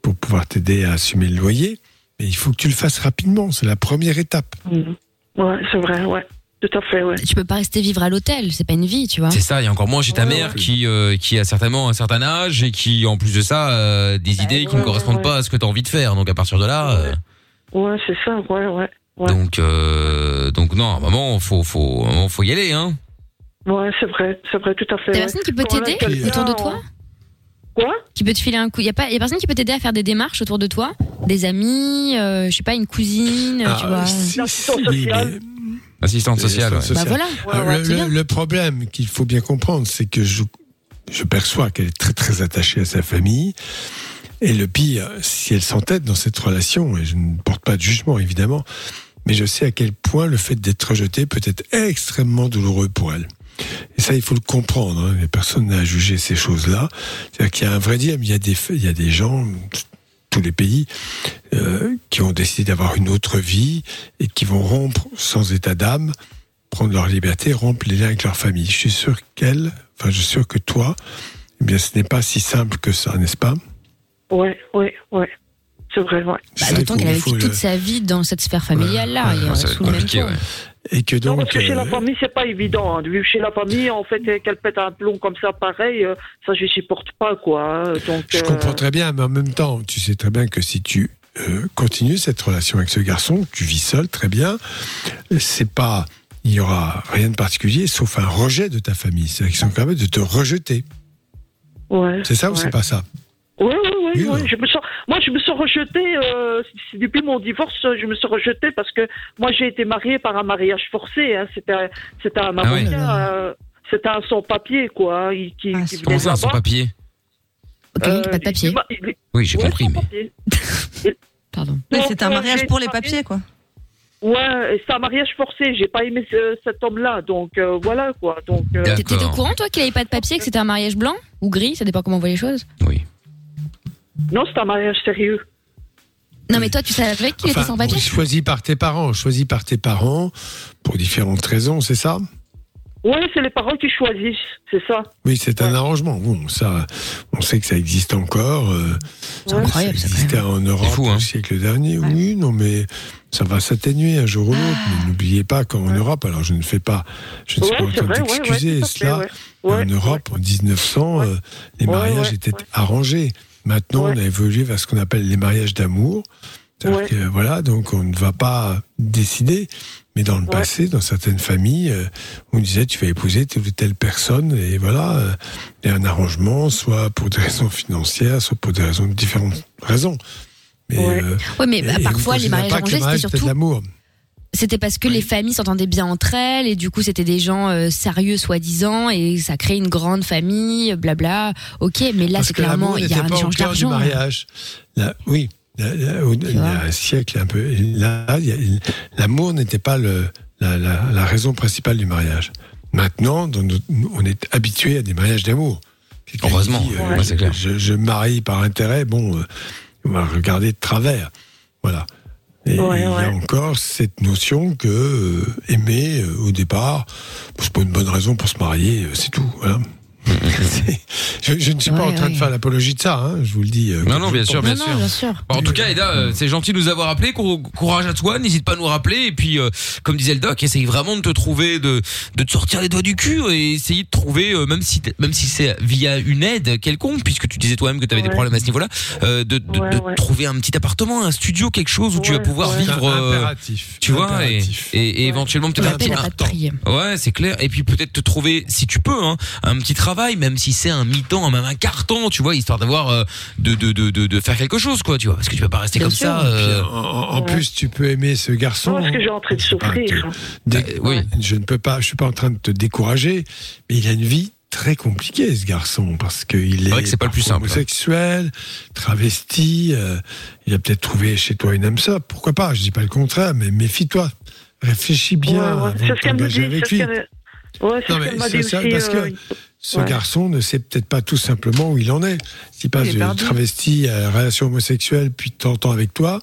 D: pour pouvoir t'aider à assumer le loyer. Mais il faut que tu le fasses rapidement. C'est la première étape.
B: Mhm.
N: Ouais, c'est vrai, ouais. Tout à fait, ouais.
E: Tu peux pas rester vivre à l'hôtel, c'est pas une vie, tu vois.
B: C'est ça, et encore moins chez ta mère qui, euh, qui a certainement un certain âge et qui, en plus de ça, a des
N: Bah
B: idées qui ne correspondent pas à ce que tu as envie de faire. Donc à partir de là, euh,
N: Ouais, c'est ça, ouais, ouais.
B: donc, euh, donc non, à un moment, faut, faut, à un moment, faut y aller, hein.
N: Ouais, c'est vrai, c'est vrai, tout à fait.
E: T'as
N: ouais.
E: personne qui peut
N: Quand on a
E: t'aider
N: quelqu'un
E: autour de
N: en-
E: toi
N: Quoi
E: Qui peut te filer un coup. Il y a pas y a personne qui peut t'aider à faire des démarches autour de toi, des amis, euh, je sais pas une cousine, euh,
D: Ah,
E: tu vois.
B: Assistante sociale. ouais.
E: Bah voilà.
D: Euh,
E: Ouais,
D: le,
E: c'est
D: le-
E: bien.
D: le problème qu'il faut bien comprendre, c'est que je, je perçois qu'elle est très très attachée à sa famille. Et le pire, si elle s'entête dans cette relation, et je ne porte pas de jugement évidemment, mais je sais à quel point le fait d'être rejeté peut être extrêmement douloureux pour elle. Et ça, il faut le comprendre. hein. Personne n'a à juger ces choses-là. C'est-à-dire qu'il y a un vrai dilemme. Il y a des, il y a des gens, tous les pays, euh, qui ont décidé d'avoir une autre vie et qui vont rompre sans état d'âme prendre leur liberté, rompre les liens avec leur famille. Je suis sûr qu'elle, enfin, je suis sûr que toi, eh bien, ce n'est pas si simple que ça, n'est-ce pas
N: Ouais, ouais, ouais. C'est vrai, ouais.
D: Bah, Ça, il
E: D'autant
D: faut-
E: qu'elle a
D: il faut
E: vécu
D: le-
E: toute sa vie dans cette sphère familiale là, il y a- sous le même toit.
D: Et que
N: Non,
D: donc.
N: parce que chez
D: euh,
N: la famille, c'est pas évident. hein. De vivre chez la famille, en fait, euh, qu'elle pète un plomb comme ça, pareil, euh, ça, je supporte pas, quoi. hein. Donc,
D: Je
N: euh,
D: comprends très bien, mais en même temps, tu sais très bien que si tu euh, continues cette relation avec ce garçon, tu vis seul, très bien. C'est pas, il y aura rien de particulier, sauf un rejet de ta famille. C'est-à-dire qu'ils sont capables de te rejeter.
N: Ouais,
D: C'est ça ou
N: ouais.
D: c'est pas ça
N: Ouais, ouais, ouais, ouais. Je me sens, moi, je me sens rejetée. euh, c- depuis mon divorce, je me suis rejetée parce que moi, j'ai été mariée par un mariage forcé. Hein. C'était, un- c'était un
D: Ah
N: marocain. euh, c'était un sans-papier, quoi. hein,
F: Ah,
N: il- Qui, qui
B: Comment
N: venait
B: ça, sans
N: là-bas.
B: papier
N: Euh,
E: pas de papier.
N: il m'a- il-
B: Oui, j'ai
N: Ouais,
B: compris, mais.
E: Pardon.
F: Mais c'est un mariage pour les papiers, quoi.
N: Ouais, et c'est un mariage forcé. J'ai pas aimé ce- cet homme-là, donc euh, voilà quoi. Donc euh,
B: D'accord.
E: T'étais au courant toi qu'il avait pas de papier, que c'était un mariage blanc ou gris, ça dépend comment on voit les choses.
N: non, c'est un mariage sérieux.
E: Non mais toi tu savais qu'il était
D: Enfin,
E: sans papier.
D: Choisi par tes parents, choisi par tes parents pour différentes raisons, c'est ça
N: Ouais, c'est les parents qui choisissent, c'est ça.
D: Oui, c'est un arrangement. Bon, ça, on sait que ça existe encore. euh,
N: C'est incroyable,
D: Ça existait en Europe au siècle dernier. Oui, non, mais ça va s'atténuer un jour ou l'autre. Mais n'oubliez pas qu'en Europe, alors je ne fais pas, je ne suis
N: Ah. Ouais,
D: pas en
N: c'est
D: train
N: vrai, ouais, ouais,
D: d'excuser
N: tout à fait,
D: cela.
N: ouais.
D: en Europe, en 1900, euh, les mariages étaient arrangés. Maintenant, on a évolué vers ce qu'on appelle les mariages d'amour. C'est-à-dire
N: Ouais.
D: que, voilà, donc on ne va pas décider. Mais dans le passé, dans certaines familles, euh, on disait tu vas épouser telle ou telle personne et voilà, euh, il y a un arrangement, soit pour des raisons financières, soit pour des raisons différentes raisons. Mais, euh,
E: Ouais, mais,
D: et-
E: bah,
D: et vous
E: parfois, les
D: considérez
E: mariages
D: pas que
E: arrangés,
D: le mariage,
E: c'était
D: c'est de
E: surtout-
D: l'amour.
E: C'était parce que les familles s'entendaient bien entre elles et du coup c'était des gens euh, sérieux soi-disant et ça crée une grande famille, blabla. Ok, mais là
D: Parce
E: c'est
D: que l'amour
E: clairement il y
D: n'était
E: a un
D: pas au
E: échange
D: cœur du
E: d'argent. hein.
D: mariage. Là, oui, là, là, au- il y a un siècle un peu. Là, il y a- l'amour n'était pas le, la, la- la raison principale du mariage. Maintenant, dans notre- on est habitué à des mariages d'amour. Quelqu'un
B: Heureusement,
D: qui dit, euh,
B: ouais, c'est clair.
D: Je, je me marie par intérêt. Bon, euh, on va regarder de travers. Voilà. Et il y a encore cette notion que euh, aimer euh, au départ, c'est pas une bonne raison pour se marier, euh, c'est tout. Voilà. C'est- je, je ne suis pas en train de faire l'apologie de ça, hein, je vous le dis. euh,
B: Non, non,
D: je
B: bien
D: pense.
B: sûr, bien sûr. Bon, en tout cas, Eda, euh, c'est gentil de nous avoir appelé. Cour- Courage à toi, n'hésite pas à nous rappeler. Et puis, euh, comme disait le doc, essaye vraiment de te trouver, de, de te sortir les doigts du cul et essayer de trouver, euh, même si, t- même si c'est via une aide quelconque, puisque tu disais toi-même que tu avais des problèmes à ce niveau-là, euh, de, de- de trouver un petit appartement, un studio, quelque chose où tu vas pouvoir
D: ouais.
B: vivre. euh,
D: Impératif,
B: Tu vois, et, et- et éventuellement peut-être un petit
E: L'appel à pas de prix.
B: Ouais, c'est clair. Et puis peut-être te trouver, si tu peux, hein, un petit travail, même si c'est un mi-temps, même un quart-temps, tu vois, histoire d'avoir, euh, de, de, de, de, de faire quelque chose, quoi, tu vois, parce que tu peux pas rester
D: Bien
B: comme
D: sûr.
B: ça. euh,
D: Puis, En, en- en plus, tu peux aimer ce garçon.
N: Non, parce que j'ai en train de hein. souffrir.
B: Euh,
D: Dé- Je ne peux pas, je suis pas en train de te décourager, mais il a une vie très compliquée ce garçon parce qu'il est,
B: C'est vrai que c'est pas le plus
D: parfois
B: simple, hein.
D: homosexuel, travesti, euh, il a peut-être trouvé chez toi une âme sœur, pourquoi pas, je dis pas le contraire, mais méfie-toi, réfléchis bien
N: Ouais, ouais.
D: avant
N: C'est
D: de
N: ce qu'elle me
D: t'engager
N: dit.
D: avec
N: c'est
D: lui.
N: ce qu'elle- Ouais, c'est
D: Non,
N: ce
D: mais
N: qu'elle m'a
D: c'est
N: dit
D: ça,
N: aussi.
D: parce que
N: euh,
D: ce
N: ouais.
D: garçon ne sait peut-être pas tout simplement où il en est. S'il passe
N: Il est
D: de
N: perdu.
D: travesti à relation homosexuelle, puis t'entends avec toi,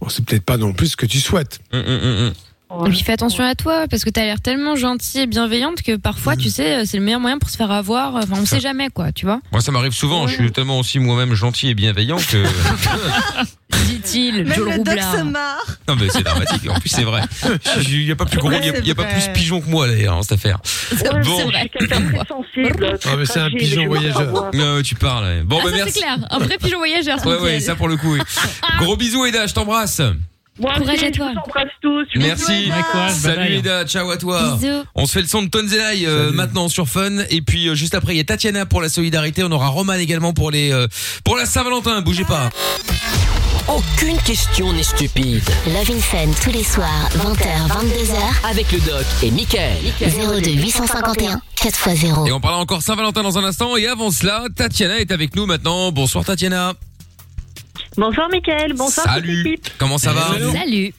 D: bon, c'est peut-être pas non plus ce que tu souhaites.
E: Mm, Et puis fais attention à toi parce que t'as l'air tellement gentille et bienveillante que parfois tu sais c'est le meilleur moyen pour se faire avoir. Enfin on sait jamais quoi, tu vois.
B: Moi, ça m'arrive souvent. Je suis tellement aussi moi-même gentil et bienveillant que.
E: Dit-il,
F: Même
E: Joel
F: le doc
E: Roublard.
F: se marre.
B: non, mais c'est dramatique. En plus, c'est vrai. Il y a pas plus gros, il y a- il y a pas
F: Ouais,
B: plus
F: c'est
B: pigeon que moi d'ailleurs en cette affaire.
N: Ouais,
B: Bon.
N: c'est vrai, je suis quelqu'un de très sensible. très
B: Ah, mais c'est un
N: fragile,
B: pigeon
N: je vais pas
B: voyageur.
N: savoir.
B: Non, tu parles. ouais. Bon,
E: Ah,
B: bah
E: ça,
B: merci.
E: c'est clair, un vrai pigeon voyageur. euh,
B: Ouais,
E: Mickaël.
B: ouais, ça pour le coup. oui. Gros bisous, Eda, je t'embrasse.
F: Moi
E: Courage
F: aussi,
E: à
F: je
E: toi.
F: vous embrasse tous. Je vous
B: Merci.
F: dis au revoir.
B: Salut Eda, ciao à toi.
F: Bisous.
B: On se fait le son de Tonzelai euh, maintenant sur Fun et puis euh, juste après il y a Tatiana pour la solidarité, on aura Roman également pour les euh, pour la Saint-Valentin, bougez pas.
O: Aucune question n'est stupide.
A: Love in Fun tous les soirs, 20h, 22h.
O: Avec le doc et Michael.
A: 02 851 4x0.
B: Et on parlera encore Saint-Valentin dans un instant et avant cela, Tatiana est avec nous maintenant. Bonsoir Tatiana.
F: Bonsoir Mickaël, bonsoir toute
B: Salut.
F: l'équipe.
B: Comment ça va
E: Salut.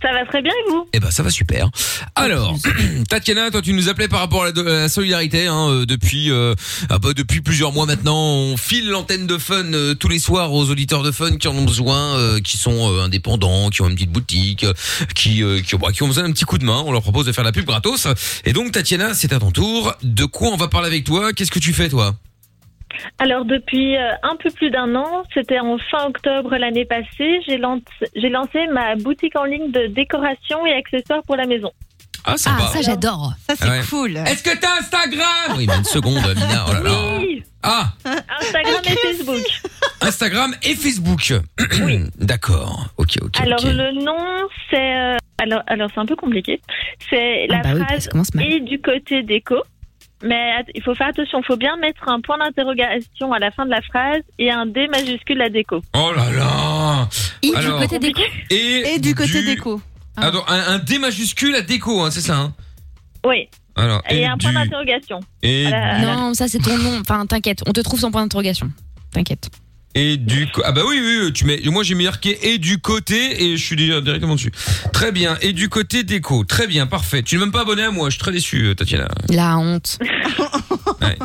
F: Ça va très bien et vous
B: Eh ben ça va super. Alors, Tatiana, toi tu nous appelais par rapport à la, à la solidarité hein, euh, depuis euh, ah bah, depuis plusieurs mois maintenant. On file l'antenne de Fun euh, tous les soirs aux auditeurs de Fun qui en ont besoin, euh, qui sont euh, indépendants, qui ont une petite boutique, euh, qui euh, qui, bah, qui ont besoin d'un petit coup de main. On leur propose de faire la pub gratos. Et donc Tatiana, c'est à ton tour. De quoi on va parler avec toi Qu'est-ce que tu fais toi
F: Alors depuis euh, un peu plus d'un an, c'était en fin octobre l'année passée, j'ai lan- j'ai lancé ma boutique en ligne de décoration et accessoires pour la maison.
B: Ah sympa.
E: ça j'adore.
P: Oh, Ça
B: c'est Ah Ouais.
P: cool.
B: Est-ce que t'as Instagram Oui, mais une seconde, Mina. Oh là là.
F: Oui.
B: Ah.
F: Instagram et Facebook.
B: Instagram et Facebook. D'accord. Ok, ok.
F: alors
B: ok.
F: le nom c'est euh, alors alors c'est un peu compliqué. C'est la
B: bah oui,
F: phrase et du côté déco. Mais att- il faut faire attention, il faut bien mettre un point d'interrogation à la fin de la phrase et un D majuscule à déco.
B: Oh là là
F: Et du
B: Alors,
F: côté déco
B: Et,
F: du côté
P: déco.
B: Attends, un, un D majuscule à déco, hein, c'est ça hein
F: Oui.
B: Alors,
F: Et, un point
B: du-
F: d'interrogation.
B: et, du-
E: Non, ça c'est ton nom. Enfin, t'inquiète, on te trouve sans point d'interrogation. T'inquiète.
B: et du co- Ah bah oui, oui, oui, tu mets... moi j'ai mis marqué et du côté et je suis déjà directement dessus. Très bien, et du côté déco, très bien, parfait. Tu n'es même pas abonné à moi, je suis très déçu euh, Tatiana.
E: La honte. C'est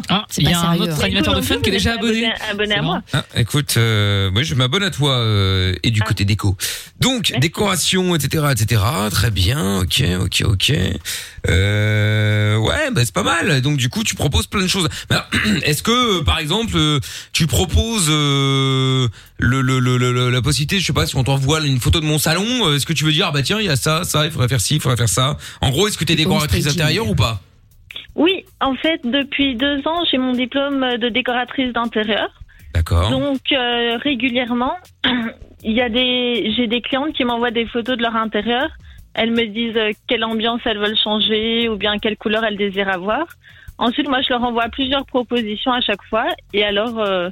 Q: Ah, Il y
E: pas
Q: a un
E: sérieux,
Q: autre
E: hein.
Q: animateur de fun qui est déjà abonné.
F: Abonné à moi.
B: Ah, écoute, euh, oui, je m'abonne à toi euh, et
E: Ah.
B: du côté déco. Donc décoration, etc., etc. Très bien, ok, ok, ok. Euh, ouais, bah, c'est pas mal. Donc du coup, tu proposes plein de choses. Mais alors, Est-ce que, euh, par exemple, euh, tu proposes euh, le, le, le, le- le- la possibilité, je sais pas, si on t'envoie une photo de mon salon, euh, est-ce que tu veux dire, ah, bah tiens, il y a ça, ça, il faudrait faire ci, il faudrait faire ça. En gros, est-ce que t'es décoratrice
F: staging.
B: intérieure ou pas
F: Oui, en fait, depuis deux ans, j'ai mon diplôme de décoratrice d'intérieur.
B: D'accord.
F: Donc euh, régulièrement, il y a des, j'ai des clientes qui m'envoient des photos de leur intérieur. Elles me disent euh, quelle ambiance elles veulent changer ou bien quelle couleur elles désirent avoir. Ensuite, moi, je leur envoie plusieurs propositions à chaque fois et alors euh,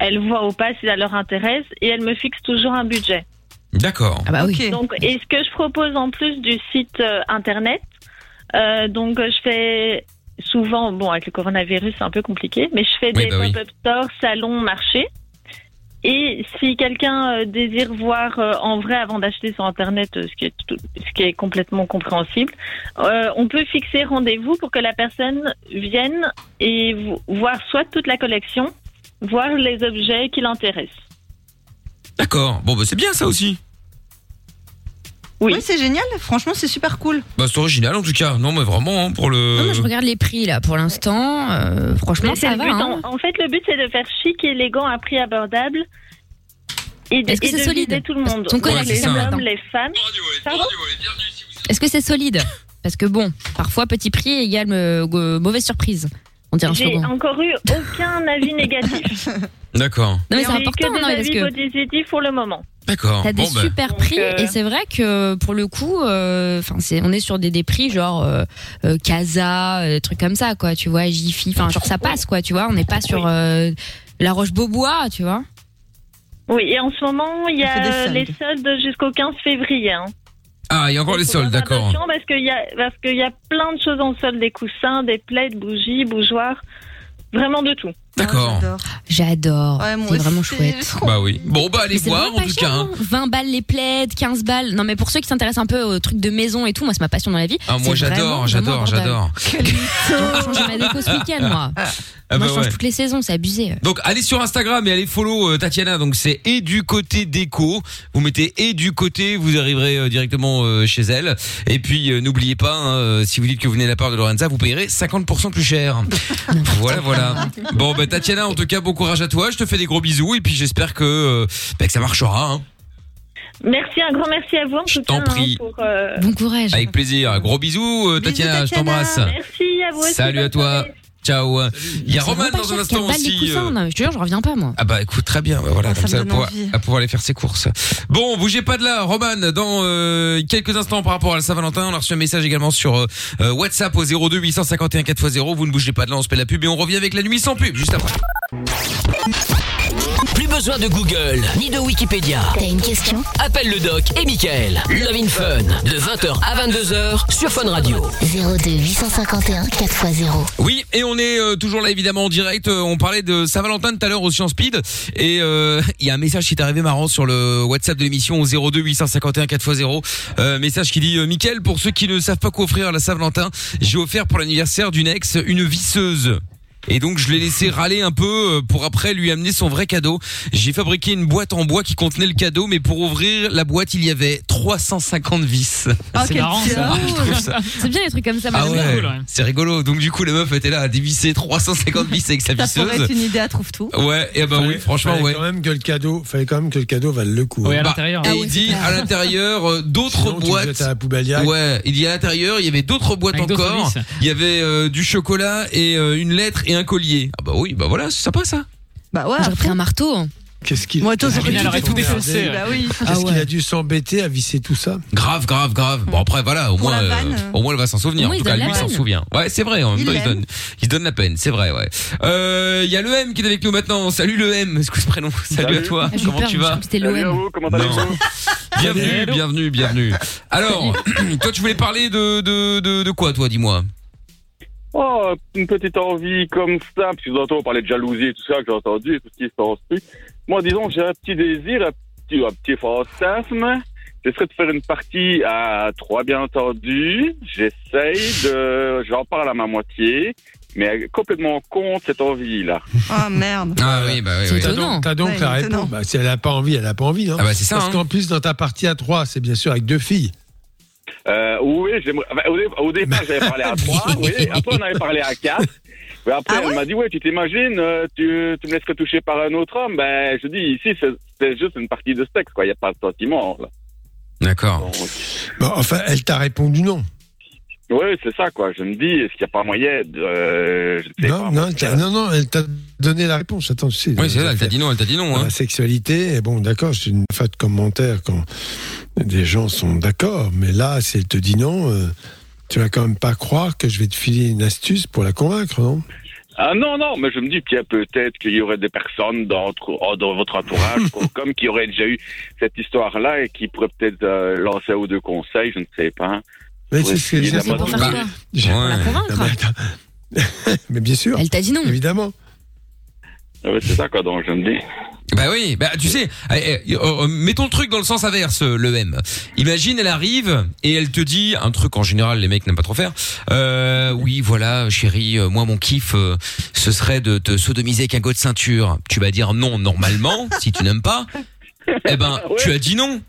F: elles voient ou pas si ça leur intéresse et elles me fixent toujours un budget.
B: D'accord.
E: Ah bah
R: Ah
F: Donc, et ce que je propose en plus du site euh, internet, euh, donc euh, je fais souvent, bon, avec le coronavirus, c'est un peu compliqué, mais je fais
R: Oui,
F: des
R: bah oui.
F: pop-up stores, salons, marchés. Et si quelqu'un euh, désire voir euh, en vrai avant d'acheter sur internet, euh, ce qui est, tout- ce qui est complètement compréhensible, euh, on peut fixer rendez-vous pour que la personne vienne et vo- voir soit toute la collection, voir les objets qui l'intéressent.
B: D'accord. Bon, bah c'est bien ça aussi.
P: Oui, c'est génial. Franchement, c'est super cool.
B: Bah c'est original en tout cas. Non, mais vraiment hein, pour le.
E: Non, mais je regarde les prix là pour l'instant. euh, franchement,
F: Mais c'est
E: ça
F: le
E: va.
F: but.
E: hein.
F: En, en fait, le but, c'est de faire chic, élégant, à prix abordable. Et de,
E: Est-ce que
F: et
E: c'est
F: de
E: solide
F: viser tout le monde.
E: Parce qu'on connaît
F: Donc,
E: la
F: les
E: question
F: hommes,
E: maintenant.
F: les femmes. Pardon
E: Est-ce que c'est solide Parce que bon, parfois petit prix égale euh, go- mauvaise surprise. On dirait un
F: J'ai
E: slogan.
F: encore eu aucun avis négatif.
B: D'accord.
E: Non, mais
F: J'ai
E: c'est important,
F: que des
E: non, mais parce
F: avis
E: que-
F: positifs pour le moment.
B: D'accord.
E: T'as des
B: Bon, bah.
E: super prix
F: euh,
E: et c'est vrai que pour le coup, euh, enfin c'est, on est sur des, des prix genre euh, euh, Casa, euh, des trucs comme ça quoi, tu vois, Jiffy, enfin genre ça passe quoi, tu vois, on n'est pas sur euh, la Roche Beaubois, tu vois.
F: Oui, et en ce moment, il y
E: On fait des
F: a
E: soldes.
F: les soldes jusqu'au 15 février. hein.
B: Ah, il y a encore les soldes, d'accord.
F: Attention, parce qu'il y, a- parce qu'il y a plein de choses en solde des coussins, des plaids, bougies, bougeoirs. Vraiment de tout.
E: Ah,
B: Ah, D'accord.
E: J'adore. c'est vraiment chouette.
B: Bah oui. Bon, bah allez
E: Mais c'est
B: voir
E: vraiment
B: en
E: pas
B: tout
E: cher,
B: cas. hein.
E: hein. 20 balles les plaides, 15 balles. Non mais pour ceux qui s'intéressent un peu aux trucs de maison et tout, moi c'est ma passion dans la vie.
B: Ah, moi
E: c'est vraiment,
B: j'adore, j'adore,
E: vraiment
B: j'adore.
E: abordable. J'ai changé ma déco ce week-end moi. moi
B: Ah, bah
E: je change
B: ouais.
E: toutes les saisons, c'est abusé.
B: Donc allez sur Instagram et allez follow euh, Tatiana. Donc c'est et du côté déco. Vous mettez et du côté, vous arriverez euh, directement euh, chez elle. Et puis euh, n'oubliez pas, hein, euh, si vous dites que vous venez de la part de Lorenza, vous payerez 50% plus cher. voilà, voilà. Bon, bah Tatiana, en tout cas, bon courage à toi. Je te fais des gros bisous et puis j'espère que, euh, bah, que ça marchera. Hein.
F: Merci, un grand merci à vous. En tout
B: t'en
F: cas, hein,
B: prie.
F: pour, euh,
E: Bon courage.
B: Avec plaisir. Gros bisous, euh, Tatiana, Je t'embrasse.
F: Merci à vous aussi.
B: Salut à toi. Ciao. Il y a
E: C'est vraiment
B: Roman
E: pas
B: dans
E: cher,
B: un
E: parce qu'elle
B: instant
E: balle les
B: aussi.
E: coussins,
B: euh,
E: non, mais je te jure, je reviens pas, moi.
B: Ah bah écoute très bien, bah voilà
E: Ça
B: comme
E: me
B: ça à
E: donne
B: pouvoir,
E: envie.
B: à pouvoir aller faire ses courses. Bon, bougez pas de là, Roman. Dans euh, quelques instants par rapport à la Saint-Valentin, on a reçu un message également sur euh, euh, WhatsApp au 02 851 4x0. Vous ne bougez pas de là, on se fait la pub et on revient avec la nuit sans pub juste après.
A: Plus besoin de Google ni de Wikipédia.
H: T'as une question
A: Appelle le doc et Michael. Love in Fun de 20h à 22h sur Fun Radio.
H: 02 851 4x0.
B: Oui, et on est euh, toujours là évidemment en direct. Euh, on parlait de Saint-Valentin tout à l'heure au Science Speed et euh, il y a un message qui est arrivé marrant sur le WhatsApp de l'émission au 02 851 4x0. Euh, message qui dit euh, Mickaël, pour ceux qui ne savent pas quoi offrir à la Saint-Valentin, j'ai offert pour l'anniversaire d'une ex une visseuse. Et donc je l'ai laissé râler un peu euh, pour après lui amener son vrai cadeau. J'ai fabriqué une boîte en bois qui contenait le cadeau, mais pour ouvrir la boîte il y avait 350 vis.
F: Oh,
E: Ah, quel drôle.
B: Je trouve ça-
E: C'est bien les trucs comme ça,
B: ah
E: madame.
B: ouais, c'est rigolo. Donc du coup, la meuf était là à dévisser 350 vis avec sa
F: Ça pourrait
B: visseuse.
F: être une idée à trouve tout.
B: Ouais, et bah oui, franchement,
D: fallait
B: ouais.
D: Quand même que le cadeau, fallait quand même que le cadeau vaille le coup. hein.
B: Bah,
D: Ah
B: Et il dit à l'intérieur euh, d'autres
D: tu le jettes
B: boîtes.
D: à la poubelle direct.
B: Ouais, il dit à l'intérieur, il y avait d'autres boîtes
D: Avec d'autres
B: encore.
D: vis.
B: Il y avait euh, du chocolat et euh, une lettre et un collier. Ah bah oui, bah voilà, c'est sympa ça.
F: Bah ouais.
E: J'aurais pris un marteau.
D: Qu'est-ce qu'il
E: Moi, toi, j'aurais Marina, dû elle aurait tout tout défoncé,
D: Qu'est-ce
E: ouais. bah oui.
D: qu'il
E: Ah ouais.
D: a dû s'embêter à visser tout ça
B: Grave, grave, grave. Bon après voilà, au
D: Pour
B: moins,
D: la
B: euh,
D: vanne, euh.
B: au moins elle va s'en souvenir.
D: Au moins,
B: en
D: il
B: tout cas,
D: donne la
B: lui s'en
D: vanne.
B: souvient. Ouais, c'est vrai. En même
D: Il
B: temps, il se
D: l'aime.
B: donne, il se donne la peine. C'est vrai, ouais. Euh, Il y a le M qui est avec nous maintenant. Salut le M. Est-ce que ce prénom Salut, à toi.
E: Ah, j'ai eu
B: Comment
E: peur,
B: tu
E: je
B: vas
E: pensais que c'était l'OM.
B: Non. Bienvenue, bienvenue, bienvenue. Alors, toi, tu voulais parler de de de, de quoi, toi, dis-moi.
M: Oh, une petite envie comme ça, parce que vous entendez parler de jalousie et tout ça que j'ai entendu, et tout ce qui s'ensuit. Moi, disons, que j'ai un petit désir, un petit, un petit fantasme. J'essaie de faire une partie à trois, bien entendu. J'essaye de... J'en parle à ma moitié, mais complètement contre cette envie-là.
F: Ah merde.
B: Ah oui, bah
D: T'as donc, t'as donc
F: Ouais,
D: la
F: étonnant.
D: réponse. Bah, si elle n'a pas envie, elle n'a pas envie. Non
B: Ah bah, c'est ça,
D: Parce
B: hein.
D: qu'en plus, dans ta partie à 3, c'est bien sûr avec deux filles.
M: Euh, oui, j'aimerais- enfin, au, dé- au départ, j'avais parlé à trois. oui, après, on avait parlé à quatre. Mais après,
D: Ah
M: elle m'a dit, ouais, tu t'imagines, euh, tu, tu me laisserais toucher par un autre homme. Ben, je dis, ici, c'est- c'est juste une partie de sexe, quoi. Il n'y a pas de sentiment. là.
B: D'accord.
D: Bon, enfin, elle t'a répondu non.
M: Oui, c'est ça, quoi. Je me dis, est-ce qu'il n'y a pas moyen de... euh, je ne sais
D: Non,
M: pas,
D: non,
M: moi,
D: t'as- non, non, elle t'a donné la réponse. Attends, tu sais.
B: Oui, c'est ça. Elle t'a dit non, elle t'a dit non.
D: Dans
B: hein.
D: La sexualité, et bon, d'accord, c'est une fin de commentaire quand des gens sont d'accord, mais là, si elle te dit non, euh, tu vas quand même pas croire que je vais te filer une astuce pour la convaincre, non
M: Ah non, non, mais je me dis tiens, peut-être qu'il y aurait des personnes dans, entre- dans votre entourage, comme qui auraient déjà eu cette histoire-là et qui pourraient peut-être euh, lancer un ou deux conseils, je ne sais pas.
D: Mais
M: Pour
D: c'est ce que
M: essayer
D: c'est
M: de
D: ce que-
M: la motiver.
D: Bah, j'ai-
M: Pour la convaincre.
D: Non, mais attends. Mais bien sûr. Elle
E: t'a dit non.
D: Évidemment.
M: Ah ouais, c'est ça, quoi, donc je me dis.
B: Bah oui, bah tu sais, eh, eh, euh, mettons le truc dans le sens inverse, euh, le M. Imagine, elle arrive et elle te dit un truc en général, les mecs n'aiment pas trop faire. Euh, oui, voilà, chérie, euh, moi mon kiff, euh, ce serait de te sodomiser avec un go de ceinture. Tu vas dire non normalement, si tu n'aimes pas. Eh ben, tu as dit non.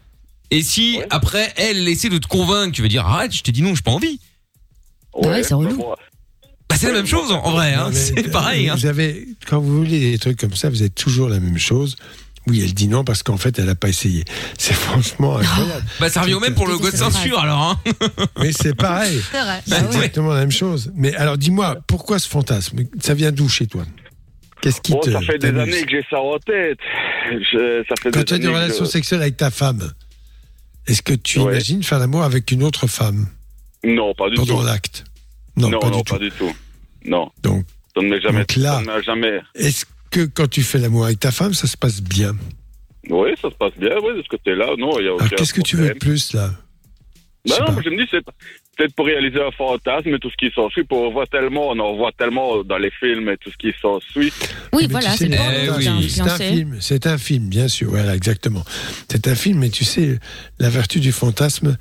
B: Et si après elle essaie de te convaincre, tu vas dire arrête, je t'ai dit non, j'ai pas envie.
E: Ouais, c'est relou.
B: Bah, c'est la même chose en en vrai, hein,
D: Non, mais,
B: c'est pareil.
D: euh,
B: Hein.
D: Vous avez, quand vous voulez des trucs comme ça, vous êtes toujours la même chose. Oui, elle dit non parce qu'en fait, elle n'a pas essayé. C'est franchement incroyable.
B: Bah ça revient au même pour le go de ceinture alors. Hein.
D: Mais c'est pareil.
F: C'est vrai. Bah
D: C'est exactement la même chose. Mais alors, dis-moi, pourquoi ce fantasme Ça vient d'où chez toi Qu'est-ce qui
M: Bon,
D: te.
M: Oh, ça fait des
D: t'amuse
M: années que j'ai ça en tête. Je- euh. ça fait
D: Quand
M: des
D: tu as des
M: années que
D: relations
M: je-
D: sexuelles avec ta femme, est-ce que tu imagines faire l'amour avec une autre femme
M: Non, pas du tout.
D: pendant l'acte Non, pas du tout.
M: pas du tout. Non. ça ne m'est jamais.
D: donc là-
M: ça ne m'a jamais.
D: Est-ce que quand tu fais l'amour avec ta femme, ça se passe bien
M: Oui, ça se passe bien, oui, de ce côté-là. Non, il y a aucun
D: Alors, qu'est-ce que tu veux de plus, là
M: Bah non, mais je me dis, c'est peut-être pour réaliser un fantasme et tout ce qui s'ensuit. pour- On voit tellement, on en voit tellement dans les films et tout ce qui s'ensuit.
E: Oui,
D: Mais
E: voilà,
D: tu sais,
E: Ah, c'est bon.
B: Eh
D: oui, c'est un film, c'est un film, bien sûr, voilà, exactement. C'est un film, mais tu sais, la vertu du fantasme,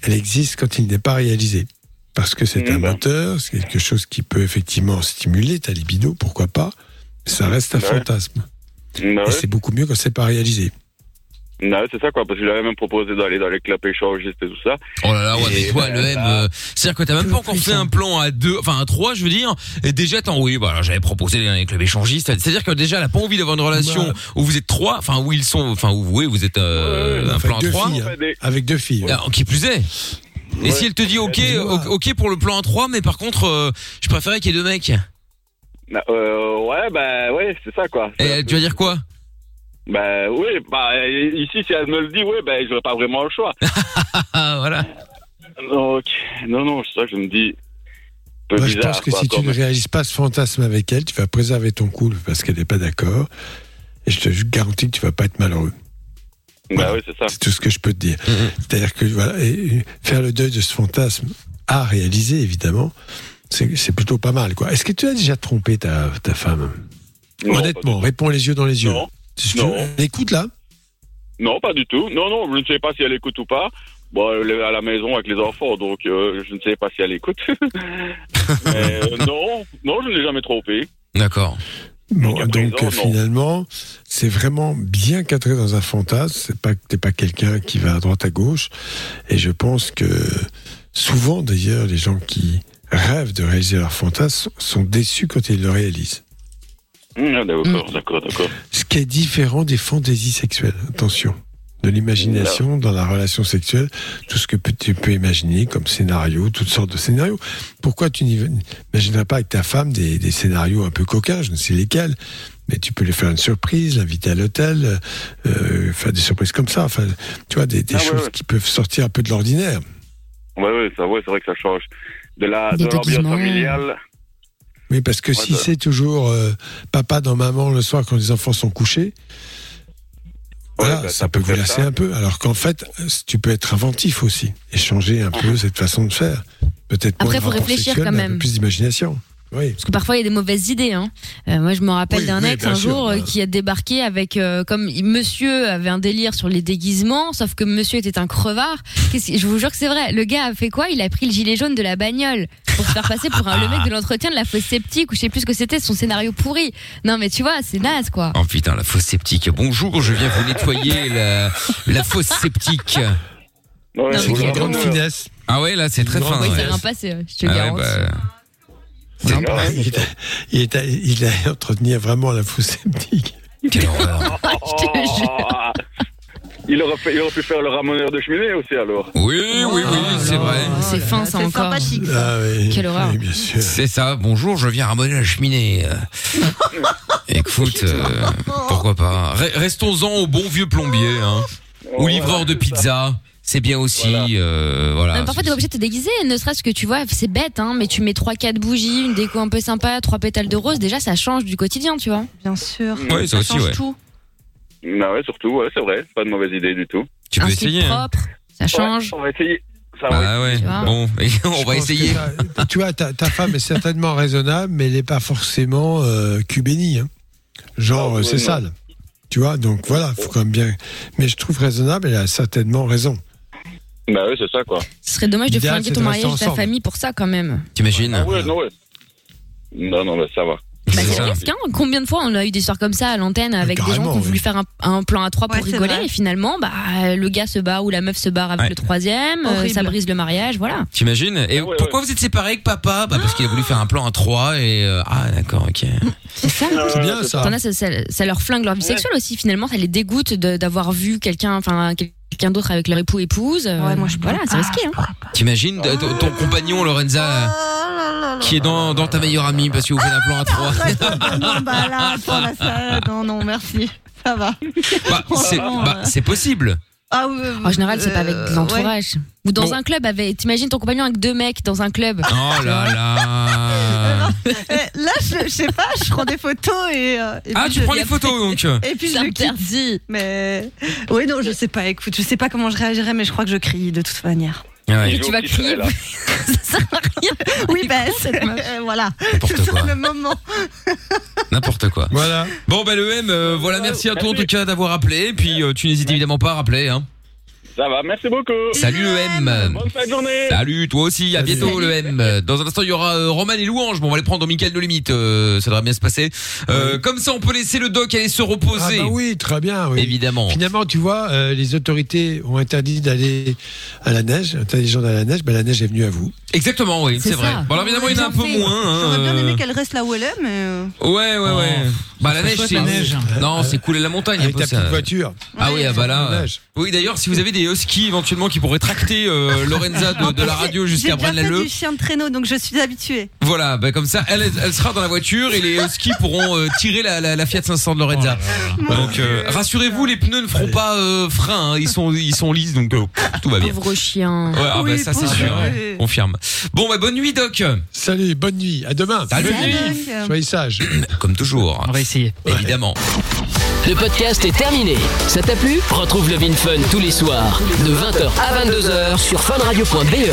D: elle existe quand il n'est pas réalisé. Parce que c'est un moteur, c'est quelque chose qui peut effectivement stimuler ta libido, pourquoi pas. mais Ça reste un
M: Ouais.
D: fantasme.
M: Bah
D: Et
M: ouais.
D: c'est beaucoup mieux quand c'est pas réalisé.
M: Non, c'est ça, quoi, parce que je l'avais même proposé d'aller dans les clubs échangistes et tout ça. ben
B: Oh là là, ouais, mais
E: bah,
B: toi, le M, euh, c'est-à-dire que t'as même pas encore fait un plan à deux, enfin à trois, je veux dire, et déjà, t'en, oui, bah, alors, j'avais proposé les les clubs échangistes, c'est-à-dire que déjà, elle a pas envie d'avoir une relation
D: Ouais.
B: où vous êtes trois, enfin, où ils sont, enfin, où vous, oui, vous êtes, euh, un
D: Enfin,
B: plan à
D: avec, deux
B: trois.
D: filles, hein. avec deux filles.
B: Ah, qui plus est. Et si elle te dit, ok, ok ok pour le plan à trois, mais par contre, euh, je préférais qu'il y ait deux mecs.
M: Bah, euh, ouais, bah ouais, c'est ça quoi.
B: Et tu vas dire quoi
M: Bah oui, bah euh, ici, si elle me le dit, oui, bah j'aurais pas vraiment le choix.
B: voilà.
M: Donc, non, non, c'est ça que je me dis. Peu
D: Moi, je
M: bizarre,
D: pense que
M: quoi,
D: si tu
M: comme-
D: ne réalises pas ce fantasme avec elle, tu vas préserver ton couple parce qu'elle n'est pas d'accord. Et je te garantis que tu vas pas être malheureux.
M: Bah oui, c'est ça.
D: C'est tout ce que je peux te dire. C'est-à-dire que voilà, et, et faire le deuil de ce fantasme à réaliser, évidemment, c'est c'est plutôt pas mal. quoi. Est-ce que tu as déjà trompé ta, ta femme
M: Non,
D: Honnêtement, réponds les yeux dans les yeux. Tu-
M: Non.
D: elle Écoute là.
M: Non, pas du tout. Non, non, je ne sais pas si elle écoute ou pas. Bon, elle est à la maison avec les enfants, donc euh, je ne sais pas si elle écoute. Mais, euh, non, non, je ne l'ai jamais trompé.
B: D'accord.
D: Bon, donc
M: présent,
D: euh,
M: non.
D: finalement, c'est vraiment bien cadré dans un fantasme. C'est pas que t'es pas quelqu'un qui va à droite à gauche. Et je pense que souvent, d'ailleurs, les gens qui rêvent de réaliser leur fantasme sont déçus quand ils le réalisent.
M: Mmh, ah,
D: Hmm.
M: d'accord, d'accord, d'accord.
D: Ce qui est différent des fantaisies sexuelles. Attention. De l'imagination dans la relation sexuelle, tout ce que peut- tu peux imaginer comme scénario, toutes sortes de scénarios. Pourquoi tu n'imaginerais pas avec ta femme des, des scénarios un peu coquins, je ne sais lesquels, mais tu peux lui faire une surprise, l'inviter à l'hôtel, euh, faire des surprises comme ça, enfin, tu vois, des, des
M: Ah, ouais,
D: choses
M: ouais.
D: qui peuvent sortir un peu de l'ordinaire.
M: Ouais, ouais, ça, ouais, c'est vrai que ça change. De la, de
D: Des
M: l'ambiance
D: déguisements.
M: familiale.
D: Oui, parce que
M: Ouais,
D: si
M: ça-
D: c'est toujours euh, papa dans maman le soir quand les enfants sont couchés, voilà,
M: bah,
D: ça peut vous lasser un peu. Alors qu'en fait, euh, tu peux être inventif aussi et changer un peu cette façon de faire. Peut-être moins
E: Après,
D: de
E: faut
D: rapport
E: réfléchir
D: sexuel,
E: quand
D: mais un
E: même.
D: peu plus d'imagination. Oui.
E: Parce que parfois, il y a des mauvaises idées. Hein. Euh, moi, je me rappelle
D: Oui,
E: d'un
D: oui,
E: ex
D: bien
E: un
D: sûr,
E: jour euh,
D: bah.
E: qui a débarqué avec. euh, comme il- monsieur avait un délire sur les déguisements, sauf que monsieur était un crevard. Qu'est-ce qui- je vous jure que c'est vrai. Le gars a fait quoi Il a pris le gilet jaune de la bagnole pour se faire passer pour un- le mec de l'entretien de la fosse sceptique ou je sais plus ce que c'était, son scénario pourri. Non, mais tu vois, c'est naze quoi.
B: Oh putain, la fosse sceptique. Bonjour, je viens vous nettoyer la, la fosse sceptique.
M: Ouais,
E: mais
D: c'est une grande finesse.
B: Ah ouais, là, c'est très fin.
E: Oui, ça
B: ouais.
E: vient passer, euh, je te
B: Ah ouais,
E: garantis.
B: bah,
D: Non, il, est- il, est à- il a entretenu vraiment la fausse sceptique.
M: Il aurait, fait- il aurait pu faire le ramoneur de cheminée aussi, alors.
B: Oui, oui, oui,
E: Ah.
B: Ah c'est vrai.
E: C'est fin, ça encore.
B: Ah
E: Quelle horreur.
B: C'est ça. Bonjour, je viens ramonner la cheminée. Euh, Écoute, euh, pourquoi pas. Re- Restons-en au bon vieux plombier, hein. Ou livreur de pizza. C'est bien aussi. euh,
E: Non,
D: Bah,
B: Voilà.
E: mais parfois, t'es obligé de te déguiser, ne serait-ce que tu vois, c'est bête, hein, mais tu mets 3-4 bougies, une déco un peu sympa, 3 pétales de rose, déjà, ça change du quotidien, tu vois. Bien sûr.
D: Mm.
M: Ouais, ça Ça aussi, change ouais. tout. Bah ouais, surtout, ouais, c'est vrai. Pas de mauvaise idée du tout.
B: Tu
E: Un slip
B: hein.
E: propre, ça change.
M: on va essayer. Ça,
B: Ah ouais, bon, on
D: Je
B: va
D: pense que
B: essayer.
D: ça- tu vois, ta, ta femme est certainement raisonnable, mais elle n'est pas forcément euh, cubénie. hein. Genre,
M: Ah,
D: euh, c'est
M: ouais, non.
D: sale. Tu vois, donc voilà, faut quand même bien. Mais je trouve raisonnable, elle a certainement raison.
M: Bah ouais, c'est ça, quoi.
E: Ce serait dommage de
D: L'idéal,
E: flinguer
D: c'est
E: ton
D: de rester
E: mariage et ta
D: ensemble.
E: famille pour ça, quand même.
B: T'imagines
M: Ah ouais, non, ouais. Non, non, bah ça va.
E: Bah, c'est risque, hein. Combien de fois on a eu des histoires comme ça à l'antenne avec des gens qui ont voulu faire un, un plan à trois pour
F: Ouais, c'est
E: rigoler
F: vrai.
E: et finalement, bah, le gars se barre ou la meuf se barre avec
B: Ouais.
E: le troisième, euh,
F: Horrible.
E: ça brise le mariage, voilà.
B: T'imagines Et pourquoi vous êtes séparés avec papa Bah parce qu'il a voulu faire un plan à trois et euh, ah d'accord, ok.
E: C'est ça.
B: C'est bien, ça.
E: T'en as, ça, ça- ça leur flingue leur vie sexuelle aussi, finalement, ça les dégoûte de- d'avoir vu quelqu'un, enfin, quelqu'un d'autre avec leur époux, épouse. Ouais, moi je Voilà, c'est risqué, hein.
B: T'imagines t- ton ton compagnon Lorenza euh, qui est dans, dans ta meilleure amie parce que vous faites un plan à trois.
F: Non, bah là, pour la salade, non, non, merci. Ça va.
B: Bah, c'est bah, c'est possible.
F: Ah, oui,
E: En général, c'est pas avec
F: euh,
E: l'entourage. Ou dans
B: Bon.
E: un club, avec. T'imagines ton compagnon avec deux mecs dans un club.
B: Oh là là.
F: Eh, Là, je, je sais pas, je prends des photos et. euh, et
B: Ah,
F: puis
B: tu
F: je-
B: prends les photos, donc.
F: Et puis je le quitte. Mais. Oui, non, je sais pas, écoute, je sais pas comment je réagirais, mais je crois que je crie de toute manière.
B: Ah Ouais.
E: Et tu vas crier.
F: Oui, bah, c'est- euh, voilà.
B: N'importe
F: C'est
B: quoi.
F: le moment.
B: N'importe quoi.
D: Voilà.
B: Bon bah le M, euh, voilà, merci à toi en tout cas d'avoir appelé. Puis euh, tu n'hésites évidemment pas à rappeler. Hein.
M: Ça va, merci beaucoup.
B: Salut le M.
M: Bonne fin de journée.
B: Salut, toi aussi, à bientôt le M. Dans un instant, il y aura euh, Roman et Louange. Bon, on va les prendre dans Michael de Limite, euh, ça devrait bien se passer. Euh, Comme ça, on peut laisser le doc aller se reposer.
D: Ah bah oui, très bien. oui.
B: Évidemment.
D: Finalement, tu vois, euh, les autorités ont interdit d'aller à la neige, interdit les gens d'aller à la neige, ben, la neige est venue à vous.
B: Exactement, oui, c'est vrai. Bon, alors évidemment, il y en a un peu moins. hein,
F: J'aurais bien
B: euh,
F: aimé qu'elle reste là où elle est, mais. euh,
B: Ouais, ouais, ouais. Bah, la
D: Oh, serait
B: neige,
D: chouette,
B: c'est.
D: la neige.
B: Non, c'est couler la montagne.
D: Avec
B: un peu,
D: ta
B: ça.
D: petite voiture.
B: Ah oui, ah bah là.
D: La
B: euh,
D: neige.
B: Oui, d'ailleurs, si vous avez des, et Husky éventuellement qui pourraient tracter euh, Lorenza de, de la radio jusqu'à
F: J'ai déjà fait
B: Braine-l'Alleud.
F: du chien de traîneau, donc je suis habituée.
B: Voilà, bah, comme ça, elle, elle sera dans la voiture et les Husky pourront euh, tirer la, la- la Fiat 500 de Lorenza. Donc euh, rassurez-vous, les pneus ne feront pas euh, frein, hein. ils sont ils sont lisses, donc euh, tout va bien.
E: Pauvre chien.
B: Ouais, ah bah, ça c'est sûr, hein. confirme. Bon, bah, bonne nuit Doc.
D: Salut, bonne nuit, à demain.
B: Salut.
D: Soyez sages.
B: Comme toujours.
G: On va essayer.
B: Évidemment.
A: Le podcast est terminé. Ça t'a plu E
B: E.
A: Retrouve Love in Fun tous les soirs de 20h à 22h sur funradio.be.